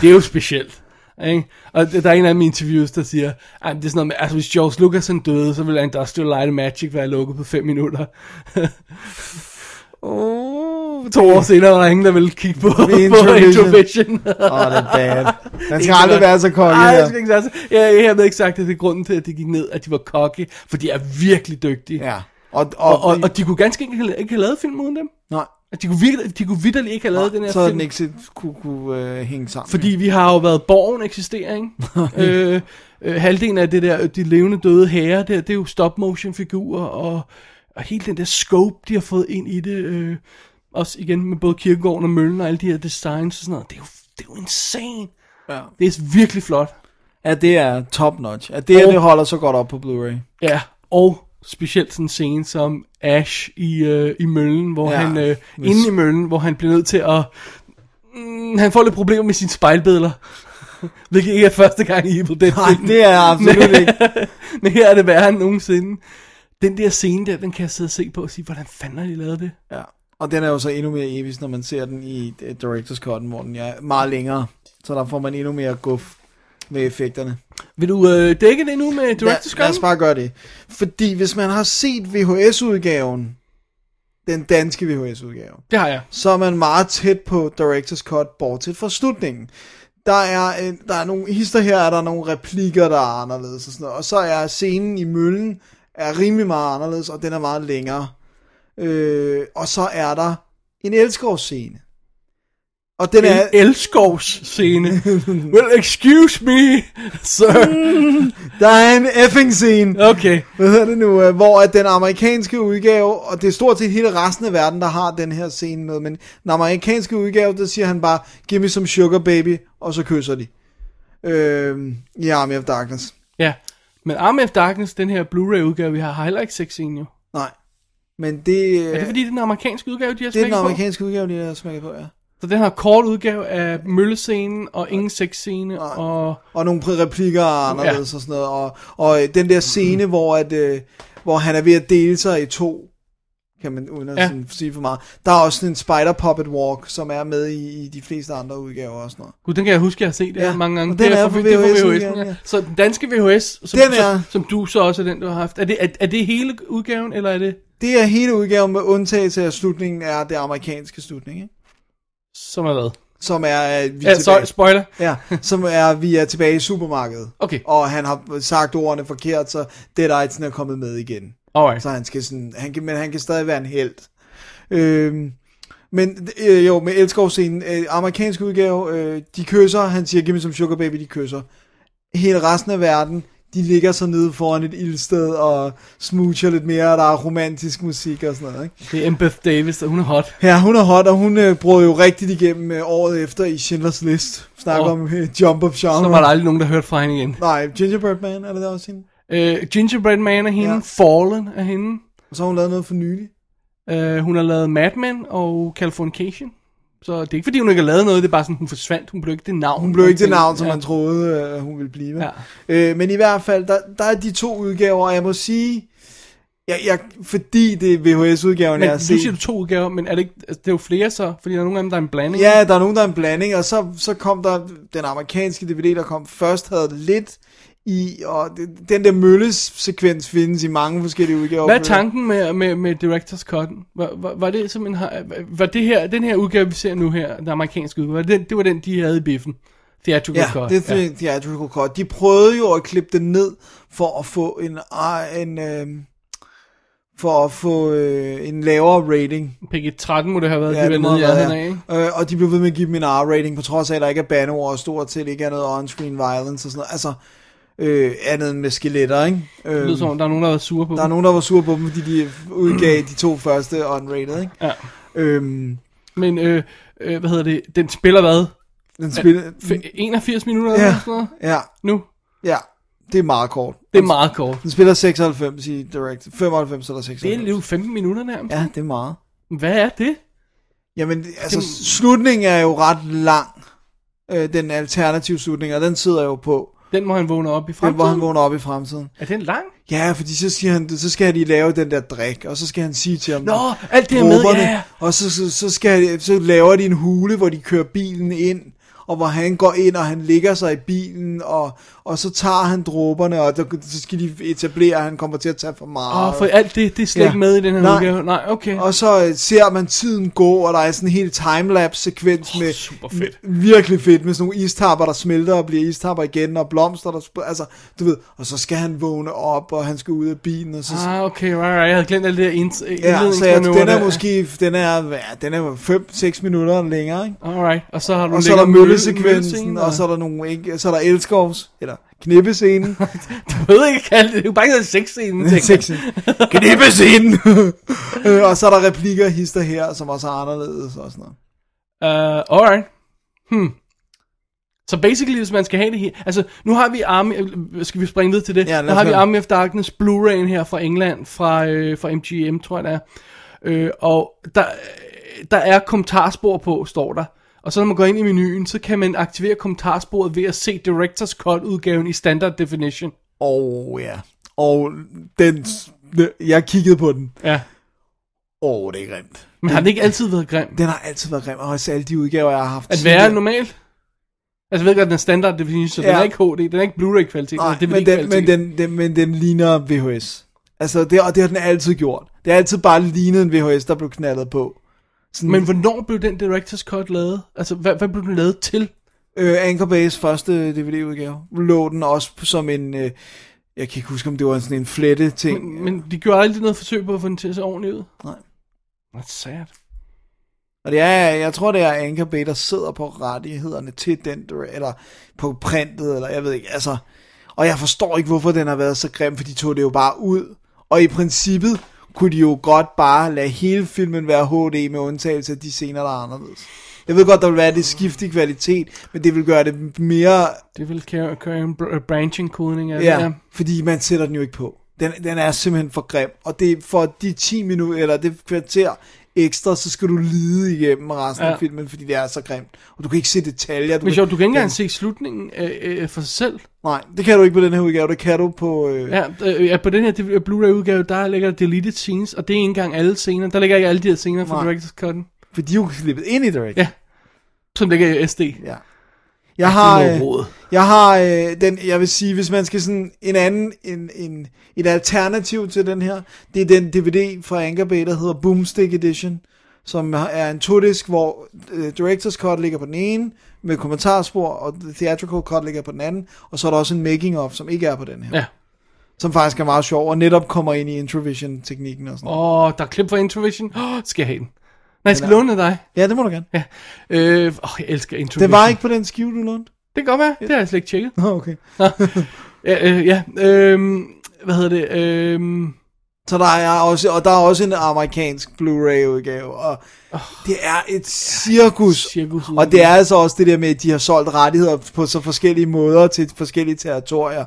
det er jo specielt. Ikke? Og der er en af mine interviews, der siger, at det er sådan noget med, altså hvis George Lucas han døde, så ville Industrial Light and Magic være lukket på 5 minutter. oh, to år senere var der ingen, der ville kigge på, på Introvision. Introvision. Åh, oh, det er bad. Den skal aldrig være så kold. Nej, her. jeg skal ikke være så. Jeg, jeg havde ikke sagt, at det er grunden til, at de gik ned, at de var kokke, for de er virkelig dygtige. Ja. Og, Og, og, og, de kunne ganske ikke, have- ikke have lavet film uden dem. nej, At de kunne, virkelig, de kunne vidderligt ikke have lavet den her så film. den ikke set- kunne, kunne øh, hænge sammen. Fordi vi har jo været borgen eksisterer, ikke? øh, øh, halvdelen af det der, øh, de levende døde herrer, der, det er jo stop motion figurer, og, og hele den der scope, de har fået ind i det, øh, også igen med både kirkegården og møllen og alle de her designs og sådan noget, det er jo, det er jo insane. Ja. Det er virkelig flot. at det er top notch. At det, her, Og- det holder så godt op på Blu-ray. Ja, og specielt sådan en scene som Ash i, øh, i møllen, hvor ja, Ja, han, øh, hvis- inde i møllen, hvor han bliver nødt til at, mm, han får lidt problemer med sine spejlbilleder. Hvilket ikke er første gang i Evil Dead Nej, det er absolut ikke. Men her er det værre end nogensinde. Den der scene der, den kan jeg sidde og se på og sige, hvordan fanden har de lavet det? Ja. Og den er jo så endnu mere episk, når man ser den i øh, Director's Cut, hvor den er meget længere. Så der får man endnu mere guf med effekterne. Vil du øh, dække det nu med Lad, Director's lad os Cut? bare gøre det. Fordi hvis man har set VHS-udgaven, den danske VHS-udgave, Det har jeg. så er man meget tæt på Director's Cut, bortset fra slutningen. Der er, en, der er nogle hister her, er der nogle replikker, der er anderledes og sådan noget. Og så er scenen i møllen er rimelig meget anderledes, og den er meget længere. Øh, og så er der en elskovsscene. Og den en er... elskovsscene. well, excuse me, sir. Der er en effing scene. Okay. Hvad hedder det nu? øh, Hvor at den amerikanske udgave, og det er stort set hele resten af verden, der har den her scene med, men den amerikanske udgave, der siger han bare, give me some sugar baby, og så kysser de. Øh, I Army of Darkness. Ja, men Army of Darkness, den her Blu-ray-udgave, vi har, har heller ikke sexscene jo. Nej. Men det... Er det fordi, det er den amerikanske udgave, de har det er den smækket på? amerikanske udgave, de har smækket på, ja. Så den har kort udgave af møllescenen, og ingen sexscene, og... og nogle pr- replikker og anderledes ja. og sådan noget. Og, og øh, den der scene, hvor, at, øh, hvor han er ved at dele sig i to, kan man uden at Ja. ja. sådan, sige for meget. Der er også sådan en spider puppet walk, som er med i, i de fleste andre udgaver og sådan noget. Gud, den kan jeg huske, jeg har set det Ja, ja. mange gange. og den Det er fra- på det er fra VHS, VHS'en, ja. ja. Så den danske VHS, som, Den er- som, som du så også er den, du har haft. Er det, er, er det hele udgaven, eller er det... Det er hele udgaven med undtagelse af slutningen er det amerikanske slutning, ikke? Som er hvad? Som er, øh, vi er Ja, sorry, tilbage- spoiler. Ja, som er, vi er tilbage i supermarkedet. Okay. Og han har sagt ordene forkert, så det der er kommet med igen. Alright. Så han skal sådan, han kan, men han kan stadig være en held. Øhm, men øh, jo, med elskovscenen, øh, amerikansk udgave, øh, de kysser, han siger, giv mig som sugar baby, de kysser. Hele resten af verden, de ligger så nede foran et ildsted og smoocher lidt mere, og der er romantisk musik og sådan noget, ikke? Det er Beth Davis, og hun er hot. Ja, hun er hot, og hun øh, brød jo rigtigt igennem øh, året efter i Schindlers List. Snakker Åh. om øh, jump up genre. Så var der aldrig nogen, der hørte fra hende igen. Nej, Gingerbread Man, er det der også hende? Øh, Gingerbread Man er hende, ja. Fallen er hende. Og så har hun lavet noget for nylig. Øh, hun har lavet Mad Men og Californication. Så det er ikke fordi, hun ikke har lavet noget, det er bare sådan, hun forsvandt. Hun blev ikke det navn. Hun blev ikke det navn, som ja. man troede, øh, hun ville blive. Ja. Øh, men i hvert fald, der, der er de to udgaver, og jeg må sige, jeg, jeg, fordi det er VHS-udgaven, Men jeg har nu set. siger du to udgaver, men er det ikke, altså, det er jo flere så, fordi der er nogle af dem, der er en blanding. Ja, der er nogen, der er en blanding, og så, så kom der den amerikanske DVD, der kom først, havde lidt i, og det, den der møllesekvens findes i mange forskellige udgaver. Hvad er tanken med, med, med Directors Cut? Var, var, var det simpelthen, har- var det her, den her udgave, vi ser nu her, den amerikanske udgave, var det, den, det var den, de havde i biffen? Theatrical Ja, Cut. det er ja. theatrical cut. De prøvede jo at klippe den ned for at få en, ah, en øh, for at få øh, en lavere rating. PG-13 må det have været, ja, de var det må nede i have været, ærheden af, ikke? ja. øh, og de blev ved med at give dem en R-rating, på trods af, at der ikke er bandeord og stort set ikke er noget on-screen violence og sådan noget. Altså, øh, andet end med skeletter, ikke? Øh, Det lyder som om, der er nogen, der har været sure på der er dem. nogen, der var sure på dem, fordi de udgav de to første unrated, ikke? Ja. Øhm, Men, øh, øh, hvad hedder det, den spiller hvad? Den spiller- F- 81 minutter Mm. Ja. eller sådan noget? ja, Nu? ja, det er meget kort. Det er meget kort. Den spiller 96 i direct. 95 eller 96. Det er lige 15 minutter nærmest. Ja, det er meget. Hvad er det? Jamen, altså, slutningen er jo ret lang. Øh, den alternative slutning, og den sidder jo på. Den må han vågne op i Den, fremtiden. hvor han vågner op i fremtiden. Er den lang? Ja, fordi så, siger han, så skal de lave den der drik, og så skal han sige til ham... Nå, alt det her med, "Dråberne," ja, ja. Og så, så, så, skal, så laver de en hule, hvor de kører bilen ind, og hvor han går ind, og han ligger sig i bilen, og, og så tager han dråberne, og der, så skal de etablere, at han kommer til at tage for Åh, meget. oh, for alt det, det er slet Ja. ikke med i den her Nej. udgave. Nej, okay. Og så øh, ser man tiden gå, og der er sådan en helt timelapse-sekvens oh, med super fedt. virkelig fedt, med sådan nogle istapper, der smelter og bliver istapper igen, og blomster, der sp- altså, du ved, og så skal han vågne op, og han skal ud af bilen, og så... Ah, okay, right, right. Jeg havde glemt alt det der ind- ja, så jeg, indledningsmanøvre den er der. måske, den er, ja, den er 5-6 minutter længere, ikke? Alright, og så har du Og så er der møllesekvensen, og så er der nogle, ikke, så er der elskovs, eller knippescenen, Jeg ved ikke, kalde det. Det er jo bare ikke en sexscene. tænker jeg. Sexen. knippescenen, Øh, og så er der replikker og hister her, som også er anderledes og sådan noget. Uh, alright. Hmm. Så basically, hvis man skal have det her... Altså, nu har vi Army... øh, Skal vi springe videre til det? Ja, lad os nu har vi høre. Army of Darkness Blu-ray'en her fra England, fra, øh, fra MGM, tror jeg det er. Øh, og der, øh, der er kommentarspor på, står der. Og så når man går ind i menuen, så kan man aktivere kommentarsporet ved at se Directors Cut-udgaven i Standard Definition. Åh oh, ja. Og den, jeg kiggede på den. Ja. Åh, oh, det er grimt. Men har den ikke altid været grim? Den har altid været grim, og også alle de udgaver, jeg har haft. At tidligere. være normalt? Altså, jeg ved godt, den er standard definition, så ja. den Ja. er ikke HD, den er ikke Blu-ray-kvalitet. Nej, det men, den, men, den, den, men den ligner VHS. Altså, det, og det har den altid gjort. Det har altid bare lignet en VHS, der blev knaldet på. Sådan, men hvornår blev den Directors Cut lavet? Altså, hvad, hvad blev den lavet til? Øh, Anchor Bay's første DVD-udgave lå den også som en... Øh, jeg kan ikke huske, om det var sådan en flette ting. Men, men de gjorde aldrig noget forsøg på at få den til at se ordentligt ud. Nej. That's sad. Og det er, jeg tror, det er Anchor Bay, der sidder på rettighederne til den, du- eller på printet, eller jeg ved ikke, altså. Og jeg forstår ikke, hvorfor den har været så grim, for de tog det jo bare ud. Og i princippet kunne de jo godt bare lade hele filmen være HD med undtagelse af de scener, der er anderledes. Jeg ved godt, der vil være det skift i kvalitet, men det vil gøre det mere... Det vil køre, køre en br- branching-kodning af det. Ja, fordi man sætter den jo ikke på. Den, den er simpelthen for grim, og det er for de 10 minutter, eller det kvarter ekstra, så skal du lide igennem resten ja. Ja. af filmen, fordi det er så grimt. Og du kan ikke se detaljer. Du Men kan- sjovt, du kan ikke den- engang se slutningen øh, øh, for sig selv. Nej, det kan du ikke på den her udgave, det kan du på... Øh... Ja, øh, ja, på den her DVD Blu-ray-udgave, der ligger der deleted scenes, og det er ikke engang alle scener. Der ligger ikke alle de her scener fra Nej. Director's Cut'en. For de er jo klippet ind i Direct. Ja, som ligger i SD. Ja. Jeg har, det er øh, noget rod. jeg har øh, den, jeg vil sige, hvis man skal sådan en anden, en, en, et alternativ til den her, det er den DVD fra Anchor Bay, der hedder Boomstick Edition, som har- er en todisk, hvor øh, Director's Cut ligger på den ene, med kommentarspor, og the Theatrical Cut ligger på den anden, og så er der også en making of, som ikke er på den her. Ja. Som faktisk er meget sjov, og netop kommer ind i Introvision-teknikken og sådan Åh, der er klip fra Introvision. Åh, skal jeg have den? Nej, jeg skal Den er- låne dig. Ja, det må du gerne. Ja. Øh, åh, jeg elsker Introvision. Det var ikke på den skive, du lånte? Det kan godt være. Det har jeg slet ikke tjekket. Nå, okay. Nå. ja, øh, ja øhm, hvad hedder det? Øhm, Så der er også, og der er også en amerikansk Blu-ray udgave, og det er et cirkus. cirkus og det er altså også det der med, at de har solgt rettigheder på så forskellige måder til forskellige territorier.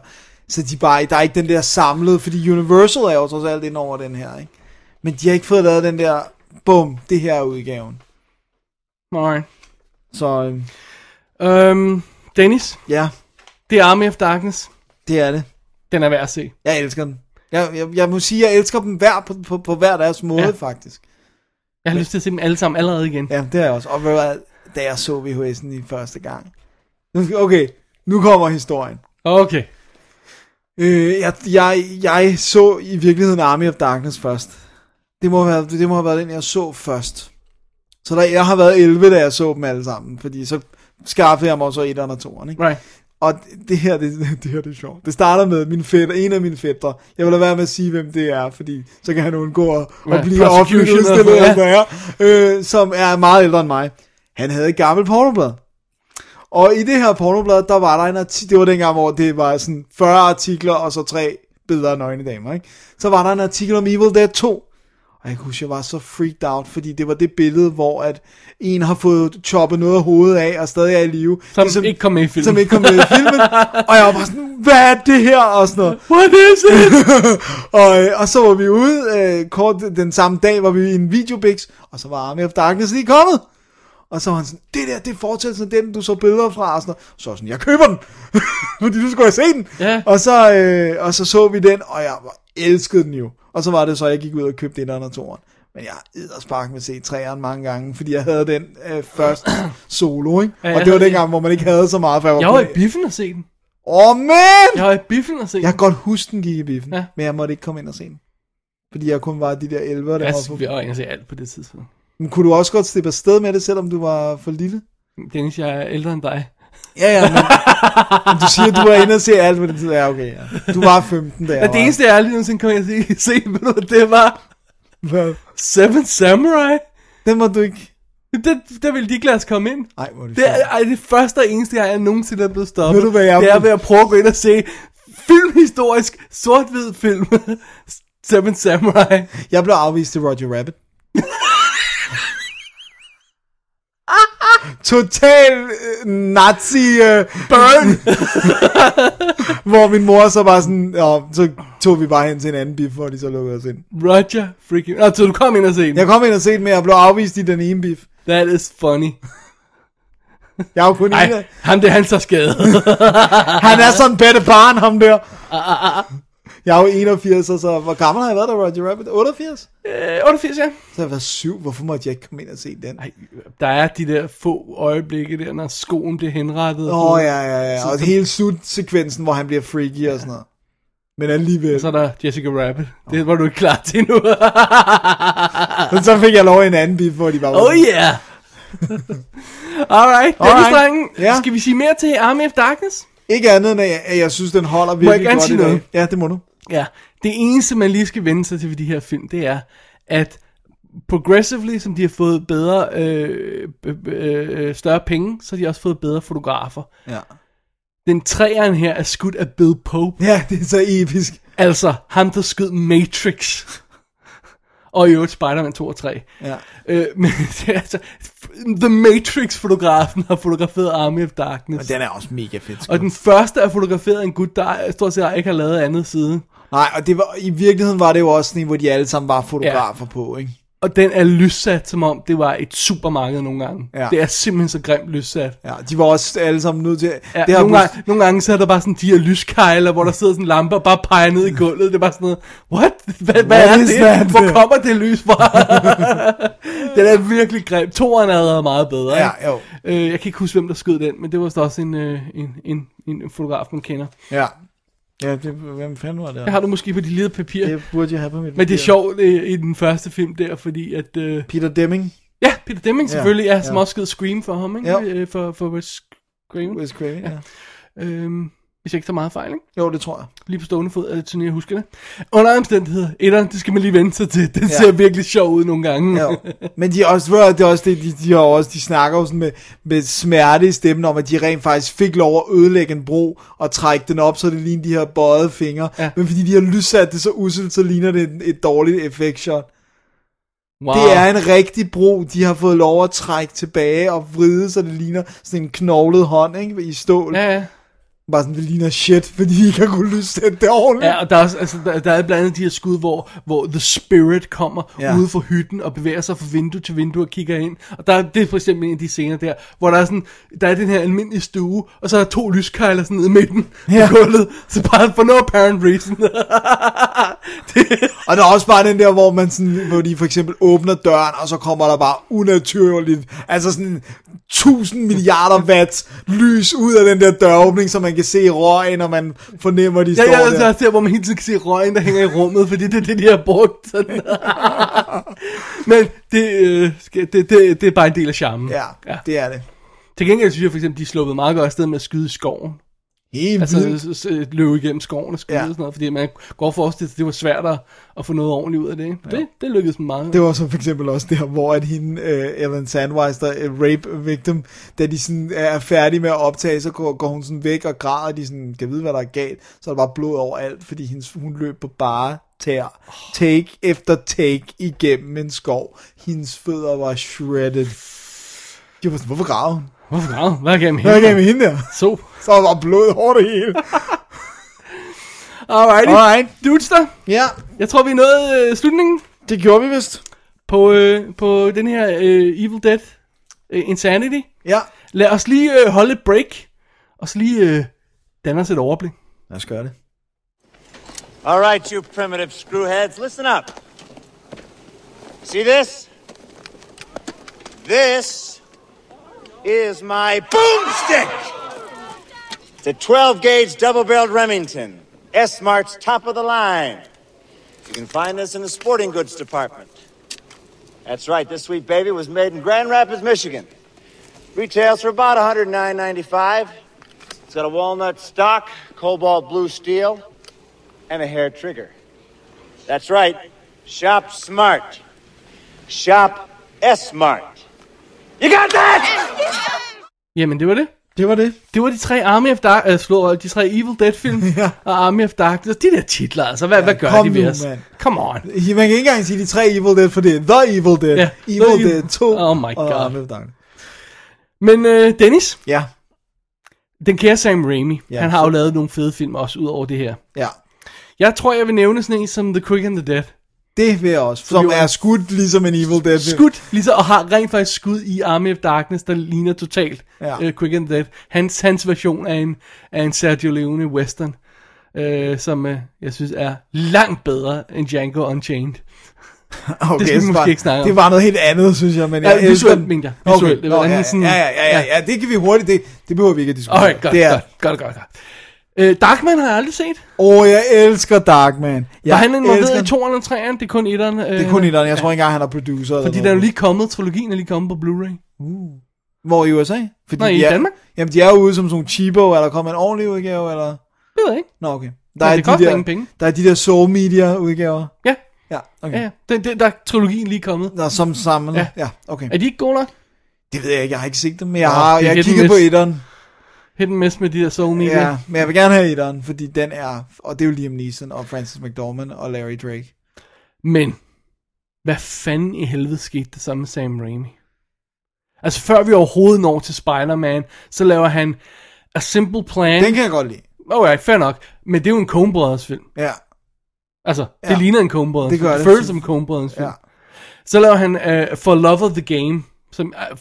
Så de bare, der er ikke den der samlede, fordi Universal er jo trods alt ind over den her, ikke? Men de har ikke fået lavet den der, bum, det her er udgaven. nej. Så øhm, Øhm, Dennis, ja, det er Army of Darkness. det er det. Den er værd at se. Jeg elsker den. Jeg, jeg, jeg må sige, jeg elsker dem hver på, på, på hver deres måde, Ja. ja. faktisk. Jeg har lyst til at se dem alle sammen allerede igen. Ja, det er jeg også. Og ved du hvad, da jeg så VHS'en i første gang. Nu- Okay, nu kommer historien. Okay. Øh, jeg, jeg, jeg så i virkeligheden Army of Darkness først. Det må, have, det må have været den, jeg så først. Så der, jeg har været 11, da jeg så dem alle sammen, fordi så skaffede jeg mig så 1'eren og 2'eren, ikke? Right. Og det- det her, det, det her det er sjovt. Det starter med min fætter, en af mine fætter. Jeg vil lade være med at sige, hvem det er, fordi så kan han undgå at, Ja, at blive offentligt prosecution og- udstillet, ja. ja. er, øh, som er meget ældre end mig. Han havde et gammelt pornoblad. Og i det her pornoblad, der var der en artikel, det var dengang, hvor det var sådan 40 artikler, og så tre billeder af nøgne damer, ikke? Så var der en artikel om Evil Dead 2, og jeg kan huske, jeg var så freaked out, fordi det var det billede, hvor at en har fået choppet noget af hovedet af, og stadig er i live. Som ikke kom med i filmen. Som ikke kom med i filmen. og jeg var bare sådan, hvad er det her? Og sådan noget. What is it? og, øh, og så var vi ude, øh, kort den samme dag var vi i en videobix, og så var Army of Darkness lige kommet. Og så var han sådan, det der, det er fortællelsen af den, du så billeder fra, og sådan noget. Så var jeg sådan, jeg køber den, fordi du skulle have set den. Ja. Og, så, øh, og så så vi den, og jeg var, elskede den jo. Og så var det så, jeg gik ud og købte den og toeren. Men jeg har spark med se træeren mange gange, fordi jeg havde den øh, først solo, ikke? Ja, jeg og det var havde- dengang, hvor man ikke havde så meget, for jeg var Jeg var i kun... biffen og se den. Åh, oh, man! Jeg var i biffen og se Jeg den. kan godt huske, den gik i biffen, Ja. ja. men jeg måtte ikke komme ind og se den. Fordi jeg kun var de der 11, der Jeg var på. vi var inde og se alt på det tidspunkt. Men kunne du også godt slippe afsted med det, selvom du var for lille? Dennis, jeg er ældre end dig. Ja, ja, men, men du siger, du var inde og se alt på den tid. Ja, okay, ja. Du var 15, da jeg Ja, det var. eneste, jeg aldrig nogensinde kom ind og se, se ved du, hvad det var Hvad? Seven Samurai. Den må du ikke... Det, der ville de ikke lade os komme ind. Nej, hvor er det, Det er sjovt. ej, det første og eneste, jeg er nogensinde er blevet stoppet. Ved du, hvad jeg- Det er ved at prøve at gå ind og se filmhistorisk sort-hvid film. Seven Samurai. Jeg blev afvist til Roger Rabbit. Total øh, nazi øh, burn. hvor min mor så bare sådan, ja, så tog vi bare hen til en anden biff, hvor de så lukkede os ind. Roger freaking... Nå, så du kom ind og se den. Jeg kom ind og set med, at jeg blev afvist i den ene biff. That is funny. Jeg er jo kun Ej, en af- ham det er han så skadet. Han er sådan en bedre barn, ham der. Jeg er jo 81, og så hvor gammel har jeg været der, Roger Rabbit? 88? Øh, 88, ja. Så har jeg været syv. Hvorfor måtte jeg ikke komme ind og se den? Ej, der er de der få øjeblikke der, når skoen bliver henrettet. Åh, oh, ja, ja, ja. Og hele slutsekvensen, hvor han bliver freaky og sådan noget. Men alligevel. Og så er der Jessica Rabbit. Det var du ikke klar til nu. Men så fik jeg lov i en anden bif, hvor de bare var Oh sådan, yeah! Alright, Alright. Dennis drengen. Ja. Skal vi sige mere til Army of Darkness? Ikke andet end, at jeg, at jeg synes, den holder Må jeg virkelig gerne godt i sige dag. noget? Ja, det må du. Ja, det eneste, man lige skal vende sig til ved de her film, det er, at progressively, som de har fået bedre, øh, b- b- øh, større penge, så har de også fået bedre fotografer. Ja. Den træeren her er skudt af Bill Pope. Ja, det er så episk. Altså, ham der skød Matrix. Og i øvrigt Spider-Man 2 og 3. Ja. Øh, men det er altså, The Matrix-fotografen har fotograferet Army of Darkness. Og den er også mega fedt. Og den første er fotograferet af en gut, der stort set ikke har lavet andet siden. Nej, og det var, i virkeligheden var det jo også sådan en, hvor de alle sammen var fotografer ja. på, ikke? Og den er lyssat, som om det var et supermarked nogle gange. Ja. Det er simpelthen så grimt lyssat. Ja, de var også alle sammen nødt til... Ja, det har nogle, plus- gange, nogle gange så er der bare sådan de her lyskejler, hvor der sidder sådan en lampe og bare peger ned i gulvet. Det er bare sådan noget, what? Hvad, hvad What er is det? that? Hvor kommer det lys fra? den er virkelig grim. Toren er allerede meget bedre. Ja, ikke? jo. Øh, jeg kan ikke huske, hvem der skød den, men det var vist også en, øh, en, en, en fotograf, man kender. Ja. Ja, det, hvem fanden var det? Det har du måske på de lille papir. Det burde jeg have på mit Men det er papir. sjovt øh, i den første film der, fordi at... Øh, Peter Deming. Ja, Peter Deming Ja, selvfølgelig, ja, som ja. også skød Scream for ham, ikke? Ja. Øh, For, for Wes Craven. Wes Craven, ja. Øh. Øhm, hvis jeg ikke tager meget fejl, ikke? Jo, det tror jeg. Lige på stående fod, er det sådan, jeg husker det. Under alle omstændigheder, etteren, det skal man lige vente sig til. Den ja. Ja. ser virkelig sjov ud nogle gange. Ja. Men de er også, ved du hvad, det er også det, de, de, har også, de snakker jo sådan med, med smerte i stemmen om, at de rent faktisk fik lov at ødelægge en bro og trække den op, så det ligner de her bøjede fingre. Ja. Men fordi de har lyssat det så usselt, så ligner det et, et dårligt effect shot. wow. Det er en rigtig bro, de har fået lov at trække tilbage og vride, så det ligner sådan en knoglet hånd ikke, i stål. Ja, ja. Bare sådan, det ligner shit, fordi de ikke har kunnet lyssætte det ordentligt. Ja, og der er, også, altså, der, der er blandt andet de her skud, hvor, hvor The Spirit kommer ja. Ja. ude for hytten og bevæger sig fra vindue til vindue og kigger ind. Og der, er- det er for eksempel en af de scener der, hvor der er, sådan, der er den her almindelige stue, og så er der to lyskejler sådan nede i midten ja. Ja. på gulvet. Så bare for no apparent reason. Og der er også bare den der, hvor man sådan, hvor de for eksempel åbner døren, og så kommer der bare unaturligt, altså sådan 1000 milliarder watt lys ud af den der døråbning, så man kan se røgen, og man fornemmer, de Ja, står ja, der. altså også der, hvor man hele tiden kan se røgen, der hænger i rummet, fordi det er det, de har brugt. Sådan. Men det, øh, skal- det, det, det er bare en del af charmen. Ja, det er det. Til gengæld synes jeg for eksempel, de er sluppet meget godt afsted med at skyde i skoven. Helt altså, vildt. Altså s- s- løbe igennem skoven og skyde ja. Ja. og sådan noget, fordi man går for sig, det var svært at, at få noget ordentligt ud af det. ikke? Det, det lykkedes dem meget. Det var så for eksempel også der, hvor at hende, uh, Ellen Sandwise, der er rape victim, da de sådan er færdige med at optage, så går, går hun sådan væk og græder, de sådan kan vide, hvad der er galt, så er der bare blod overalt, fordi hendes, hun løb på bare tær. Take efter take igennem en skov. Hendes fødder var shredded. Jeg var sådan, hvorfor græder hun? Hvorfor græd? Hvad gav Hvad er der galt med hende der? Så. Så var der bare blod over det hele. Alrighty. Alright. Dudes der. Ja, Jeg tror, vi nåede øh, slutningen det gjorde vi vist. på, øh, på den her øh, Evil Dead øh, Insanity. Ja, Lad os lige øh, holde et break, og så lige øh, danne os et overblik. lad os gøre det. All right, you primitive screwheads, listen up. See this? This is my boomstick. It's a 12 gauge double barreled Remington, S Mart's top of the line. You can find this in the sporting goods department. That's right, this sweet baby was made in Grand Rapids, Michigan. Retails for about $109.95. It's got a walnut stock, cobalt blue steel and a hair trigger. That's right. Shop smart. Shop S smart. You got that? Jamen, det var det. Det var det. Det var de tre Army of Dark, øh, slå, de tre Evil Dead film ja. Ja. og Army of Darkness. De der titler, altså, hvad, ja, hvad gør kom de ved nu, os? mand. Come on. Man kan ikke engang sige de tre Evil Dead, for det er The Evil Dead, Ja, ja, The Evil Evil- Dead 2 Oh my og God. Army of Darkness. Men øh, Dennis, Ja, den kære Sam Raimi, ja. Ja. han har jo lavet nogle fede film også, ud over det her. ja. Jeg tror, jeg vil nævne sådan en som The Quick and the Dead. Det vil jeg også. Som jo- er skudt ligesom en Evil Dead. Skudt, lige så, og har rent faktisk skud i Army of Darkness, der ligner totalt ja. Ja. øh, Quick and the Dead. Hans, hans version af en, af en Sergio Leone western, øh, som øh, jeg synes er langt bedre end Django Unchained. Okay, skal vi så måske var- ikke snakke om. Det var noget helt andet, synes jeg. Men Ja, jeg elsker visuelt, den. mener jeg. Okay, Visuelt. Det var nå, andet ja, sådan- ja, ja, ja, ja, ja, det kan vi hurtigt. Det, det behøver vi ikke at diskutere. Alright, godt, det er, godt, godt, godt, godt. Øh, Darkman har jeg aldrig set. Åh, jeg elsker Darkman. Jeg Ja, var han involveret i elsker- 2'eren og 3'eren? Det er kun 1'eren. Øh, Det er kun etteren. Jeg tror ikke engang, han er producer. Fordi eller der er jo noget. lige kommet, trilogien er lige kommet på Blu-ray. Hvor i USA? Fordi Nej, de i er, Danmark. Jamen, de er jo ude som sådan nogle cheapo, eller kommer en ordentlig udgave, eller... Det ved jeg ikke. Nå, okay. Men det koster der, ingen penge. der er de der Soul Media udgaver. Ja. Ja, okay. Ja, ja. Den, den, der er trilogien lige kommet. Nå, som sammen. Ja. Ja. ja, okay. Er de ikke gode nok? Det ved jeg ikke, jeg har ikke set dem, men jeg Nå, har, det er jeg har hit and kigget på miss. etteren. Hit and miss med de der soul media. Ja, men jeg vil gerne have etteren, fordi den er, og det er jo Liam Neeson og Francis McDormand og Larry Drake. Men, hvad fanden i helvede skete der så med Sam Raimi? Altså, før vi overhovedet når til Spider-Man, så laver han A Simple Plan. Den kan jeg godt lide. Okay, fair nok. Men det er jo en Coen Brothers film. Ja, Altså, det Ja. ligner en Coen Brothers Det gør film. det. føles som en Coen Brothers film. Ja. Så laver han uh, For Love of the Game, som, uh,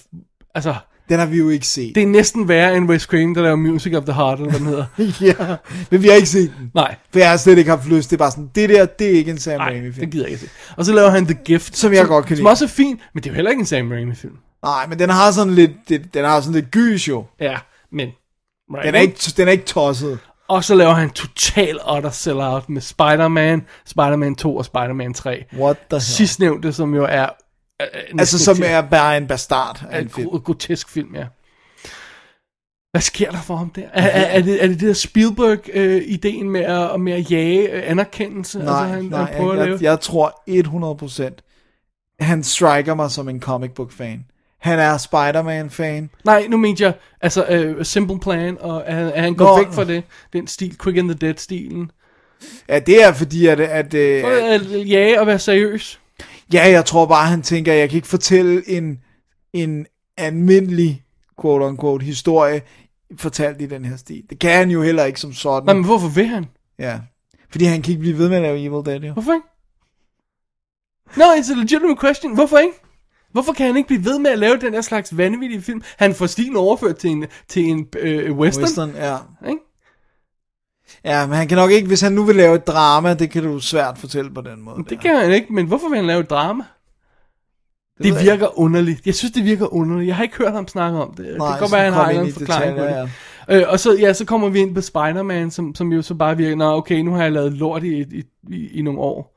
altså, den har vi jo ikke set. det er næsten værre end Wes Craven, der laver Music of the Heart, eller hvad den hedder. ja, men vi har ikke set den. Nej, For jeg har slet ikke haft lyst. Det er bare sådan, det der, det er ikke en Sam nej, Raimi film. det gider jeg ikke se. Og så laver han The Gift, Som jeg godt kan som lide. også er fint, men det er jo heller ikke en Sam Raimi film. Nej, men den har sådan lidt, det, den har sådan lidt gys jo. Ja, men... Right. Den er ikke, den er ikke tosset. Og så laver han total utter sellout med Spider-Man, Spider-Man 2 og Spider-Man 3. What the hell? Sidstnævnte, som jo er... er, er næsten Altså, som til- er bare en bastard af er en en film. gro- grotesk film, ja. Hvad sker der for ham der? Er, er, er, det, er det det der Spielberg-ideen med, at, med at jage øh, anerkendelse? Nej, han, nej han prøver jeg, at lave? jeg, jeg tror 100% han striker mig som en comic book fan. Han er Spider-Man-fan. Nej, nu mente jeg, altså øh, Simple Plan, og er, er han gået Nå. væk fra det? Den stil, Quick and the Dead-stilen. Ja, det er fordi, at, at, øh, Prøv at at øh, jage og være seriøs. ja, jeg tror bare, han tænker, at jeg kan ikke fortælle en, en almindelig, quote-unquote, historie, fortalt i den her stil. Det kan han jo heller ikke som sådan. Nej, men hvorfor vil han? Ja. Fordi han kan ikke blive ved med at lave Evil Dead, jo. Hvorfor ikke? No, it's a legitimate question. Hvorfor ikke? Hvorfor kan han ikke blive ved med at lave den der slags vanvittige film? Han får stilen overført til en, til en øh, western. western. Western, ja. Ikke? Ja, men han kan nok ikke, hvis han nu vil lave et drama, det kan du svært fortælle på den måde. Det kan han ikke, men hvorfor vil han lave et drama? Det, ved det jeg virker underligt. Jeg synes, det virker underligt. Jeg har ikke hørt ham snakke om det. Nej, det kan godt så være, han har kom en ind eller anden i forklaring på det. detaljer, Ja. Øh, og så, ja, så kommer vi ind på Spider-Man, som, som jo så bare virker, nå okay, nu har jeg lavet lort i, i, i, i nogle år.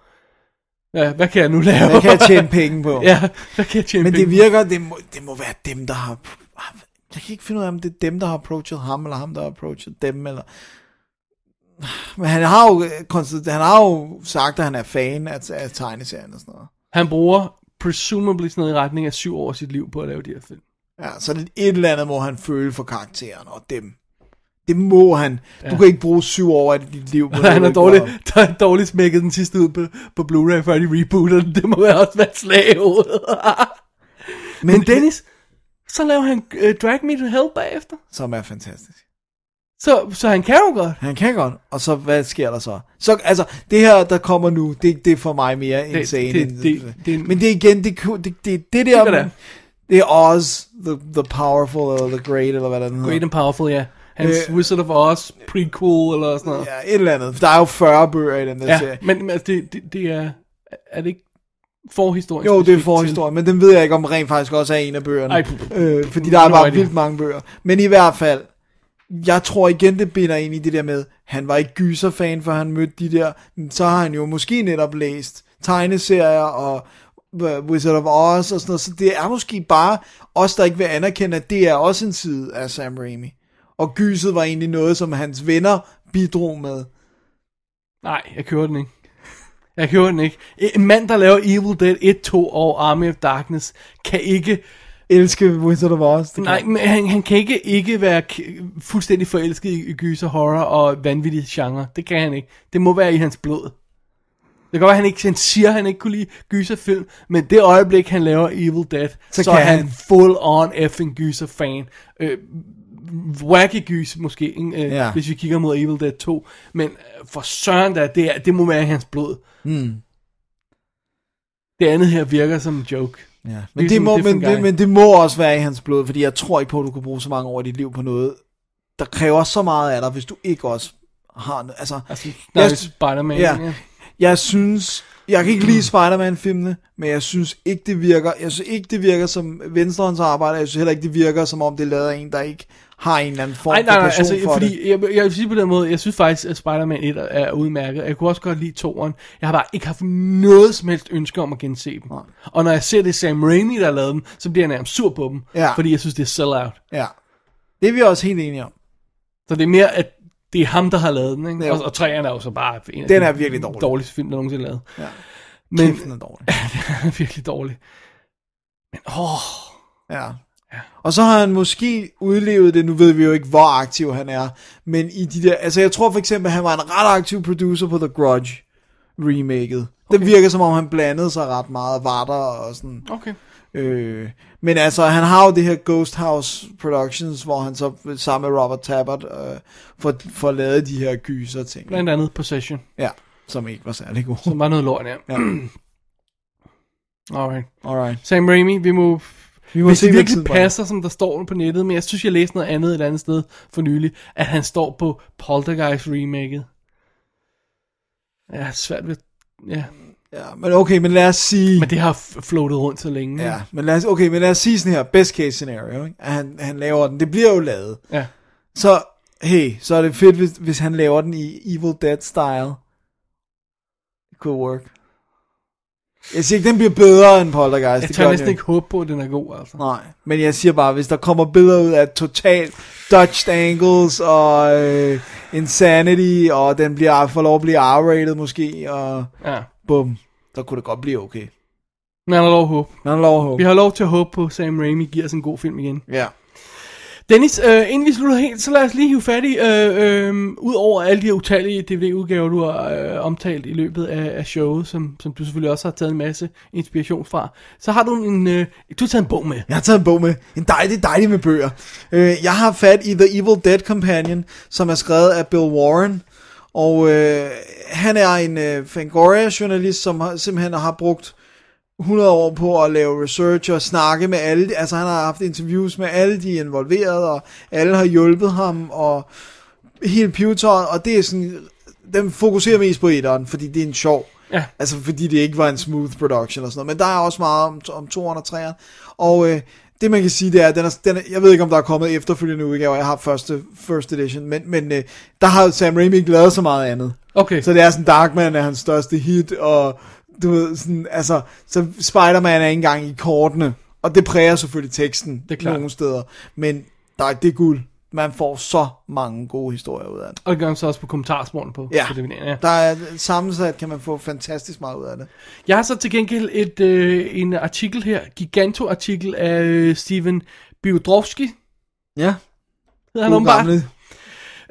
Ja, hvad kan jeg nu lave? Hvad kan jeg tjene penge på? ja, hvad kan jeg tjene Men penge det på? virker, det må, det må være dem, der har... Jeg kan ikke finde ud af, om det er dem, der har approachet ham, eller ham, der har approachet dem, eller... Men han har jo, konstant- han har jo sagt, at han er fan af, af tegneserien og sådan noget. Han bruger presumably sådan noget i retning af syv år af sit liv på at lave de her film. Ja, så det- et eller andet må han føle for karakteren og dem. Det må han. Du kan ikke bruge syv år af dit liv på noget, han du har ikke dårligt, gør. der er dårligt smækket den sidste ud på, på Blu-ray, før de rebooter den. Det må være også være et slag i hovedet. Men, Men Dennis, så laver han uh, Drag Me to Hell bagefter. Som er fantastisk. Så, så han kan jo godt. Han kan godt. Og så, hvad sker der så? Så, altså, det her, der kommer nu, det, det er for mig mere insane. det- end- det- det- Men det er igen, det, ku- det, det, det der... Det gør det. det er Oz, the, the Powerful, eller The Great, eller hvad den hedder. Great and powerful, ja. Hans Øh. Wizard of Oz prequel eller sådan noget. Ja, et eller andet. Der er jo 40 bøger i den der Ja, serie. men men altså, det, det, det er... Er det ikke forhistorien? Jo, det er specifikt til? forhistorien, men den ved jeg ikke, om rent faktisk også er en af bøgerne. Ej, pff, øh, fordi der er no bare idea. vildt mange bøger. Men i hvert fald, jeg tror igen, det binder ind i det der med, han var ikke gyserfan, for han mødte de der, men så har han jo måske netop læst tegneserier og øh, Wizard of Oz og sådan noget, så det er måske bare os, der ikke vil anerkende, at det er også en side af Sam Raimi. Og gyset var egentlig noget, som hans venner bidrog med. Nej, jeg kører den ikke. Jeg kører den ikke. En mand, der laver Evil Dead 1, 2 og Army of Darkness, kan ikke... Elsker Wizard of Oz. det kan Nej, men han, han kan ikke ikke være k- fuldstændig forelsket i, i gyser, horror og vanvittige genre. Det kan han ikke. Det må være i hans blod. Det kan godt være, han, ikke, han siger, at han ikke kunne lide gyserfilm, men det øjeblik, han laver Evil Dead, så, Så så er kan han han. full on effing gyser-fan. Øh, wacky gys måske, ikke? Øh, Ja. hvis vi kigger mod Evil Dead 2. Men øh, for søren da, det, er, det må være i hans blod. Mm. Det andet her virker som en joke. Ja, Ligesom men det, må, Different men, det, Guy. men det må også være i hans blod, fordi jeg tror ikke på, at du kan bruge så mange år i dit liv på noget, der kræver så meget af dig, hvis du ikke også har noget. Altså, Altså, der er jo Spider-Man. ja. Jeg synes, jeg kan ikke lide Spider-Man-filmene, men jeg synes ikke, det virker. Jeg synes ikke, det virker som venstrehåndsarbejde. Jeg synes heller ikke, det virker, som om det er lavet af en, der ikke har en eller anden form Nej, nej, for nej, passion altså, for det. fordi, jeg, jeg vil sige på den måde, jeg synes faktisk, at Spider-Man 1 er udmærket. Jeg kunne også godt lide toeren. Jeg har bare ikke haft noget som helst ønske om at gense dem. Nej. Og når jeg ser det er Sam Raimi, der har lavet dem, så bliver jeg nærmest sur på dem, Ja. fordi jeg synes, det er sell-out. Ja. Det er vi også helt enige om. Så det er mere, at det er ham, der har lavet den, ikke? Jo. Og, og træerne er jo så bare en af Den de er virkelig dårlig. dårligste film, der nogensinde er lavet. Ja. Men, Kæft, den er dårlig. Ja, den er virkelig dårlig. Men åh, Ja. Og så har han måske udlevet det, nu ved vi jo ikke, hvor aktiv han er, men i de der, altså jeg tror for eksempel, at han var en ret aktiv producer på The Grudge remaket. Okay. Det virker som om, han blandede sig ret meget, var der og sådan. Okay. Øh, men altså, han har jo det her Ghost House Productions, hvor han så sammen med Robert Tappert øh, får, får lavet de her gyser ting. blandt andet Possession, Ja, som ikke var særlig gode. som var noget lort, ja. Ja. Alright. Alright. Sam Raimi, vi må... Vi må må Hvis se, det hvad virkelig tiden bringer. passer, som der står på nettet, men jeg synes, jeg læste noget andet et andet sted for nylig, at han står på Poltergeist remaket. Jeg har svært ved... Ja, Ja, men okay, men lad os sige... men det har f- floatet rundt så længe. Ja, ikke? men lad os, okay, men lad os sige sådan her, best case scenario, ikke? at han, han laver den, det bliver jo lavet. Ja. Altså, Så, hey, så er det fedt, hvis, hvis han laver den i Evil Dead style. It could work. Jeg siger ikke, den bliver bedre end Poltergeist. Jeg det tør gør den næsten jo ikke håbe på, at den er god, altså. Nej, men jeg siger bare, hvis der kommer billeder ud af total Dutch angles og øh, insanity, og den bliver, får lov at blive R-rated måske, og Ja. bum, så kunne det godt blive okay. Men han har lov at håbe. Man har lov at håbe. Vi har lov til at håbe på, at Sam Raimi giver os en god film igen. Ja. Dennis, øh, inden vi slutter helt, så lad os lige hive fat i, øh, øh, ud over alle de her utallige DVD-udgaver, du har øh, omtalt i løbet af, af showet, som, som du selvfølgelig også har taget en masse inspiration fra, så har du en, øh, du har taget en bog med. Jeg har taget en bog med. En dejlig, dejlig med bøger. Øh, jeg har fat i The Evil Dead Companion, som er skrevet af Bill Warren. Og øh, han er en øh, Fangoria-journalist, som har, simpelthen har brugt 100 år på at lave research og snakke med alle. Altså han har haft interviews med alle de involverede, og alle har hjulpet ham, og hele pivetøjet. Og det er sådan, den fokuserer mest på etteren, fordi det er en sjov. Ja. Altså fordi det ikke var en smooth production og sådan noget. Men der er også meget om, om 2'eren og 3'eren. Og øh, det man kan sige, det er, at den er, den er, jeg ved ikke om der er kommet efterfølgende udgaver, jeg har første first edition, men, men øh, der har Sam Raimi ikke lavet så meget andet. Okay. Så det er sådan, Darkman er hans største hit, og du ved, sådan, altså, så Spider-Man er ikke engang i kortene, og det præger selvfølgelig teksten er klart. nogle steder, men der er det er guld. Man får så mange gode historier ud af det. Og det gør han så også på kommentarsporen på, Ja. på DVD'en. Ja. Der er sammensat, kan man få fantastisk meget ud af det. Jeg har så til gengæld et, øh, en artikel her, giganto-artikel af øh, Steven Biodrowski, Ja, hedder han God åbenbart. gamle.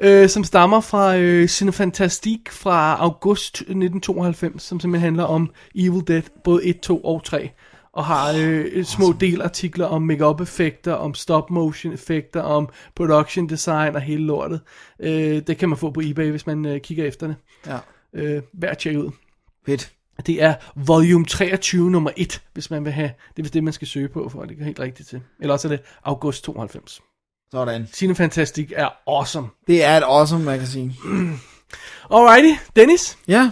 øh, som stammer fra øh, Cinefantastik fra august 1992, som simpelthen handler om Evil Dead, både 1, 2 og 3, og har øh, et små delartikler om make effekter om stop-motion-effekter, om production design og hele lortet. Øh, det kan man få på eBay, hvis man øh, kigger efter det. Ja, Øh, værd at tjekke ud. fedt. Det er volume 23, nummer 1, hvis man vil have. Det er vist det, man skal søge på, for at det er helt rigtigt til. Eller også er det august 92. Sådan. Cinefantastik er awesome. Det er et awesome magasin. Alrighty, Dennis. Ja,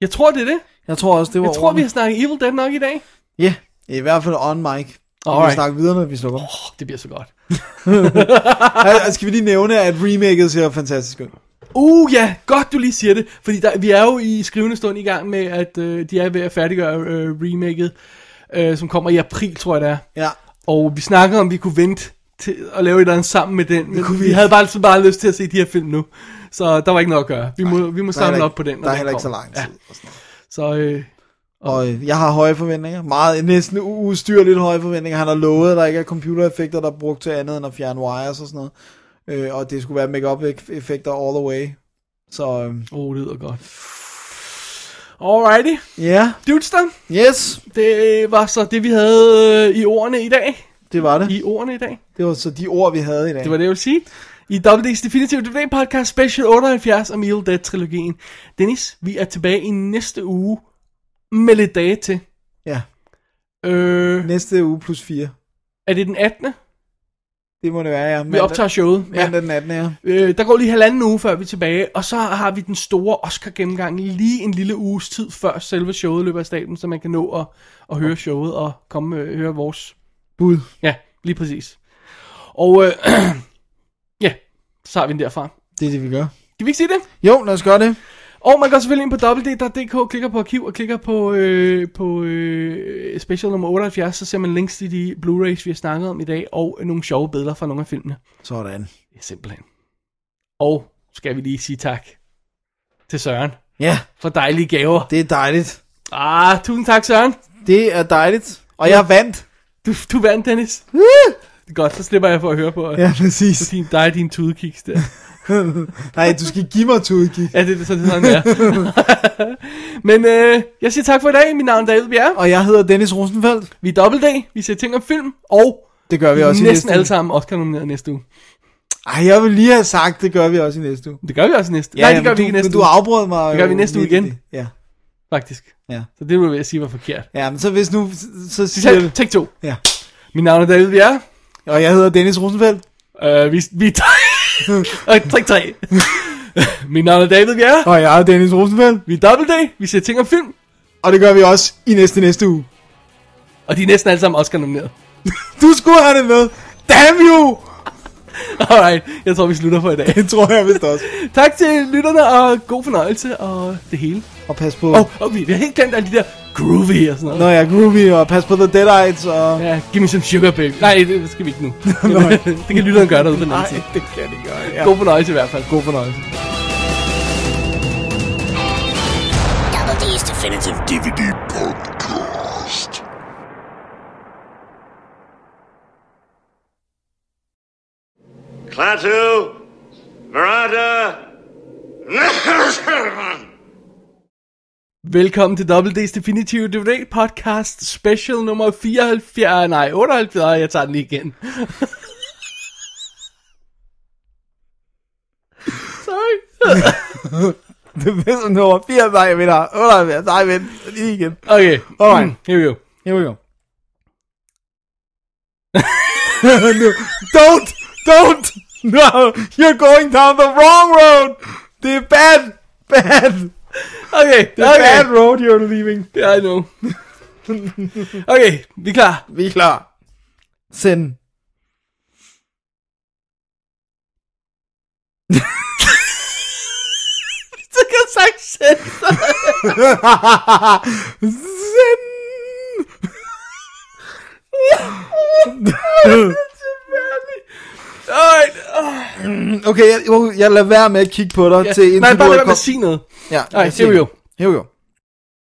Jeg tror, det er det. jeg tror også, det var Jeg tror, vi har ordentligt. snakket Evil Dead nok i dag. Ja, i hvert fald on mic. Og vi Alright. snakker videre, når vi slukker. Oh, det bliver så godt. Oh. Skal vi lige nævne, at remaket ser fantastisk ud? Uh ja, godt du lige siger det. Fordi der, vi er jo i skrivende stund i gang med, at øh, de er ved at færdiggøre øh, remaket, øh, som kommer i april, tror jeg det er. Ja. Og vi snakker om, vi kunne vente til at lave et eller andet sammen med den. Men kunne vi vi. havde bare, altså bare lyst til at se de her film nu. Så der var ikke noget at gøre. Vi må, vi må Der er samle heller op ikke- på den. når Der er den heller ikke så kommer. lang tid. og sådan noget. Så øh, Og øh, jeg har høje forventninger. Meget, næsten u- ustyrligt høje forventninger. Han har lovet, at der ikke er computereffekter, der er brugt til andet end at fjerne wires og sådan noget. Øh, og det skulle være make-up effekter all the way. Så øh, oh, det lyder godt. Alrighty, ja, dudester. yes, Det øh, var så det, vi havde øh, i ordene i dag. det var det. I ordene i dag. Det var så de ord, vi havde i dag. Det var det, jeg ville sige. I WD's Definitive DVD Podcast Special 78 om Evil Dead-trilogien. Dennis, vi er tilbage i næste uge med lidt dage til. Ja, Øh, næste uge plus 4. er det den 18. Det Det må det være, ja. Vi optager showet. Ja. Mandag den 18. ja. Øh, der går lige halvanden uge, før vi er tilbage, og så har vi den store Oscar-gennemgang lige en lille uges tid før selve showet løber af staten, så man kan nå at, at høre showet og komme øh, høre vores bud. Ja, lige præcis. Og øh, ja, så har vi den derfra. Det er det, vi gør. Kan vi ikke sige det? Jo, lad os gøre det. Og man går selvfølgelig ind på www.dk, klikker på arkiv og klikker på, øh, på øh, special nummer 78, så ser man links til de Blu-rays, vi har snakket om i dag, og nogle sjove billeder fra nogle af filmene. Sådan. Ja, simpelthen. Og skal vi lige sige tak til Søren Ja, for dejlige gaver. det er dejligt. Ah, tusind tak Søren. Det er dejligt. Og jeg vandt. Du, du vandt, Dennis. Det er godt, så slipper jeg for at høre på, Ja, ja. præcis. på din, dig og dine tudekiks der. Nej, du skal give mig tudegik. Ja, det er sådan, sådan det er. Men øh, jeg siger tak for i dag. Mit navn er David Bjerre. Og jeg hedder Dennis Rosenfeldt. Vi er dobbelt D. Vi ser ting om film. Og Det gør vi også i næste næsten uge. alle sammen Oscar nomineret næste uge. Ej, jeg vil lige have sagt, det gør vi også i næste uge. Det gør vi også i næste. Ja, Nej, det gør men vi du, ikke næste men du uge, afbrød mig Det gør jo vi næste uge igen. virkelig. Ja. faktisk. Ja. Så det vil jeg sige var forkert. ja, men så hvis nu, så- så siger jeg Tag, det. take to. Ja. Mit navn er David Bjerre. Og jeg hedder Dennis Rosenfeldt. Øh, vi, vi er Trik tre. Mit navn er David Bjerre. Og jeg er Dennis Rosenfeldt. Vi er dobbelt D. Vi ser ting om film. Og det gør vi også i næste næste uge. Og de er næsten alle sammen Oscar nomineret. Du skulle have det med. Damn you! Alright, jeg tror vi slutter for i dag. Det tror jeg vist også. tak til lytterne, og god fornøjelse og det hele. Og pas på... Og, og vi vi har helt glemt alle de der groovy og sådan noget. Når jeg er groovy, og pas på The Deadites, og... Ja, give me some sugar, baby. Nej, det skal vi ikke nu. det kan lytteren gøre derude på den anden side. det kan det gøre, ja. God fornøjelse i hvert fald. God fornøjelse. Double D's Definitive DVD Podcast. Klaatu, Verada, Velkommen til WD's Definitive DVD Podcast Special nummer 74, nej 78, jeg tager den lige igen. Sorry. Det er sådan over 80, nej, jeg vinder. 78, nej, vent. Lige igen. Okay, Alright. Mm, here we go. Here we go. no, don't! Don't! No! You're going down the wrong road! Det er bad! Bad! Okay, Det er okay. bad road, you're leaving. Yeah, I know. Okay, vi er klar. Vi er klar. Send. Så kan jeg sagt send. Send! Alright. Okay, jeg, jeg lader være med at kigge på dig til Nej, indtil bare du lad er være med kommet- at sige noget. Ja, Alright, here we go. Here we go.